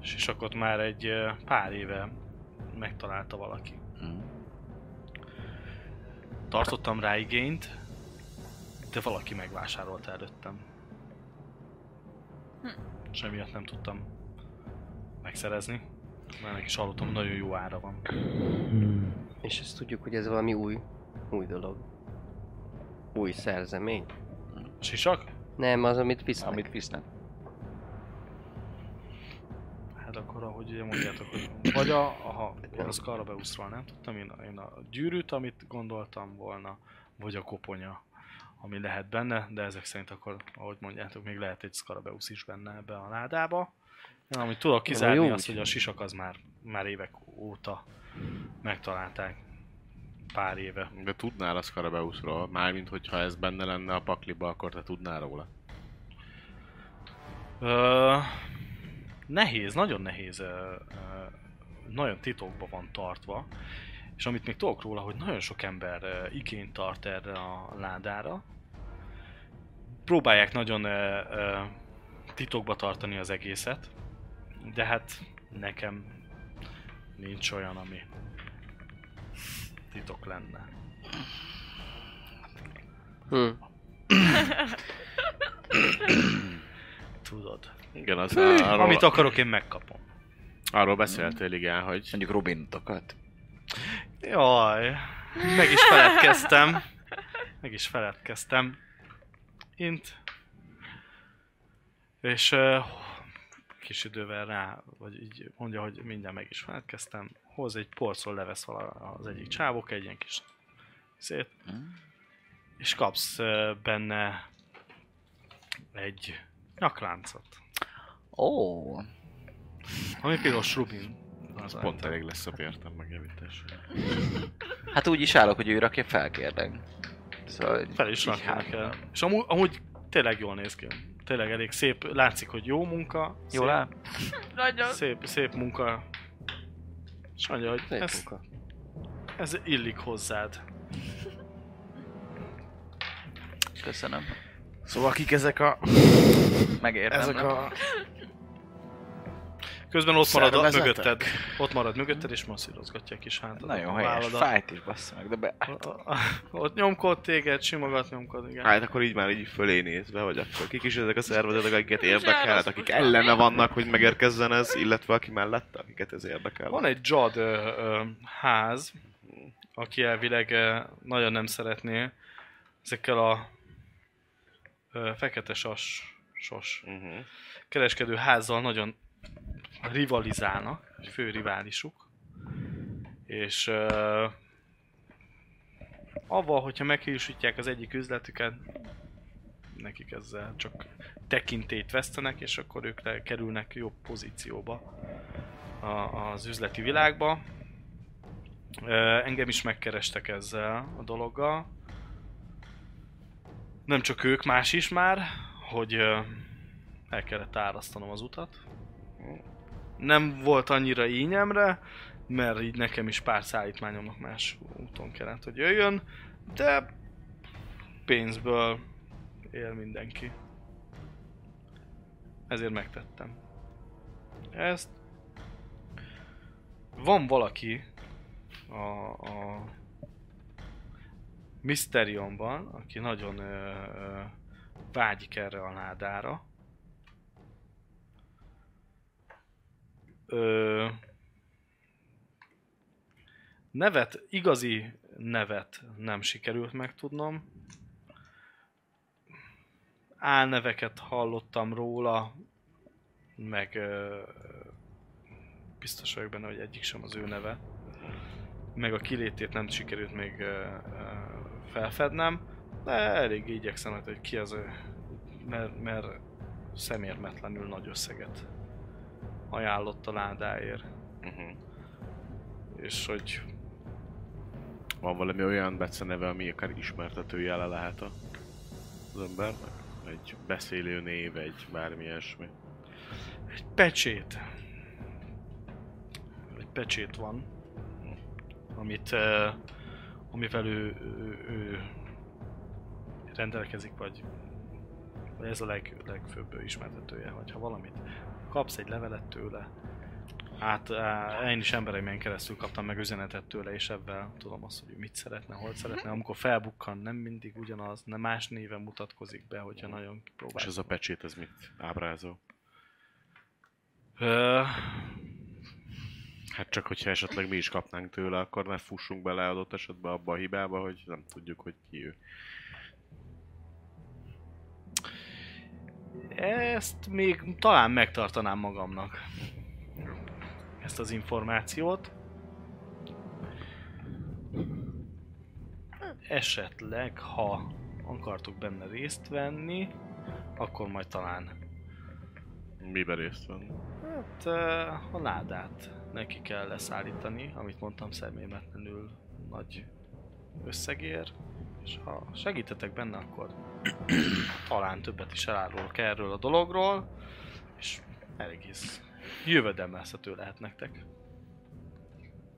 S6: A sisakot már egy ö, pár éve megtalálta valaki.
S2: Mhm.
S5: Mm.
S6: Tartottam rá igényt, de valaki megvásárolta előttem.
S3: Hm.
S6: És emiatt nem tudtam megszerezni. Mert neki is hallottam, hogy nagyon jó ára van.
S4: És ezt tudjuk, hogy ez valami új, új dolog. Új szerzemény.
S6: Sisak?
S4: Nem, az, amit visznek.
S5: Amit visznek.
S6: Hát akkor, ahogy ugye mondjátok, hogy vagy a, aha, én az Karabeuszról nem tudtam, én, én a gyűrűt, amit gondoltam volna, vagy a koponya, ami lehet benne, de ezek szerint akkor, ahogy mondjátok, még lehet egy Skarabeusz is benne ebbe a ládába. Én, amit tudok
S4: Jó,
S6: kizárni,
S4: jó,
S6: az, hogy a
S4: úgyhogy.
S6: sisak az már, már évek óta megtalálták. Pár éve.
S7: De tudnál a Skarabeuszról? Mármint, hogyha ez benne lenne a pakliba, akkor te tudnál róla.
S6: Ö, nehéz, nagyon nehéz, ö, ö, nagyon titokban van tartva, és amit még tudok róla, hogy nagyon sok ember ö, igényt tart erre a ládára. Próbálják nagyon ö, ö, titokba tartani az egészet, de hát nekem nincs olyan, ami titok lenne.
S4: Hm.
S6: Tudod.
S7: Igen, az
S6: Arról... Amit akarok, én megkapom.
S7: Arról beszéltél, igen, hogy
S5: Mondjuk Robintokat.
S6: Jaj, meg is feledkeztem. Meg is feledkeztem. Int. És uh, kis idővel rá, vagy így mondja, hogy mindjárt meg is feledkeztem. Hoz egy polcról levesz vala- az egyik csávok, egy ilyen kis szét. És kapsz uh, benne egy nyakláncot.
S5: Ó,
S6: Ami piros rubin.
S7: az pont elég lesz a bértem megjavítás.
S5: hát úgy is állok, hogy ő rakja fel, kérlek. Ez szóval így-
S2: Fel is
S5: így
S2: rakják
S5: hátra.
S2: el. És amúgy, amúgy tényleg jól néz ki. Tényleg elég szép, látszik, hogy jó munka.
S5: Jól áll?
S3: Nagyon.
S2: szép, szép, szép munka. És mondja, hogy
S4: Szép
S2: ez,
S4: munka.
S2: ez illik hozzád.
S5: Köszönöm.
S8: Szóval kik ezek a...
S5: Megértem.
S8: Ezek a...
S2: Közben ott marad a,
S8: Szervezetek?
S2: mögötted. Ott marad mögötted, és masszírozgatja a kis hátadat.
S5: Nagyon
S2: a
S5: helyes.
S2: válladat.
S5: Fájt is bassza meg, de be...
S2: A- a- a- Ott nyomkod téged, simogat, nyomkod, igen.
S6: Hát akkor így már így fölé nézve, vagy akkor kik is ezek a szervezetek, akiket érdekel, Hát
S3: Zsároszkos
S6: akik
S3: valami.
S6: ellene vannak, hogy megérkezzen ez, illetve aki mellette, akiket ez érdekel.
S2: Van egy Jad ö, ö, ház, aki elvileg ö, nagyon nem szeretné ezekkel a ö, fekete sas, sos
S6: Uh-huh.
S2: kereskedő házzal nagyon rivalizálnak, egy fő riválisuk. És ö, avval, hogyha meghiúsítják az egyik üzletüket, nekik ezzel csak tekintét vesztenek, és akkor ők le- kerülnek jobb pozícióba a, az üzleti világba. Ö, Engem is megkerestek ezzel a dologgal. Nem csak ők, más is már, hogy ö, el kellett árasztanom az utat. Nem volt annyira ínyemre, mert így nekem is pár szállítmányomnak más úton kellett, hogy jöjjön, de pénzből él mindenki. Ezért megtettem. Ezt van valaki a, a Mysterionban, aki nagyon ö, ö, vágyik erre a ládára. Ö, nevet, igazi nevet nem sikerült megtudnom. Álneveket hallottam róla, meg ö, biztos vagyok benne, hogy egyik sem az ő neve. Meg a kilétét nem sikerült még ö, ö, felfednem, de elég igyekszem, hát, hogy ki az ő, mert, mert szemérmetlenül nagy összeget ajánlott a ládáért,
S6: Uh-huh.
S2: és hogy
S6: Van valami olyan beceneve, ami akár ismertetőjele lehet a- az embernek? Egy beszélő név, egy bármi ilyesmi.
S2: egy pecsét. Egy pecsét van, amit, eh, amivel ő, ő, ő rendelkezik, vagy vagy ez a leg, legfőbb ismertetője, vagy ha valamit kapsz egy levelet tőle, hát eh, én is embereimen keresztül kaptam meg üzenetet tőle, és ebben tudom azt, hogy ő mit szeretne, hol szeretne, amikor felbukkan, nem mindig ugyanaz, nem más néven mutatkozik be, hogyha nagyon
S6: És
S2: próbál.
S6: ez a pecsét, ez mit ábrázol?
S2: Ö,
S6: Hát csak, hogyha esetleg mi is kapnánk tőle, akkor ne fussunk bele adott esetben abba a hibába, hogy nem tudjuk, hogy ki ő.
S2: Ezt még talán megtartanám magamnak. Ezt az információt. Esetleg, ha akartuk benne részt venni, akkor majd talán
S6: Miben részt van?
S2: hát, ö, a ládát neki kell leszállítani, amit mondtam személymetlenül nagy összegér, és ha segítetek benne, akkor talán többet is elárulok erről a dologról, és egész jövedelmezhető lehet nektek.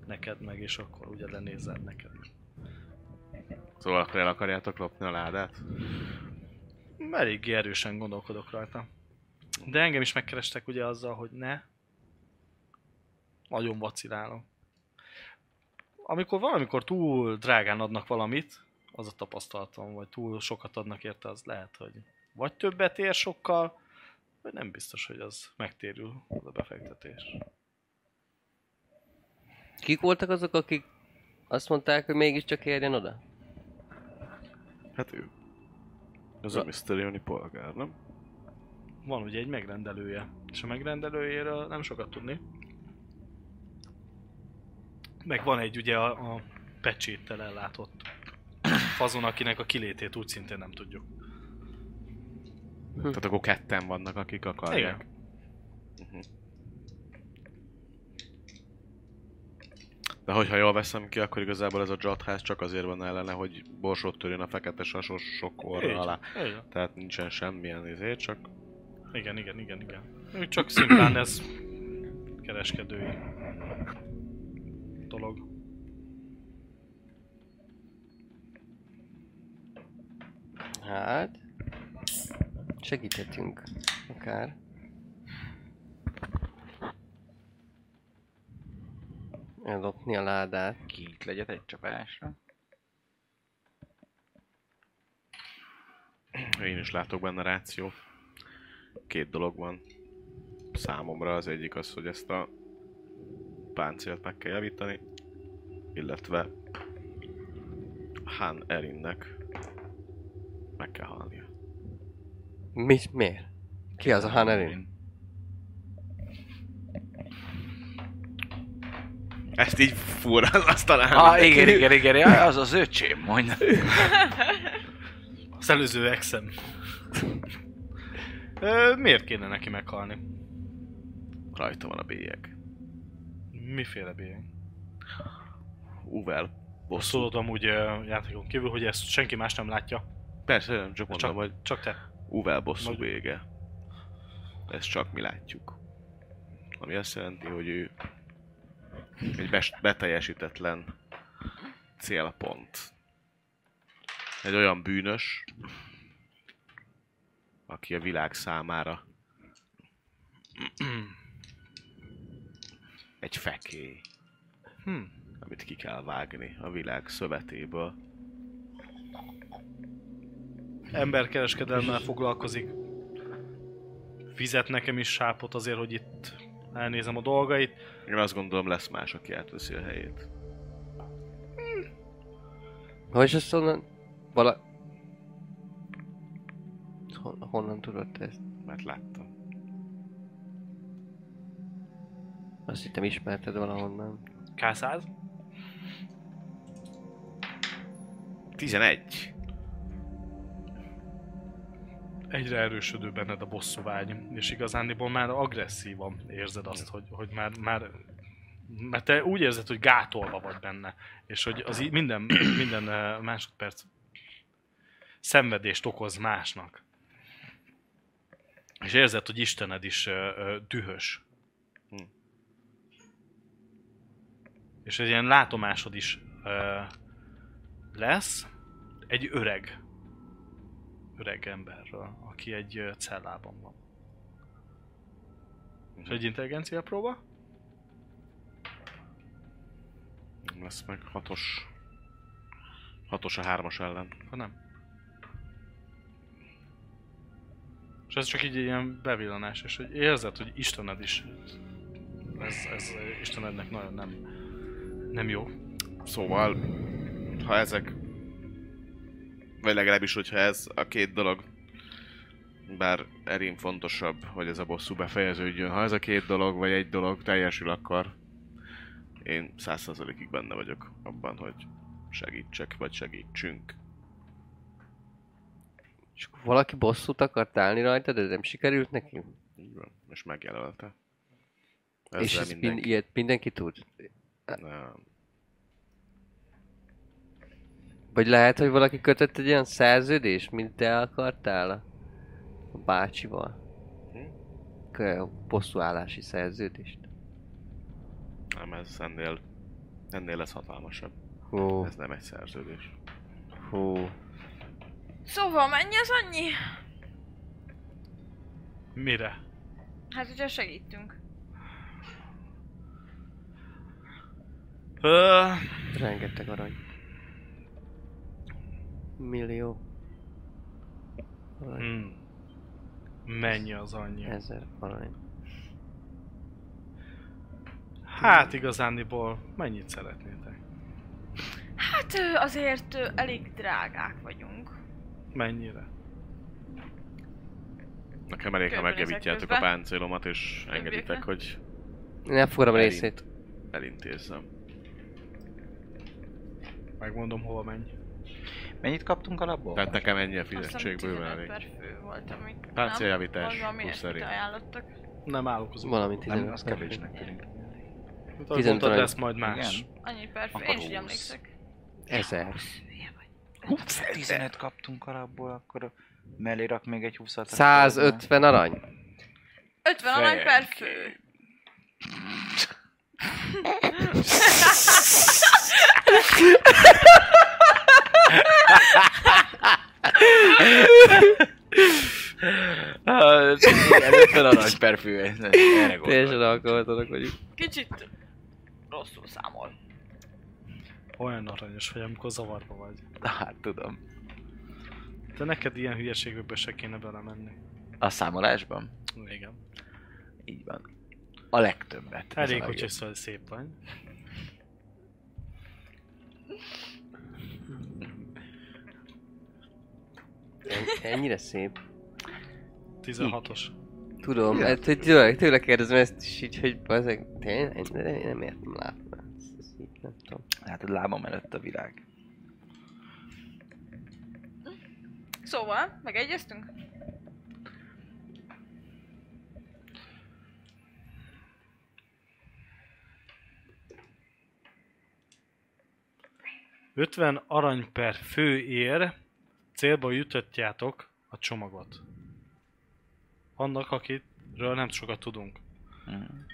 S2: Neked meg, és akkor ugye lenézed neked.
S6: Szóval akkor el akarjátok lopni a ládát?
S2: Eléggé erősen gondolkodok rajta. De engem is megkerestek ugye azzal, hogy ne. Nagyon vacilálom. Amikor valamikor túl drágán adnak valamit, az a tapasztalatom, vagy túl sokat adnak érte, az lehet, hogy vagy többet ér sokkal, vagy nem biztos, hogy az megtérül az a befektetés.
S4: Kik voltak azok, akik azt mondták, hogy mégiscsak érjen oda?
S6: Hát ő. Ez a Mysterioni polgár, nem?
S2: Van ugye egy megrendelője, és a megrendelőjéről nem sokat tudni. Meg van egy ugye a, a pecséttel ellátott fazon, akinek a kilétét úgy szintén nem tudjuk.
S6: Hm. Tehát akkor ketten vannak, akik
S2: Igen.
S6: akarják. Mhm. De hogyha jól veszem ki, akkor igazából ez a dzsadház csak azért van ellene, hogy borsot törjön a fekete sasos sok
S2: Így
S6: orra alá.
S2: van, így van.
S6: Tehát nincsen semmilyen izé, csak
S2: Igen, igen, igen, igen. Ő csak szimplán ez kereskedői dolog.
S4: Hát... Segíthetünk. Akár. Ellopni a ládát.
S5: Kint legyet egy csapásra.
S6: Én is látok benne ráció. Két dolog van számomra. Az egyik az, hogy ezt a páncélt meg kell javítani, illetve Han Erinnek meg kell halnia.
S4: Mit? Miért? Ki az a Hanerin?
S6: Ezt így furán, azt talán.
S5: Ah, igen, igen, igen, jaj, az az öcsém, mondja.
S2: Az előző exem. Ö, miért kéne neki meghalni?
S6: Rajta van a bélyeg.
S2: Miféle bélyeg?
S6: Uvel.
S2: Azt
S6: Bosszú.
S2: tudod amúgy ö, játékon kívül, hogy ezt senki más nem látja.
S6: Persze, nem csak mondom,
S2: Csak,
S6: hogy
S2: csak te.
S6: Uvel bosszú
S2: Nagy-
S6: vége. Ezt csak mi látjuk. Ami azt jelenti, hogy ő egy bes- beteljesítetlen célpont. Egy olyan bűnös, aki a világ számára egy fekély,
S2: Hm.
S6: amit ki kell vágni a világ szövetéből.
S2: Emberkereskedelmmel foglalkozik. Fizet nekem is sápot azért, hogy itt elnézem a dolgait.
S6: Én azt gondolom lesz más, aki átveszi a helyét.
S4: Hogy is ezt onnan... Vala... Hon, honnan tudod te ezt?
S6: Mert láttam.
S4: Azt hittem ismerted valahonnan.
S2: K100?
S6: 11.
S2: egyre erősödő benned a bosszú vágy, és igazániból már agresszívan érzed azt, hogy, hogy már, már mert te úgy érzed, hogy gátolva vagy benne, és hogy az í- minden, minden eh, másodperc szenvedést okoz másnak. És érzed, hogy Istened is ö, ö, dühös.
S6: Hm.
S2: És egy ilyen látomásod is ö, lesz egy öreg öreg emberről, aki egy ö, cellában van. És egy intelligencia próba?
S6: Lesz meg hatos. Hatos a hármas ellen.
S2: Ha nem. És ez csak így egy ilyen bevillanás, és hogy érzed, hogy Istened is. Ez, ez ö, Istenednek nagyon nem, nem jó.
S6: Szóval, ha ezek... Vagy legalábbis, hogyha ez a két dolog... Bár Erin fontosabb, hogy ez a bosszú befejeződjön. Ha ez a két dolog, vagy egy dolog teljesül, akkor én százszerzalékig benne vagyok abban, hogy segítsek, vagy segítsünk.
S4: És akkor valaki bosszút akart állni rajta, de ez nem sikerült neki?
S6: Így van. És megjelölte.
S4: Ezzel és ezt mind, ilyet mindenki tud?
S6: Nem.
S4: Vagy lehet, hogy valaki kötött egy olyan szerződést, mint te akartál a a bácsival? Kö- Bosszúállási szerződést.
S6: Nem, ez ennél... Ennél lesz hatalmasabb.
S4: Hú,
S6: Ez nem egy szerződés.
S4: hú.
S3: Szóval mennyi az annyi?
S2: Mire?
S3: Hát, hogyha segítünk.
S2: Ö,
S4: Rengeteg arany. Millió. Arany.
S2: mm, mennyi az annyi?
S4: Ezer arany.
S2: Hát igazániból mennyit szeretnétek?
S3: Hát ö, azért ö, elég drágák vagyunk.
S2: Mennyire?
S6: Nekem elég, ha
S3: Körben
S6: megjavítjátok
S3: ezek
S6: a
S3: közben.
S6: páncélomat, és engeditek,
S3: Többieknek?
S6: hogy
S4: Én elfogadom a
S6: Elég.
S4: részét.
S6: elintézzem.
S2: Megmondom, hova menj.
S5: Mennyit kaptunk
S2: Hát
S5: alapból?
S6: Tehát nekem ennyi a
S3: Azt hiszem,
S6: fizetség bőven
S3: 15
S6: elég.
S3: per fő volt, amik...
S6: Páncéljavítás,
S3: nem, valami
S6: plusz
S3: ilyesmit
S6: erő.
S3: ajánlottak.
S2: Nem állok az
S4: Valami
S5: nem,
S4: 15
S5: az kevésnek tűnik.
S2: Hát, ahogy
S4: 15
S2: mondtad,
S4: arany.
S2: lesz majd más.
S5: Igen.
S3: Annyi perfekt.
S6: Akkor
S3: Én is így
S6: húsz.
S3: emlékszek.
S4: Ezer.
S3: Hülye vagy.
S5: 15 kaptunk alapból, akkor mellé rak még egy 20
S4: 150 arany.
S3: 50 arany per fő.
S5: Igen, 50 arany per fő. ez- ez- Erre gondolok.
S4: Teljesen alkalmatlanak vagyunk.
S3: Kicsit rosszul számol.
S2: Olyan aranyos vagy, amikor zavarba vagy.
S5: Hát tudom.
S2: De neked ilyen hülyeségekbe se kéne belemenni.
S5: A számolásban?
S2: Igen.
S5: Így van. A legtöbbet. Ez
S2: Elég,
S5: a
S2: hogyha
S5: legjobb.
S2: szól szép vagy.
S4: En- Ennyire szép.
S2: 16-os.
S4: Tudom, hát hogy tőle, tőle kérdezem ezt is így, hogy ezek tényleg, de nem, nem értem látni. Ez- ez így Nem tudom.
S5: Hát a lábam előtt a világ.
S3: Szóval, megegyeztünk?
S2: Ö, 50 arany per főér célba jutatjátok a csomagot. Annak, akiről nem sokat tudunk. Hmm.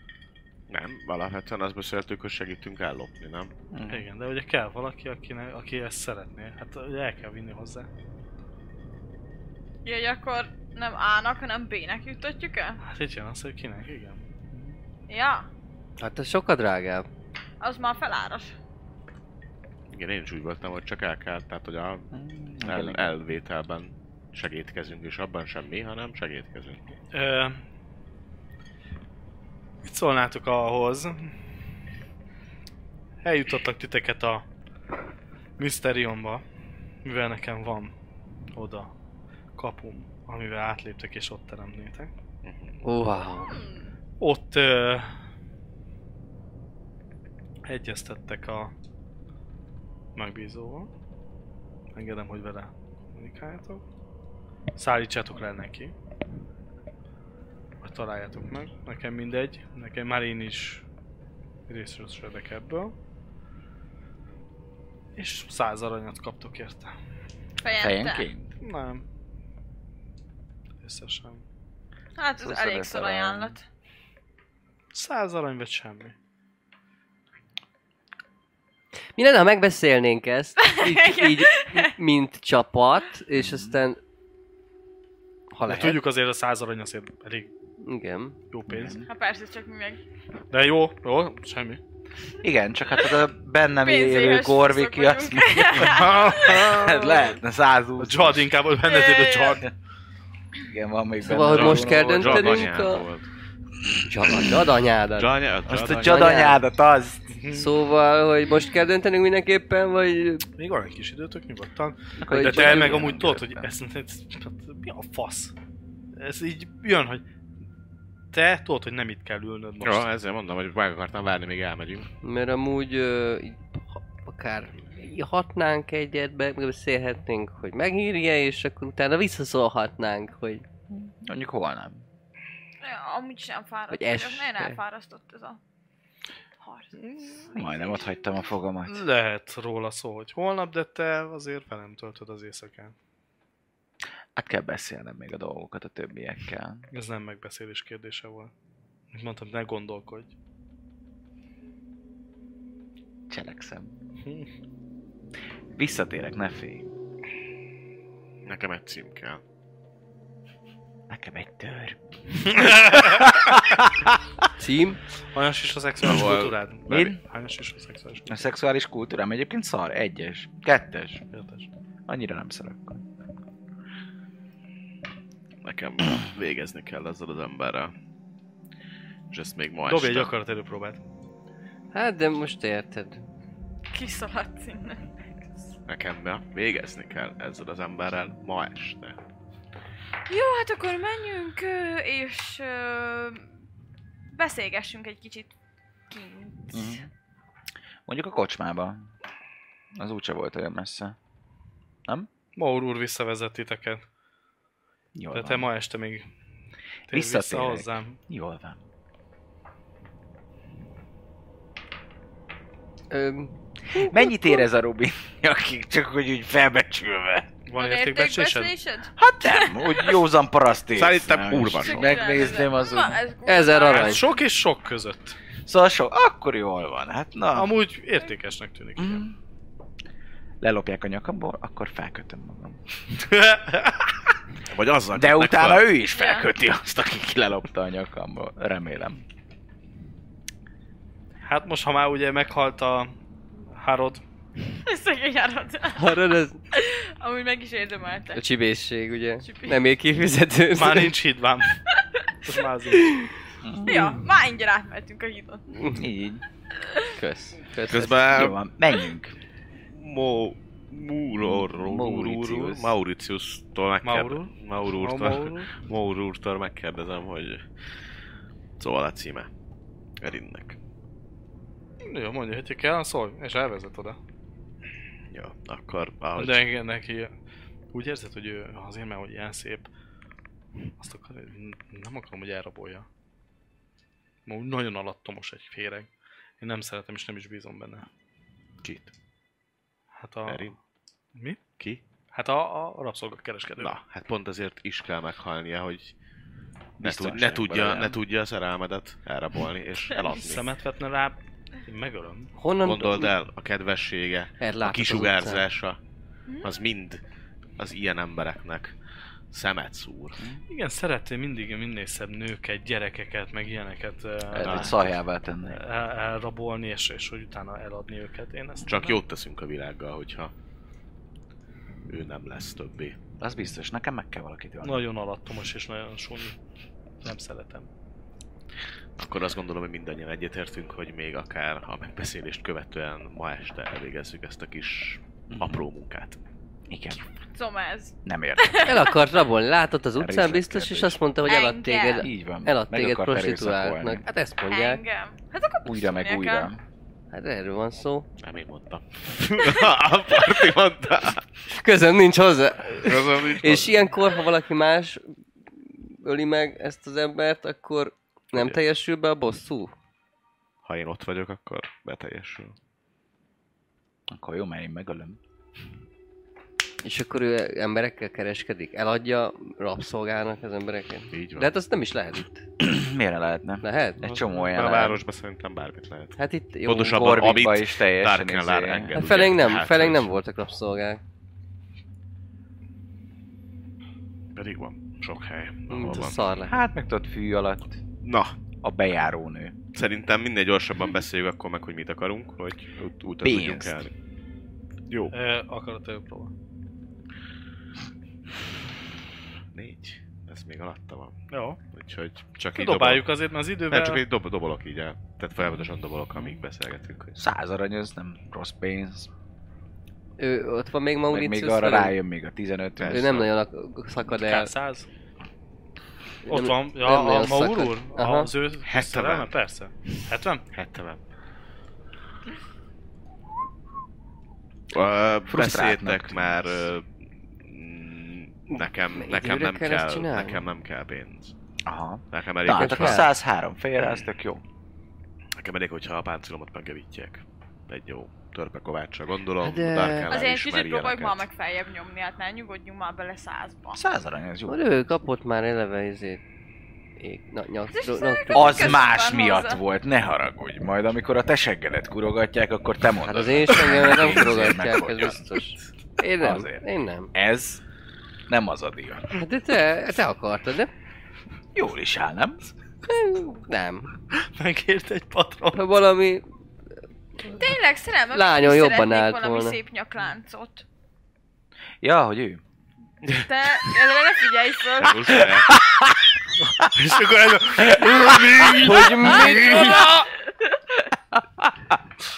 S6: Nem, alapvetően azt beszéltük, hogy segítünk ellopni, nem?
S2: Igen, de ugye kell valaki, akinek, aki ezt szeretné. Hát ugye el kell vinni hozzá.
S3: Jaj, akkor nem A-nak, hanem B-nek juttatjuk el?
S2: Hát itt jön az, hogy kinek, igen.
S3: Ja,
S4: Hát ez sokkal drágább.
S3: az már feláras.
S6: Igen, én is úgy voltam, hogy csak el kell, tehát hogy a el, elvételben segítkezünk, és abban semmi, hanem segítkezünk.
S2: Ö, mit szólnátok ahhoz? Eljutottak titeket a Mysteriumba, mivel nekem van oda kapum, amivel átléptek és ott teremnétek.
S4: Wow.
S3: Hmm.
S2: Ott ö, egyeztettek a megbízóval. Engedem, hogy vele kommunikáljatok. Szállítsátok le neki. Vagy találjátok meg. Nekem mindegy. Nekem már én is részről sörödek ebből. És száz aranyat kaptok érte.
S3: Fejente.
S5: Fejenként?
S2: Nem. Összesen.
S3: Hát ez
S6: Szóval
S5: 25
S3: elég szor
S5: arany.
S3: ajánlat.
S2: Száz arany vagy semmi.
S4: Mi lenne, ha megbeszélnénk ezt, így,
S3: Igen.
S4: így mint csapat, és aztán... Ha
S2: De
S4: lehet.
S2: Hát tudjuk azért a száz arany azért elég
S4: Igen.
S2: jó pénz.
S3: Hát persze, csak mi meg
S2: De jó, jó, semmi.
S5: Igen, csak hát az a bennem
S3: Pénzéhes
S5: élő gorviki
S3: cuccok
S5: azt
S3: vagyunk.
S5: mondja, hát lehetne
S2: A
S5: 120.
S2: Jad inkább ott benned él a Jad.
S5: Igen, van még
S4: Szóval, hogy
S5: benne
S4: most kell
S5: Jad-
S6: Jad
S4: döntenünk
S6: anyád
S4: a...
S6: volt.
S4: Csak a gyadanyádat.
S6: Jad
S5: Azt
S6: anyád-
S5: a
S6: Jad anyád-
S5: csodanyádat az.
S4: Szóval, hogy most kell döntenünk mindenképpen, vagy...
S2: Még van egy kis időtök nyugodtan.
S4: Akkor
S2: De
S4: így-
S2: te
S4: vagy-
S2: meg amúgy tudod, hogy ez, ez, hát mi a fasz? Ez így jön, hogy te tudod, hogy nem itt kell ülnöd most.
S6: Jó, ezért mondom, hogy meg akartam várni, még elmegyünk.
S4: Mert amúgy ö, így, ha- akár hatnánk egyet, be- megbeszélhetnénk, hogy megírja, és akkor utána visszaszólhatnánk, hogy
S5: Mondjuk holnap.
S3: Ja, amúgy sem fáradt
S4: Vagy
S3: vagyok,
S4: este.
S3: nagyon elfárasztott ez a harc.
S5: Majdnem ott hagytam a fogamat.
S2: Lehet róla szó, hogy holnap, de te azért velem töltöd az éjszakán.
S5: Hát kell beszélnem még a dolgokat a többiekkel.
S2: Ez nem megbeszélés kérdése volt. Mint mondtam, ne gondolkodj.
S5: Cselekszem.
S2: Hm.
S5: Visszatérek, ne félj.
S6: Nekem egy cím kell.
S5: Nekem egy tör.
S4: cím,
S2: Hányas is a szexuális
S6: Ahol-
S2: kultúrád?
S5: Én?
S2: Hányas is a szexuális
S5: A
S2: kultúrád?
S5: szexuális kultúrám egyébként szar. Egyes. Kettes.
S2: Értes.
S5: Annyira nem szarok.
S6: Nekem végezni kell ezzel az emberrel. És ezt még ma
S2: Dobj egy
S6: este.
S2: akarat előpróbát.
S4: hát de most érted.
S3: Kiszaladsz innen.
S6: Nekem be. Végezni kell ezzel az emberrel ma este.
S3: Jó, hát akkor menjünk, ö, és ö, beszélgessünk egy kicsit kint.
S5: Mhm. Mondjuk a kocsmába. Az úgyse volt olyan messze.
S2: Maur úr visszavezet titeket.
S5: Jól
S2: De
S5: van.
S2: te ma este még térj vissza
S5: Visszatérek.
S2: hozzám.
S5: Jól van.
S4: Öm,
S5: Mennyit érez a Rubin, akik csak hogy úgy felbecsülve?
S2: Van értékbecslésed?
S5: Hát nem, úgy józan parasztész.
S6: Szerintem
S5: Nem,
S6: kurva
S5: és
S6: sok.
S5: Megnézném az úgy.
S3: Na, ez
S4: Ezer
S3: kurva.
S4: arany.
S2: Hát sok és sok között.
S5: Szóval sok, akkor jól van, hát na.
S2: Amúgy értékesnek tűnik. igen.
S5: Mm. Lelopják a nyakamból, akkor felkötöm magam.
S6: Vagy azzal
S5: De
S6: kötnek
S5: utána
S6: fel.
S5: ő is felköti azt, aki lelopta a nyakamból. Remélem.
S2: Hát most, ha már ugye meghalt a Harod,
S3: Szegény árad.
S4: Arra ez
S3: Amúgy meg is érdemelte.
S4: a csibészség, ugye?
S3: Csibész.
S4: Nem ér kifizető.
S2: már nincs hídvám. Most már az
S3: Ja, már ingyen átmentünk a hídon.
S5: Így.
S4: Kösz. Kösz.
S5: Jó
S6: Közben
S5: van, menjünk.
S6: Mo... Múlorról...
S4: Mauritius.
S6: Mauritius-tól
S2: Maurul?
S6: megkérdezem. Maurul?
S2: Maurul?
S6: Maurul-tól megkérdezem, hogy... Szóval a címe. Erinnek.
S2: Jó, mondja, hogy kell, szólj, és elvezet oda.
S6: Jó, akkor ahogy...
S2: De igen, neki... Úgy érzed, hogy ő azért, mert hogy ilyen szép, azt akar, nem akarom, hogy elrabolja. Ma úgy nagyon alattomos egy féreg. Én nem szeretem, és nem is bízom benne.
S6: Kit?
S2: Hát a...
S6: Erin?
S2: Mi?
S6: Ki?
S2: Hát a, a rabszolgakereskedő.
S6: Na, hát pont ezért is kell meghalnia, hogy ne, tud, ne,
S5: Biztonságban
S6: tudja,
S5: legyen.
S6: ne tudja a szerelmedet elrabolni és eladni.
S2: Szemet vetne rá, én megölöm.
S4: Honnan
S6: Gondold el, a kedvessége,
S4: Erlátod
S6: a
S4: az
S6: kisugárzása, az mind az ilyen embereknek szemet szúr.
S2: Igen, szeretné mindig minél szebb nőket, gyerekeket, meg ilyeneket eh,
S5: Lehet,
S2: rá-
S5: hogy szarjává tennék.
S2: el- elrabolni, és, és hogy utána eladni őket. Én ezt
S6: Csak
S2: nem-
S6: jót teszünk a világgal, hogyha ő nem lesz többé.
S5: Az biztos, nekem meg kell valakit ölni.
S2: Nagyon alattomos és nagyon sunyi. Nem szeretem.
S6: Akkor azt gondolom, hogy mindannyian egyetértünk, hogy még akár a megbeszélést követően ma este elvégezzük ezt a kis
S4: Mhm.
S6: apró munkát.
S5: Igen,
S3: Comáz.
S5: nem érdekel.
S4: El akart rabolni, látott az utcán
S5: Erőszak
S4: biztos, és
S5: kérdés.
S4: azt mondta, hogy elad
S3: Engem.
S4: téged,
S5: Így van.
S4: elad
S5: Meg
S4: téged
S5: akart
S4: prostituáltnak.
S5: erőszakolni.
S4: Hát ezt mondják.
S3: Engem. Hát akkor
S5: Újra meg
S3: pusztulnia kell.
S5: újra.
S4: Hát erről van szó.
S6: Nem én mondtam. a parti mondta.
S4: Közöm nincs hozzá.
S6: Közöm nincs
S4: És
S6: hozzá.
S4: ilyenkor, ha valaki más öli meg ezt az embert, akkor nem teljesül be a bosszú?
S6: Ha én ott vagyok, akkor beteljesül.
S5: Akkor jó, mert én megölöm.
S4: És akkor ő emberekkel kereskedik? Eladja rabszolgának az embereket?
S6: Így van.
S4: De hát azt nem is lehet itt.
S5: Miért lehetne?
S4: Lehet?
S5: Egy csomó
S6: a
S5: olyan lehet.
S6: városban szerintem bármit lehet.
S4: Hát itt jó.
S6: Pontosabban
S5: Gorbikba
S6: amit
S5: is teljesen
S6: Darkenlár
S5: izé-
S6: enged.
S4: Hát felénk nem,
S6: Hát,
S4: felénk
S6: hogy-
S4: nem voltak rabszolgák.
S6: Pedig van sok hely, ahol
S4: Mint a
S6: van.
S4: szar lehet.
S5: Hát meg tudod fű alatt.
S6: Na,
S5: A bejárónő.
S6: szerintem minél gyorsabban beszéljük akkor meg, hogy mit akarunk, hogy ut- utána
S5: Pénzt.
S6: tudjunk elni. Jó.
S2: Ö, Eh, Akarat próbál.
S6: Négy. Ez még alatta van.
S2: Jó.
S6: Úgyhogy csak így
S2: Dobáljuk
S6: dobolok.
S2: azért, mert az idővel...
S6: Nem, csak így dob- dobolok így el. Tehát folyamatosan dobolok, amíg beszélgetünk. Hogy...
S5: Száz arany, ez nem rossz pénz.
S4: Ő, ott van még
S5: Meg
S4: Mauritius.
S5: még arra
S4: velünk?
S5: rájön még a 15
S4: Ő nem nagyon ak- szakad el.
S2: K100. Ott
S4: Nem-
S2: van,
S4: nem
S2: ja, a
S4: nagyon
S2: Maur
S4: szakadt.
S2: úr?
S4: Aha.
S2: Az ő
S6: 70.
S2: szerelme? Persze. 70?
S6: Hettemen. Uh, beszéltek már... ö, mm, Nekem,
S4: Időre
S6: nekem nem
S4: kell ezt
S6: kell,
S4: csinálni?
S6: nekem nem kell pénz.
S5: Aha.
S6: Nekem elég,
S5: Na,
S6: hogy
S5: hát akkor
S4: kell.
S5: 103 félre, az tök jó.
S6: Nekem elég, hogyha a páncélomat megjavítják. Egy jó törpe kovácsa,
S2: Hát,
S6: gondolom.
S4: De-
S6: De...
S3: Azért egy kicsit próbáljuk már meg feljebb nyomni, hát ne nyugodjunk már bele százba.
S5: 100 arany, ez jó.
S4: Hogy ő kapott már eleve izét. Ég, na, nyak,
S5: Hát
S3: Ez is
S4: nyak-
S3: szarkad.
S4: nyak-
S5: Az
S3: Köszönöm,
S5: más
S3: van
S5: miatt
S3: hozzá.
S5: volt, ne haragudj. Majd amikor a te seggedet kurogatják, akkor te mondod.
S4: Hát az én sengemet nem
S5: Pénzért
S4: kurogatják, ez
S5: megfogja.
S4: biztos. Én nem,
S5: Azért.
S4: én nem.
S5: Ez nem az a dia.
S4: Hát De te, te akartad, de
S5: Jól is áll, nem?
S4: nem.
S2: Megért egy patron.
S4: Ha valami,
S3: Tényleg szerelmem,
S4: Lányon
S3: is
S4: jobban
S3: szeretnék
S4: állt
S3: valami
S4: volna.
S3: szép nyakláncot.
S5: Ja, hogy ő.
S3: Te, erre ne figyelj föl.
S6: És akkor ez a...
S4: hogy micsoda?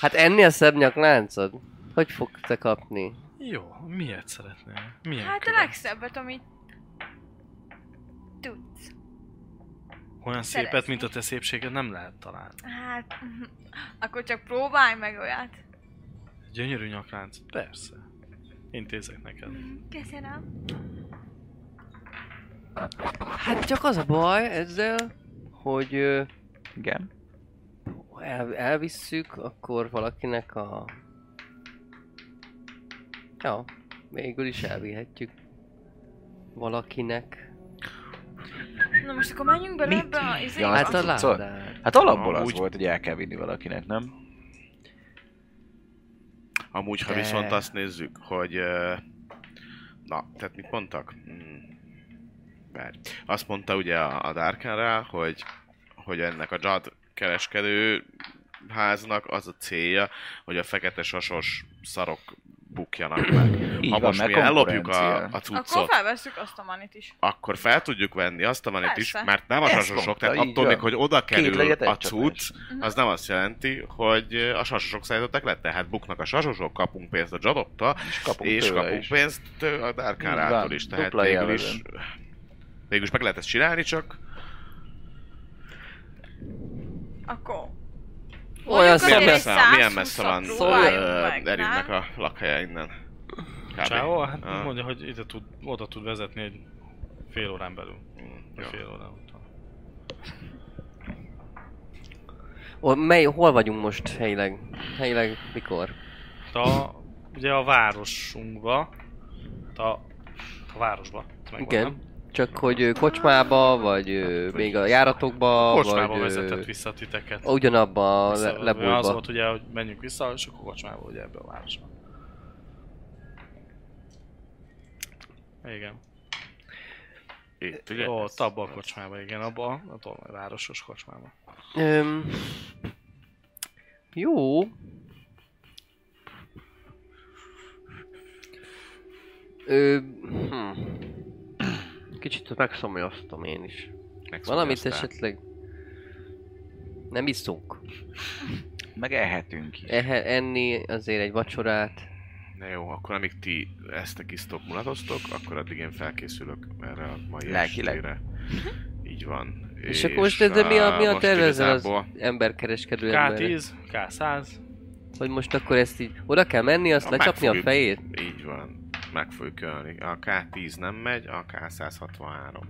S4: Hát ennél szebb nyakláncod? Hogy fog te kapni?
S2: Jó, miért szeretnél? Milyen
S3: Hát a
S2: követ?
S3: legszebbet, amit tudsz.
S2: Olyan szépet,
S3: szeretnék.
S2: mint a te szépséged nem lehet találni.
S3: Hát, akkor csak próbálj meg olyat.
S2: Gyönyörű nyaklánc. Persze. Intézek neked.
S3: Köszönöm.
S4: Hát csak az a baj ezzel, hogy ö,
S5: Igen.
S4: el, elvisszük, akkor valakinek a... Ja, végül is elvihetjük. Valakinek.
S3: Na most akkor menjünk bele ebbe a izé- izébe.
S5: Ja,
S4: Hát a
S5: cuccol?
S4: ládát.
S5: Hát alapból az
S6: Amúgy-
S5: volt, hogy el kell vinni valakinek, nem?
S6: Amúgy, ha
S4: De-
S6: viszont azt nézzük, hogy... ö, Na, tehát mit mondtak? Hmm. Várj. Azt mondta ugye a, a Darken rá, hogy, hogy ennek a Jad kereskedő háznak az a célja, hogy a fekete sasos szarok bukjanak meg.
S5: Így
S6: ha
S5: van,
S6: most
S5: mert
S6: mi ellopjuk a,
S5: konkurencia.
S6: a
S3: Akkor
S6: cuccot,
S3: felveszünk azt a manit is.
S6: akkor fel tudjuk venni azt a menüt is,
S3: Persze.
S6: mert nem a
S5: Ezt
S6: sasosok,
S5: mondta,
S6: tehát
S5: így
S6: attól
S5: van.
S6: még, hogy oda kerül
S5: legyet, egy
S6: a
S5: csapás.
S6: cucc, az nem azt jelenti, hogy a sasosok szállították le, tehát buknak a sasosok, kapunk pénzt a dzsadopta,
S5: És kapunk
S6: és
S5: tőle
S6: kapunk
S5: is.
S6: pénzt a
S5: Így
S6: Darkárától
S5: van,
S6: is, tehát
S5: dupla
S6: végül is,
S5: élvezem.
S6: végül is meg lehet ezt csinálni, csak
S3: Akkor...
S4: Olyan
S3: Mondjuk
S6: milyen
S3: azért
S4: szemes.
S3: egy
S6: messze, van- milyen
S3: 120-at
S6: messze van Szóval,
S3: próbáljuk
S6: ö,
S3: meg,
S6: Erinnek
S3: nem?
S6: a lakhelye innen. Kb.
S2: Csávó, hát
S6: Ah.
S2: mondja, hogy ide tud, oda tud vezetni egy fél órán belül.
S6: Mm,
S2: Vagy
S6: jó.
S2: fél órán után.
S4: Hol, mely, hol vagyunk most helyileg? Helyileg mikor?
S2: A, ugye a városunkba, a, a városba. Megvan,
S4: Igen.
S2: nem?
S4: Csak hogy ö, kocsmába, vagy ö, még a járatokba,
S2: Hát, Kocsmába
S4: vagy, ö,
S2: vezetett vissza titeket.
S4: Ugyanabba a
S2: Vissza-
S4: le-
S2: Az
S4: lebújba.
S2: volt ugye, hogy menjünk vissza, és akkor kocsmába ugye ebbe a városba. Igen.
S6: Itt, ugye?
S2: Ó, Ott, abba a kocsmába, igen, abba a tolvaj városos kocsmába.
S4: Öm, jó. Ö, hm. Kicsit megszomjaztam én is. Valamit esetleg... Nem iszunk.
S5: Meg elhetünk is.
S4: Ehe, enni azért egy vacsorát.
S6: Na jó, akkor amíg ti ezt a kis top mulatoztok, akkor addig én felkészülök erre a mai
S5: Lelkileg.
S6: estére.
S2: Mhm.
S6: Így van.
S4: És, akkor most ez mi a, mi a
S6: most
S4: tervezel az
S6: igazából
S4: emberkereskedő ember?
S2: K10, K100,
S4: Hogy most akkor ezt így oda kell menni, azt
S6: Na,
S4: lecsapni a
S6: megfogjuk.
S4: fejét?
S6: Így van. Meg fogjuk ölni. A K10 nem megy, a K163.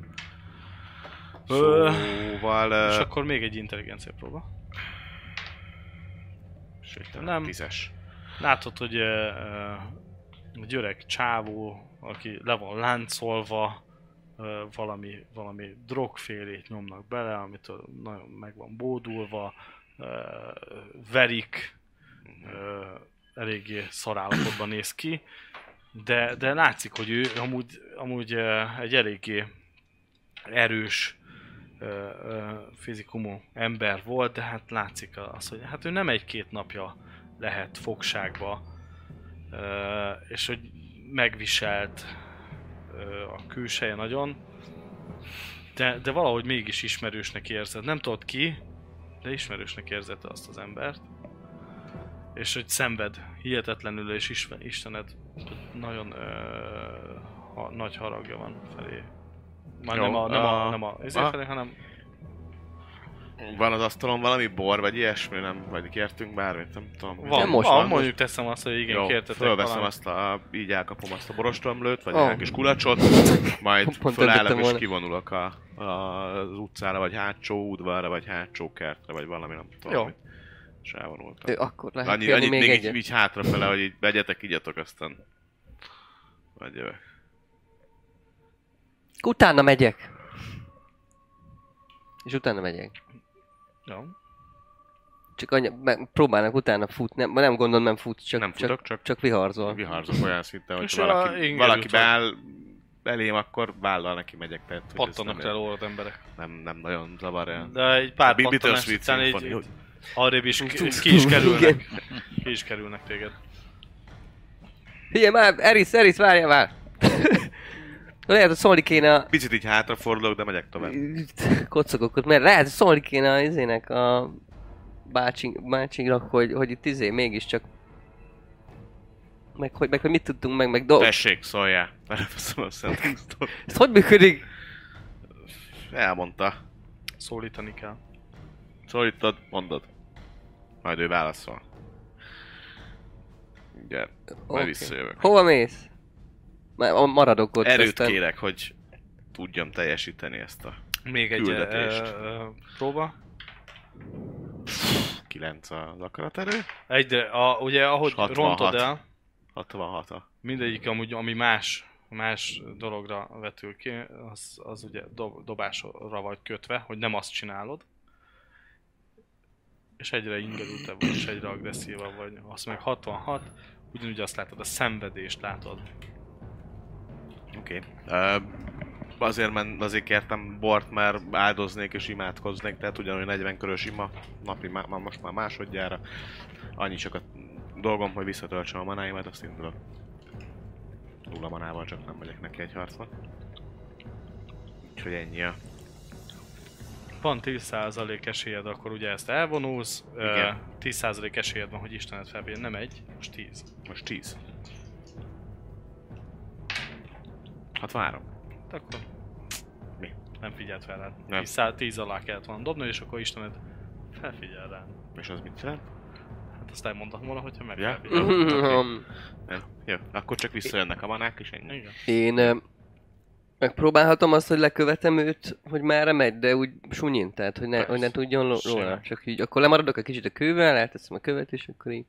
S2: Ö,
S6: Szóval...
S2: és
S6: ö,
S2: akkor még egy intelligencia próba.
S6: Sőt, nem.
S2: nem.
S6: Tízes.
S2: Látod, hogy ö, ö, egy öreg csávó, aki le van láncolva, ö, valami, valami drogfélét nyomnak bele, amit ö, nagyon meg van bódulva, ö, verik, ö, eléggé szarállapotban néz ki, de, de látszik, hogy ő amúgy, amúgy ö, egy eléggé erős ö, ö, fizikumú ember volt, de hát látszik az, hogy hát ő nem egy-két napja lehet fogságba, ö, és hogy megviselt ö, a külseje nagyon, de, de valahogy mégis ismerősnek érzed. Nem tudod ki, de ismerősnek érzed azt az embert. És hogy szenved hihetetlenül, és isme- Istened nagyon ö, ha, nagy haragja van felé. Már
S6: Jó,
S2: nem a, nem a,
S6: a-
S2: nem a,
S6: a-
S2: ezért felé, hanem
S6: Van az asztalon valami bor, vagy ilyesmi, nem? Vagy kértünk bármit, nem tudom.
S2: van, most
S4: Nem most,
S2: van,
S4: nem
S2: mondjuk teszem azt, hogy igen,
S6: Jó,
S2: kértetek
S6: fölveszem
S2: valamit.
S6: azt a, így elkapom azt a borostömlőt, vagy
S4: Ó.
S6: oh. egy kis kulacsot, majd
S4: Pont
S6: fölállok
S4: döntöttem
S6: és
S4: volna.
S6: kivonulok a, a, az utcára, vagy hátsó udvarra, vagy hátsó kertre, vagy valami, nem tudom.
S2: Jó.
S6: Mit. És elvonultam.
S4: Ő, akkor lehet
S6: Annyi,
S4: annyi,
S6: annyit
S4: még
S6: még
S4: egyet.
S6: így, így hátrafele, hogy így begyetek, igyatok, aztán... Vagy jövök.
S4: Utána megyek. És utána megyek.
S2: Jó.
S4: Csak anya, me- próbálnak utána futni, nem, nem gondolom nem fut, csak,
S6: Nem futok, csak-
S4: csak viharzol.
S6: Viharzok olyan szinten, hogy
S2: És a
S6: valaki,
S2: inger
S6: valaki
S2: jutott.
S6: beáll elém, akkor vállal neki megyek. Tehát, hogy ez
S2: Pattannak
S6: nem,
S2: el orrod emberek.
S6: nem, nem nagyon zavar el.
S2: De egy pár
S6: Bi-
S2: pattanás
S6: Bittersweet
S2: után
S6: Symphony,
S2: így
S6: hogy-
S2: arrébb is ki, ki is kerülnek. Ki is kerülnek téged.
S4: Figyelj már, Eris, Eris, várjál már! lehet, hogy szólni kéne a...
S6: Picit így hátrafordulok, de megyek tovább.
S4: Kocogok ott, mert lehet, hogy szólni kéne a izének a bácsi, bácsinknak, hogy, hogy itt izé mégiscsak... Meg hogy, meg hogy mit tudtunk meg, meg dolgok.
S6: Tessék, szóljál. Belefaszom a Szent Krisztót.
S4: Ez hogy működik?
S6: Elmondta.
S2: Szólítani kell.
S6: Szólítod, mondod. Majd ő válaszol. Ugye, majd
S4: Oké.
S6: visszajövök.
S4: Hova mész? Már maradok ott.
S6: Erőt
S4: aztán-
S6: kérek, hogy tudjam teljesíteni ezt a
S2: Még egy ö,
S6: Küldetést.
S2: ö, ö, próba.
S6: 9 az akaraterő,
S2: Egyre, a, ugye ahogy
S6: 66.
S2: rontod el,
S6: 66 a
S2: mindegyik amúgy, ami más, más dologra vetül ki, az, az ugye dob, dobásra vagy kötve, hogy nem azt csinálod. És egyre ingerültebb vagy, és egyre agresszívabb vagy. Azt meg 66, ugyanúgy azt látod, a szenvedést látod.
S6: Oké. Okay. azért, men, azért kértem bort, mert áldoznék és imádkoznék, tehát ugyanúgy 40 körös ima, napi, má, má, most már másodjára. Annyi csak a dolgom, hogy visszatöltsem a manáimat, azt indulok. Nulla manával csak nem megyek neki egy harcban. Úgyhogy ennyi a...
S2: Van 10% esélyed, akkor ugye ezt elvonulsz. Ö,
S6: Igen.
S2: 10% esélyed van, hogy Istenet felvél. Nem egy, most 10.
S6: Most 10. 63.
S2: Hát Akkor...
S6: Mi?
S2: Nem figyelt fel rád.
S6: Nem.
S2: 10, 10 alá kellett volna dobni, és akkor Istenet felfigyel rád.
S6: És az mit jelent?
S2: Hát azt elmondtam volna, hogyha meg
S6: Ja.
S2: felfigyel.
S4: Mhm.
S6: Nem. Jó, akkor csak visszajönnek a manák, és ennyi.
S2: Igen.
S4: Én ö, megpróbálhatom azt, hogy lekövetem őt, hogy merre megy, de úgy sunyin, tehát hogy ne, hogy ne
S6: Persze.
S4: tudjon lo-
S6: Simán.
S4: róla. Csak így, akkor lemaradok egy kicsit a kővel, elteszem a követ, és akkor így.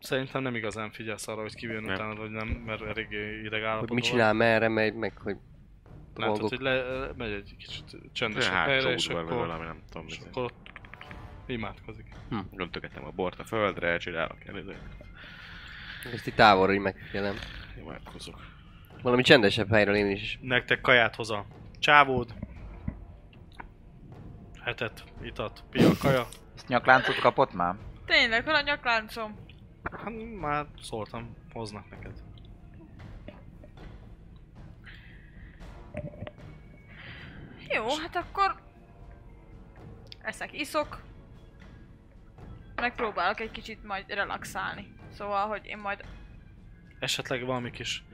S2: Szerintem nem igazán figyelsz arra, hogy kijön
S6: Nem.
S2: utána, hogy nem, mert elég ideg
S4: Hogy
S2: állapotban
S4: mit csinál, merre megy, meg hogy
S2: vagy. Látod,
S4: dolgok.
S2: hogy le, megy egy kicsit
S6: És a
S2: csendesebb
S6: hátsó
S2: helyre, és
S6: udvar, vagy
S2: akkor,
S6: hát valami, nem tudom.
S2: és
S6: izé.
S2: akkor ott imádkozik.
S6: Döntögetem a bort a földre, csinálok előzőt.
S4: Ezt így távolról így megfigyelem.
S6: Imádkozok.
S4: Valami csendesebb helyről én is.
S2: Nektek kaját hoz a csávód. Hetet, itat, pia, kaja.
S5: Ezt nyakláncot kapott már?
S3: Tényleg, hol a nyakláncom?
S2: Hát már szóltam, hoznak neked.
S3: Jó, hát akkor... Eszek, iszok. Megpróbálok egy kicsit majd relaxálni. Szóval, hogy én majd...
S2: Esetleg valami kis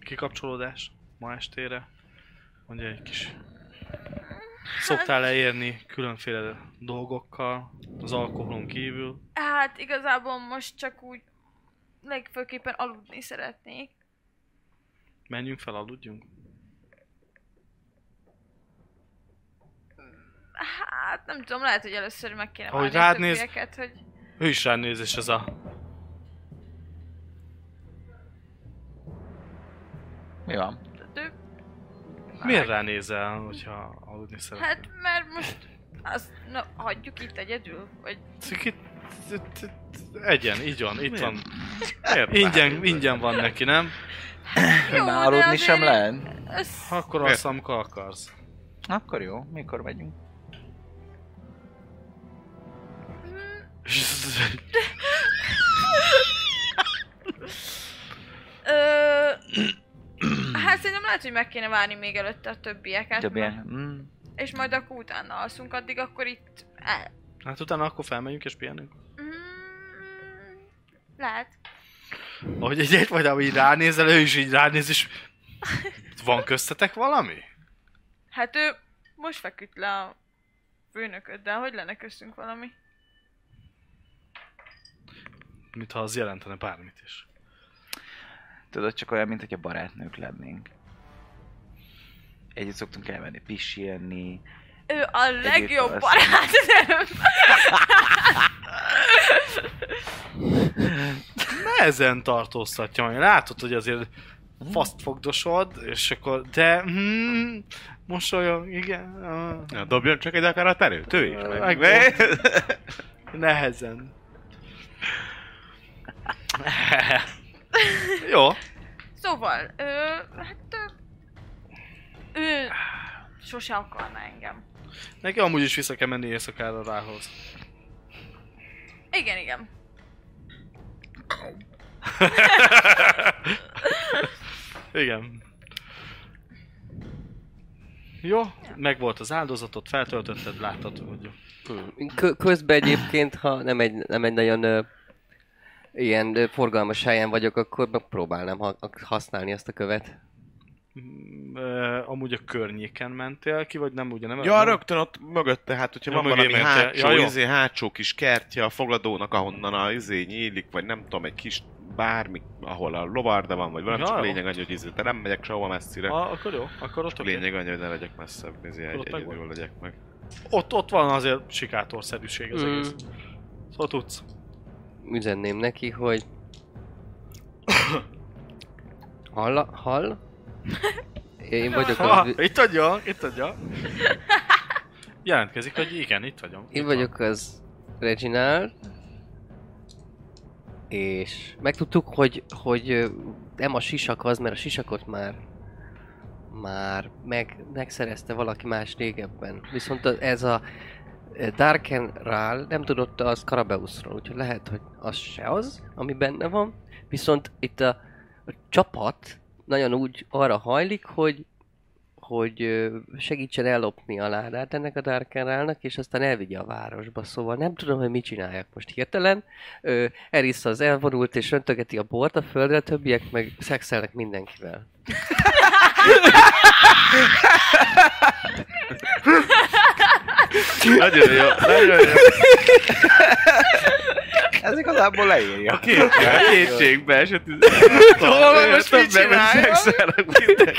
S2: kikapcsolódás ma estére. Mondja egy kis... Szoktál leérni különféle dolgokkal, az alkoholon kívül.
S3: Hát igazából most csak úgy... Legfőképpen aludni szeretnék.
S2: Menjünk fel, aludjunk.
S3: Hát nem tudom, lehet, hogy először meg kéne
S2: Ahogy
S3: várni
S2: rád
S3: a
S2: néz-
S3: többieket, hogy...
S2: Ő is ránéz, és ez a...
S5: Mi van?
S3: Ő...
S2: Miért ránézel, hogyha aludni szeretnél?
S3: Hát, mert most... Azt, na, hagyjuk itt egyedül, vagy...
S2: Cikit... Egyen, így van, itt van.
S6: Miért
S2: Ingyen, ingyen van neki, nem?
S3: Jó,
S5: Már
S3: de
S5: aludni
S3: azért
S5: sem
S3: így
S5: lehet?
S3: össz-
S2: Ha Akkor azt, amikor akarsz.
S5: Akkor jó, mikor megyünk?
S3: Ö... Hát szerintem lehet, hogy meg kéne várni még előtte a többieket.
S5: Több ilyen. Mm.
S3: És majd akkor utána alszunk, addig akkor itt e- el.
S2: Hát utána akkor felmegyünk és pihenünk.
S3: Mm, lehet.
S2: Ahogy egy egy vagy, így ránézel, ő is így ránéz, és van köztetek valami?
S3: Hát ő most feküdt le a főnököt, de hogy lenne köztünk valami?
S2: Mintha az jelentene bármit is.
S5: Tudod, csak olyan, mint hogy a barátnők lennénk. Együtt szoktunk elmenni pisilni.
S3: Ő a legjobb
S5: azt-
S3: barátnőm.
S2: Nehezen tartóztatja, mert látod, hogy azért faszt fogdosod, és akkor, de mm, mosolyog, igen, ah,
S6: Na, dobjon csak egy akár a terőt, ő is. Meg.
S2: Meg- nehezen. Jó,
S3: Szóval, ő, hát ő, ő sose akarna engem.
S2: neki amúgy is vissza kell menni éjszakára rához.
S3: Igen, igen.
S2: Igen. Jó, meg volt az áldozatot, feltöltötted, láttad, hogy
S4: Kö- közben egyébként, ha nem egy, nem egy nagyon ö, ilyen ö, forgalmas helyen vagyok, akkor megpróbálnám ha- használni azt a követ.
S2: Mm, ö, amúgy a környéken mentél ki, vagy nem, ugye nem?
S6: Ja,
S2: nem?
S6: rögtön ott mögötte, hát hogyha
S2: Ja,
S6: ja, van
S2: mögé
S6: valami
S2: ment el.
S6: hátsó,
S2: Ja,
S6: ja,
S2: jó.
S6: izé, hátsó kis kertje a fogadónak, ahonnan a izé nyílik, vagy nem tudom, egy kis bármi, ahol a lovarda van, vagy valami,
S2: Ja,
S6: csak
S2: jó.
S6: lényeg annyi, hogy izé, de nem megyek sehova messzire.
S2: Ha, akkor jó, akkor ott
S6: csak
S2: oké.
S6: lényeg annyi, hogy ne legyek messzebb, izé, egy,
S2: Ott meg
S6: egyedül legyek meg.
S2: Ott, ott van azért sikátorszerűség az
S4: Mm.
S2: egész. Szóval tudsz.
S4: üzenném neki, hogy... Hall? Hall? Én vagyok
S2: Ha,
S4: az, ü-
S2: itt adja, itt adja. Jelentkezik, hogy igen, itt vagyok.
S4: én
S2: Itt van.
S4: vagyok az Reginald. És megtudtuk, hogy, hogy ö, nem a sisak az, mert a sisakot már már meg, megszerezte valaki más régebben. Viszont a- ez a ö, Darken Rál nem tudott az Karabeusról, úgyhogy lehet, hogy az se az, ami benne van. Viszont itt a, a csapat nagyon úgy arra hajlik, hogy hogy ö, segítsen ellopni a ládát ennek a Darken Rálnak, és aztán elvigye a városba. Szóval nem tudom, hogy mit csinálják most hirtelen. Ö, Erissa az elvonult és öntögeti a bort a földre, a többiek meg szexelnek mindenkivel.
S6: Nagyon jó, nagyon jó.
S5: Ez igazából leírja.
S6: Kétségbe esett. izé.
S2: Hol most mit csinálja?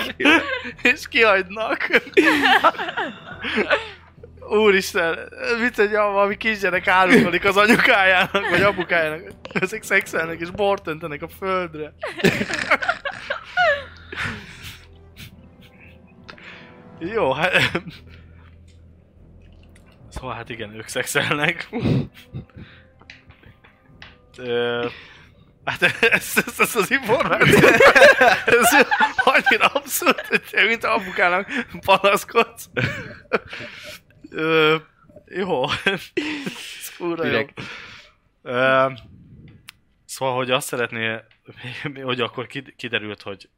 S6: És kihagynak.
S2: Úristen, mit egy valami kisgyerek árulkodik az anyukájának, vagy apukájának. Ezek szexelnek és bort öntenek a földre. Jó, hát... Szóval hát igen, ők szexelnek. Ö, Hát ez, ez, ez az információ, ez annyira abszurd, hogy te, mint apukának panaszkodsz. Ö, jó. Ez kurva
S4: Direkt.
S2: jó. Ö, szóval, hogy azt szeretné, hogy akkor kid- kiderült, hogy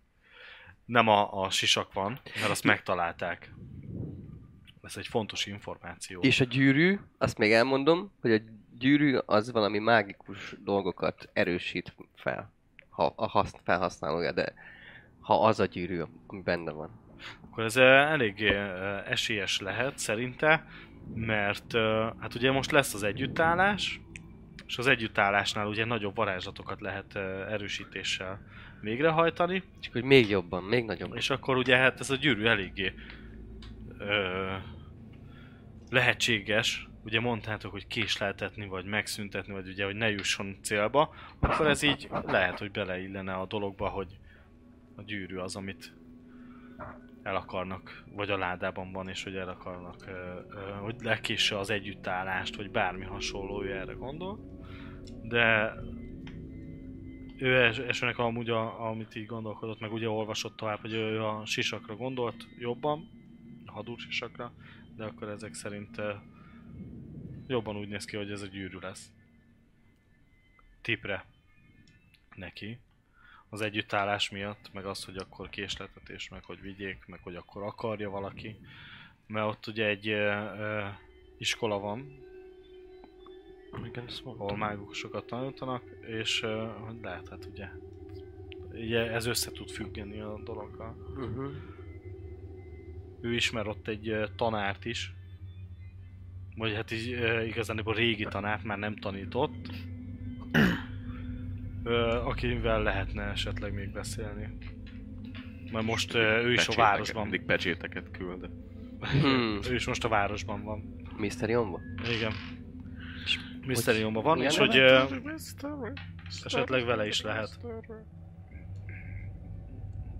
S2: nem a, a sisak van, mert azt megtalálták. Ez egy fontos információ.
S4: És a gyűrű, azt még elmondom, hogy a gyűrű az valami mágikus dolgokat erősít fel, ha a haszt, felhasználója, de ha az a gyűrű, ami benne van.
S2: Akkor ez eh, eléggé eh, esélyes lehet szerinte, mert eh, hát ugye most lesz az együttállás, és az együttállásnál ugye nagyobb varázslatokat lehet eh, erősítéssel végrehajtani,
S4: És hogy még jobban, még nagyobb.
S2: és akkor ugye hát ez a gyűrű eléggé ö, lehetséges. Ugye mondtátok, hogy késleltetni, vagy megszüntetni, vagy ugye, hogy ne jusson célba. Akkor ez így lehet, hogy beleillene a dologba, hogy a gyűrű az, amit el akarnak, vagy a ládában van, és hogy el akarnak, ö, ö, hogy lekésse az együttállást, vagy bármi hasonló, ő erre gondol. De ő es- esőnek amúgy, a, amit így gondolkodott, meg ugye olvasott tovább, hogy ő a sisakra gondolt jobban, a hadúr sisakra, de akkor ezek szerint eh, jobban úgy néz ki, hogy ez a gyűrű lesz. Tipre. Neki. Az együttállás miatt, meg az, hogy akkor késletetés, meg hogy vigyék, meg hogy akkor akarja valaki. Mert ott ugye egy eh, eh, iskola van,
S8: Igen, ezt mondtam.
S2: ahol mágusokat tanítanak, és uh, hogy lehet, hát ugye, ugye ez össze tud függeni a dologgal.
S4: Uh-huh.
S2: Ő ismer ott egy uh, tanárt is, vagy hát így uh, igazán a régi tanárt már nem tanított, uh, akivel lehetne esetleg még beszélni. Mert most uh, ő is a városban,
S6: Mindig pecséteket küld.
S4: Hmm.
S2: ő is most a városban van.
S4: Mr. Jomba?
S2: Igen. Misztériumban van,
S4: milyen
S2: és hogy
S4: neve?
S2: ö, esetleg vele is lehet.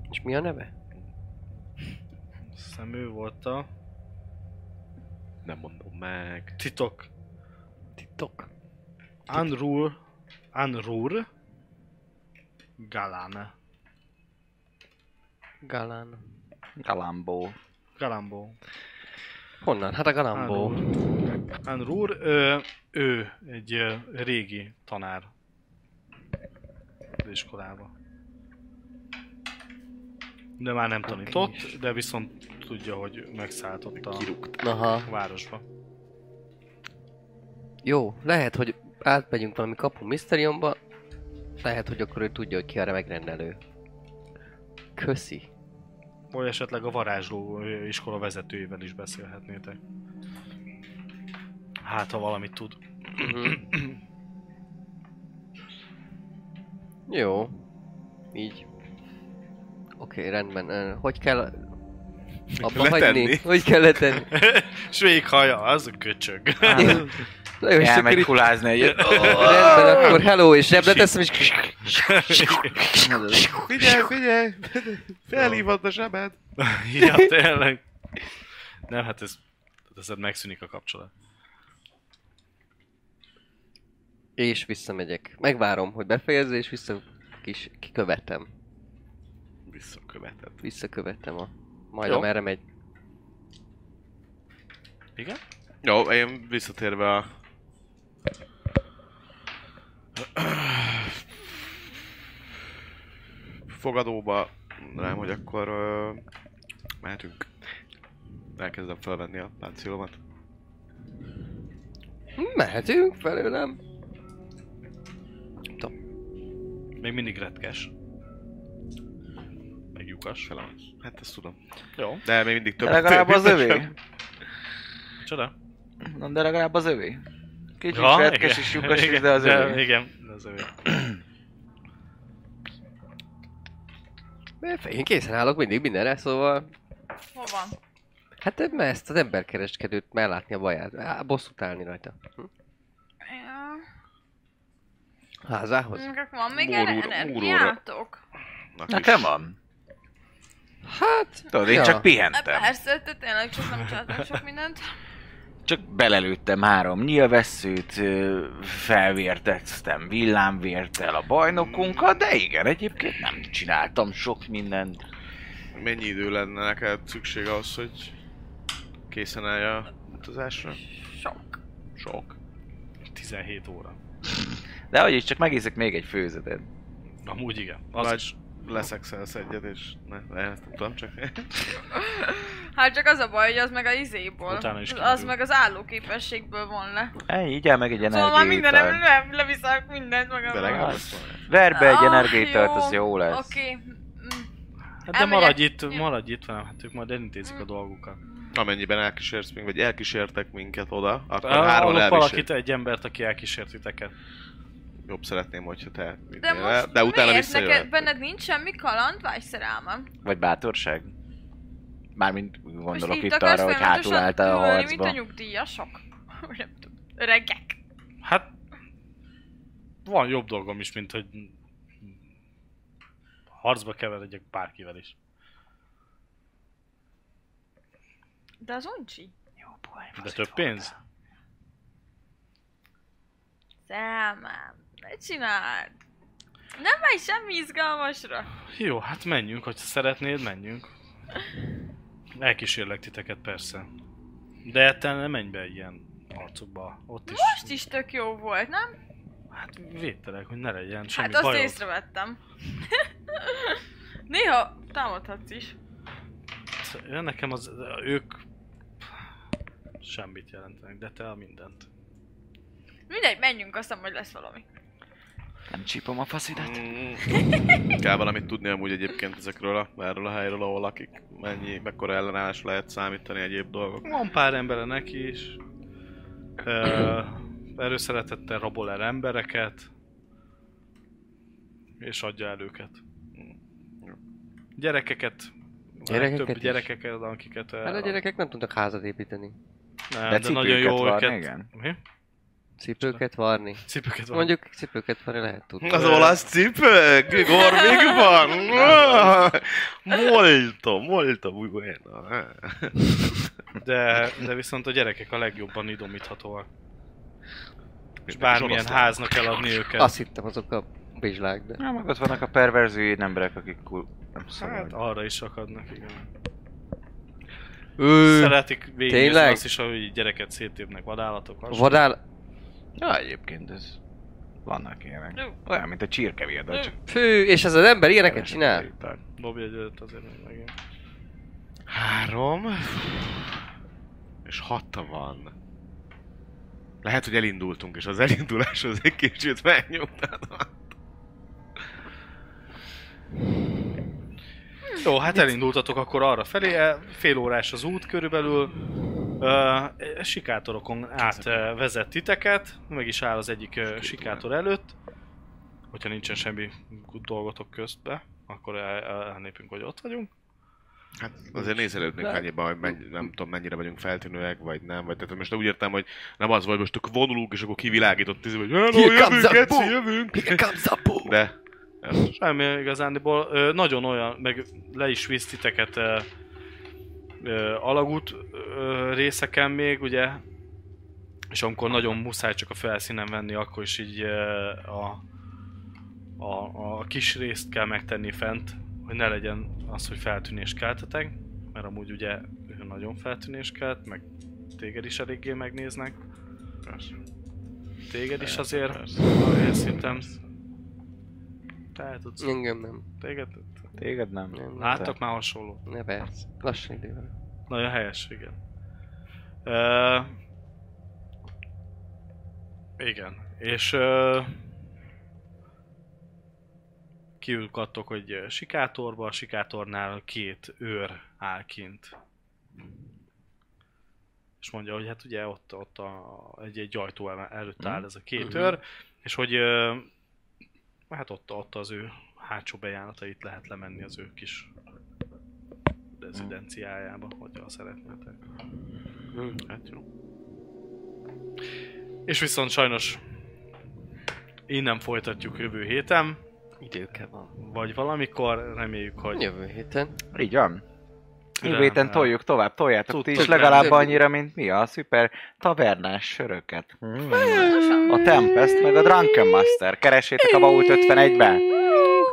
S4: És mi a neve?
S2: Azt hiszem ő volt a
S6: Nem mondom meg.
S2: titok
S4: Titok.
S2: Anrur, Anrur Galán.
S4: Galán.
S5: Kalambó.
S2: Galambó.
S4: Honnan? Hát a Galambó.
S2: Anrur, ö, ő egy ö, régi tanár az iskolába. De már nem tanított, de viszont tudja, hogy megszálltott a
S4: Aha.
S2: városba.
S4: Jó, lehet, hogy átmegyünk valami kapu misztériumba, lehet, hogy akkor ő tudja, hogy ki arra megrendelő. Köszi.
S2: Vagy esetleg a varázsló ö, iskola vezetőjével is beszélhetnétek. Hát, ha valamit tud.
S4: Mhm. Jó. Így. Oké, rendben. Ö, Hogy kell Abba
S6: Letenni.
S4: hagyni? Hogy kell letenni?
S2: És végighaja, az a köcsög.
S4: Na jó, és akkor
S5: Elmegy
S4: így
S5: kulázni egyet.
S4: rendben, akkor hello, és zsebre teszem, és
S6: Figyelj, figyelj! Felhívod a zsebed!
S2: ja, tényleg. Nem, hát ez, ez megszűnik a kapcsolat.
S4: És visszamegyek. Megvárom, hogy befejezze, és vissza kis, kikövetem.
S6: Visszaköveted.
S4: Visszakövetem a... Majd
S6: Jó.
S4: amerre megy.
S2: Igen?
S6: Jó, én visszatérve a... Fogadóba, nem, hogy akkor ö, mehetünk. Elkezdem felvenni a páncélomat.
S4: Mehetünk felőlem.
S2: Még mindig retkes. Meg lyukas.
S6: Felem. Hát ezt tudom.
S2: Jó,
S6: De még mindig több.
S5: De legalább az övé.
S2: csoda.
S5: Na, de legalább az övé. Kicsit ja, retkes
S2: igen.
S5: és lyukas is,
S2: Igen,
S5: de az övé.
S2: Igen, de az övé.
S4: Mert Én készen állok mindig mindenre, szóval...
S3: Hol van?
S4: Hát ebben ezt az emberkereskedőt már látni a baját. Á, bosszút állni rajta.
S3: Ja.
S4: Házához?
S3: Nektek van még
S6: Múrúra-
S3: erre energiátok?
S5: Nekem van.
S4: Hát...
S5: Tudod, én
S4: ja.
S5: csak
S3: Hát
S5: pihentem.
S3: Persze, te tényleg csak nem csináltam sok mindent.
S5: Csak belelőttem három nyilvesszőt, ö, felvérteztem villámvértel a bajnokunkat, de igen, egyébként nem csináltam sok mindent.
S6: Mennyi idő lenne neked szükség ahhoz, hogy készen állj a utazásra?
S3: Sok.
S6: Sok.
S2: 17 óra.
S5: De hogy is, csak megízek még egy főzetet.
S2: Amúgy igen. Az
S6: Az
S2: Nagy.
S6: Vagy leszekszelsz egyet, és... Ne, ne, ezt nem tudom, csak...
S3: Hát csak az a baj, hogy az meg a izéból.
S2: Utána is
S3: Az
S2: kiderül.
S3: meg az állóképességből von le.
S5: Ej, így el meg egy
S3: Szóval már mindenem
S5: energiaitalt.
S3: le, leviszek mindent magammal.
S6: De legalább
S5: az.
S6: ezt mondja.
S5: Verj be egy
S3: Ah,
S5: energiaitalt,
S3: jó.
S5: az jó lesz.
S3: Oké. Mm.
S2: Hát de
S3: Elmegyek.
S2: maradj itt, maradj itt velem, hát ők majd elintézik a dolgukat.
S6: Amennyiben elkísérsz minket, vagy elkísértek minket oda, akkor
S2: Ah,
S6: hárman
S2: Hallok
S6: elvisel.
S2: valakit, egy embert, aki elkísért titeket.
S6: Jobb szeretném, hogyha te
S3: De
S6: vinnél el,
S3: most
S6: de utána
S3: miért neked,
S6: visszajöhet.
S3: benned nincs semmi kaland, vagy szerelmem?
S5: Vagy bátorság? Mármint
S3: Most
S5: gondolok
S3: így
S5: itt
S3: akarsz
S5: arra, hogy hátul
S3: folyamatosan
S5: álltál a
S3: ülni, Mint a
S5: harcba.
S3: nyugdíjasok. Nem tudom. Öregek.
S2: Hát... Van jobb dolgom is, mint hogy... Harcba keveredjek bárkivel is.
S3: De az uncsi. Jó poén.
S2: De több pénz?
S3: Szemem. Ne csináld. Nem megy semmi izgalmasra.
S2: Jó, hát menjünk, hogyha szeretnéd, menjünk. Elkísérlek titeket persze. De te ne menj be ilyen arcokba. Ott is.
S3: Most is tök jó volt, nem?
S2: Hát védtelek, hogy ne legyen semmi
S3: Hát azt
S2: bajod.
S3: észrevettem. Néha támadhatsz is.
S2: Hát, Nekem az, ők semmit jelentenek, de te a mindent.
S3: Mindegy, menjünk, azt hiszem, hogy lesz valami.
S5: Nem csípom a faszidat.
S6: Mm. Kell valamit tudni amúgy egyébként ezekről a, erről a helyről, ahol lakik, mennyi, mekkora ellenállás lehet számítani egyéb dolgok.
S2: Van pár embere neki is. Ö, Erőszeretettel rabol el embereket. És adja el őket. Gyerekeket.
S4: Gyerekeket
S2: több
S4: is?
S2: gyerekeket, akiket eh,
S4: Hát a gyerekek nem tudnak házat építeni.
S2: Nem,
S5: De
S2: de, nagyon
S5: cipőket
S2: jó
S5: varni,
S2: őket.
S5: igen.
S2: Mi?
S4: Cipőket varni.
S2: Cipőket van. Mondjuk...
S4: Mondjuk cipőket varni lehet tudni.
S6: Az olasz cipő, gormig van. molto, molto, muy bueno.
S2: De, de viszont a gyerekek a legjobban idomíthatóak. És bármilyen
S6: olasz
S2: háznak eladni őket.
S4: Azt hittem azok a vizslák, de...
S5: Na, meg ott vannak a perverző emberek, akik kul... Nem szóval-
S2: Hát
S5: szabad.
S2: arra is akadnak, igen.
S4: Ő...
S2: Szeretik végignézni
S4: tényleg?
S2: azt is, hogy gyereket szétépnek vadállatok. hasonló.
S4: Vadál...
S5: Ja, egyébként ez... Vannak ilyenek.
S3: Jó.
S5: Olyan, mint a csirkevérda, csak
S4: Fű, és ez az ember ilyeneket csinál?
S5: energiaitalt.
S2: Dobj egy ötöt azért még megint.
S6: Három. És hatta van. Lehet, hogy elindultunk, és az elinduláshoz egy kicsit megnyugtatott.
S2: Jó, hát elindultatok akkor arra felé, e, fél órás az út körülbelül. Ö, e, sikátorokon át ö, vezet titeket, meg is áll az egyik ö, sikátor előtt. Hogyha nincsen semmi good dolgotok közbe, akkor el- el- elnépünk, hogy ott vagyunk.
S6: Hát azért nézelődnénk annyiba, hogy menny, nem tudom mennyire vagyunk feltűnőek, vagy nem. Vagy, tehát most úgy értem, hogy nem az vagy, most akkor vonulunk, és akkor kivilágított tíz, hogy hello,
S4: Here comes
S6: jövünk,
S4: a
S6: geci,
S4: boom!"
S6: jövünk.
S4: Here comes a boom!
S6: De
S2: Semmi igazándiból. Ö, nagyon olyan, meg le is visz titeket e, ö, ö, alagút ö, részeken még, ugye? És amikor nagyon muszáj csak a felszínen venni, akkor is így ö, a, a, a kis részt kell megtenni fent, hogy ne legyen az, hogy feltűnés keltetek, mert amúgy ugye ő nagyon feltűnés kelt, meg téged is eléggé megnéznek.
S6: Persze.
S2: Téged is
S6: Persze,
S2: azért,
S6: persze.
S2: valami szinten. Tehát tudsz
S4: Engem nem.
S2: Téged?
S5: Téged nem.
S4: nem
S2: Láttak már hasonló.
S4: Ne persze. Lassan idővel.
S2: Nagyon helyes, igen. Ö... Igen. És ö... kiülkadtok, hogy ö, sikátorba, a sikátornál két őr áll kint. És mondja, hogy hát ugye ott, ott a, egy, egy ajtó eme- előtt áll ez a
S4: Mhm.
S2: két őr, és hogy ö, hát ott, ott az ő hátsó bejáratait lehet lemenni az ő kis rezidenciájába, hogyha szeretnétek.
S4: Mhm.
S6: hát jó.
S2: És viszont sajnos innen folytatjuk jövő héten,
S4: Időke van.
S2: vagy valamikor, reméljük, hogy...
S4: Jövő héten.
S5: Így van. Jövő
S2: Nem,
S5: héten
S2: nem.
S5: toljuk tovább, toljátok ti
S2: Tudtuk,
S5: is
S2: nem.
S5: legalább annyira, mint mi a szuper tavernás söröket. Hmm.
S3: Pontosan.
S5: A Tempest meg a Drunken Master. Keresétek a Vault 51-ben.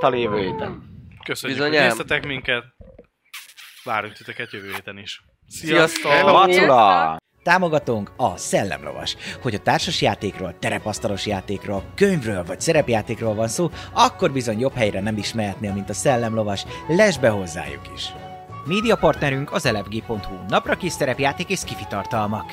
S5: A lévő héten.
S2: Köszönjük,
S4: Bizonyám.
S2: hogy néztetek minket. Várunk titeket jövő héten is.
S4: Sziasztok!
S5: Macula!
S1: Támogatónk a Szellemlovas. Hogy a társasjátékról, terepasztalos játékról, könyvről vagy szerepjátékról van szó, akkor bizony jobb helyre nem is mehetnél, mint a Szellemlovas. Lesz be hozzájuk is! Média partnerünk az elefg.hu, napra kis szerepjáték és kifitartalmak.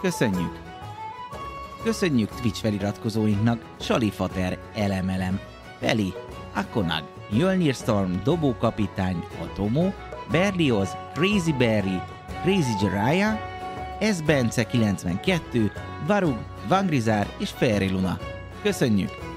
S1: köszönjük! Köszönjük Twitch feliratkozóinknak Salifater, Elemelem, Peli, Akonag, Jölnir Storm, Dobókapitány, Atomo, Berlioz, Crazy Berry, Crazy Jiraiya, S. Bence 92, Varug, Vangrizár és Fairy Luna. Köszönjük!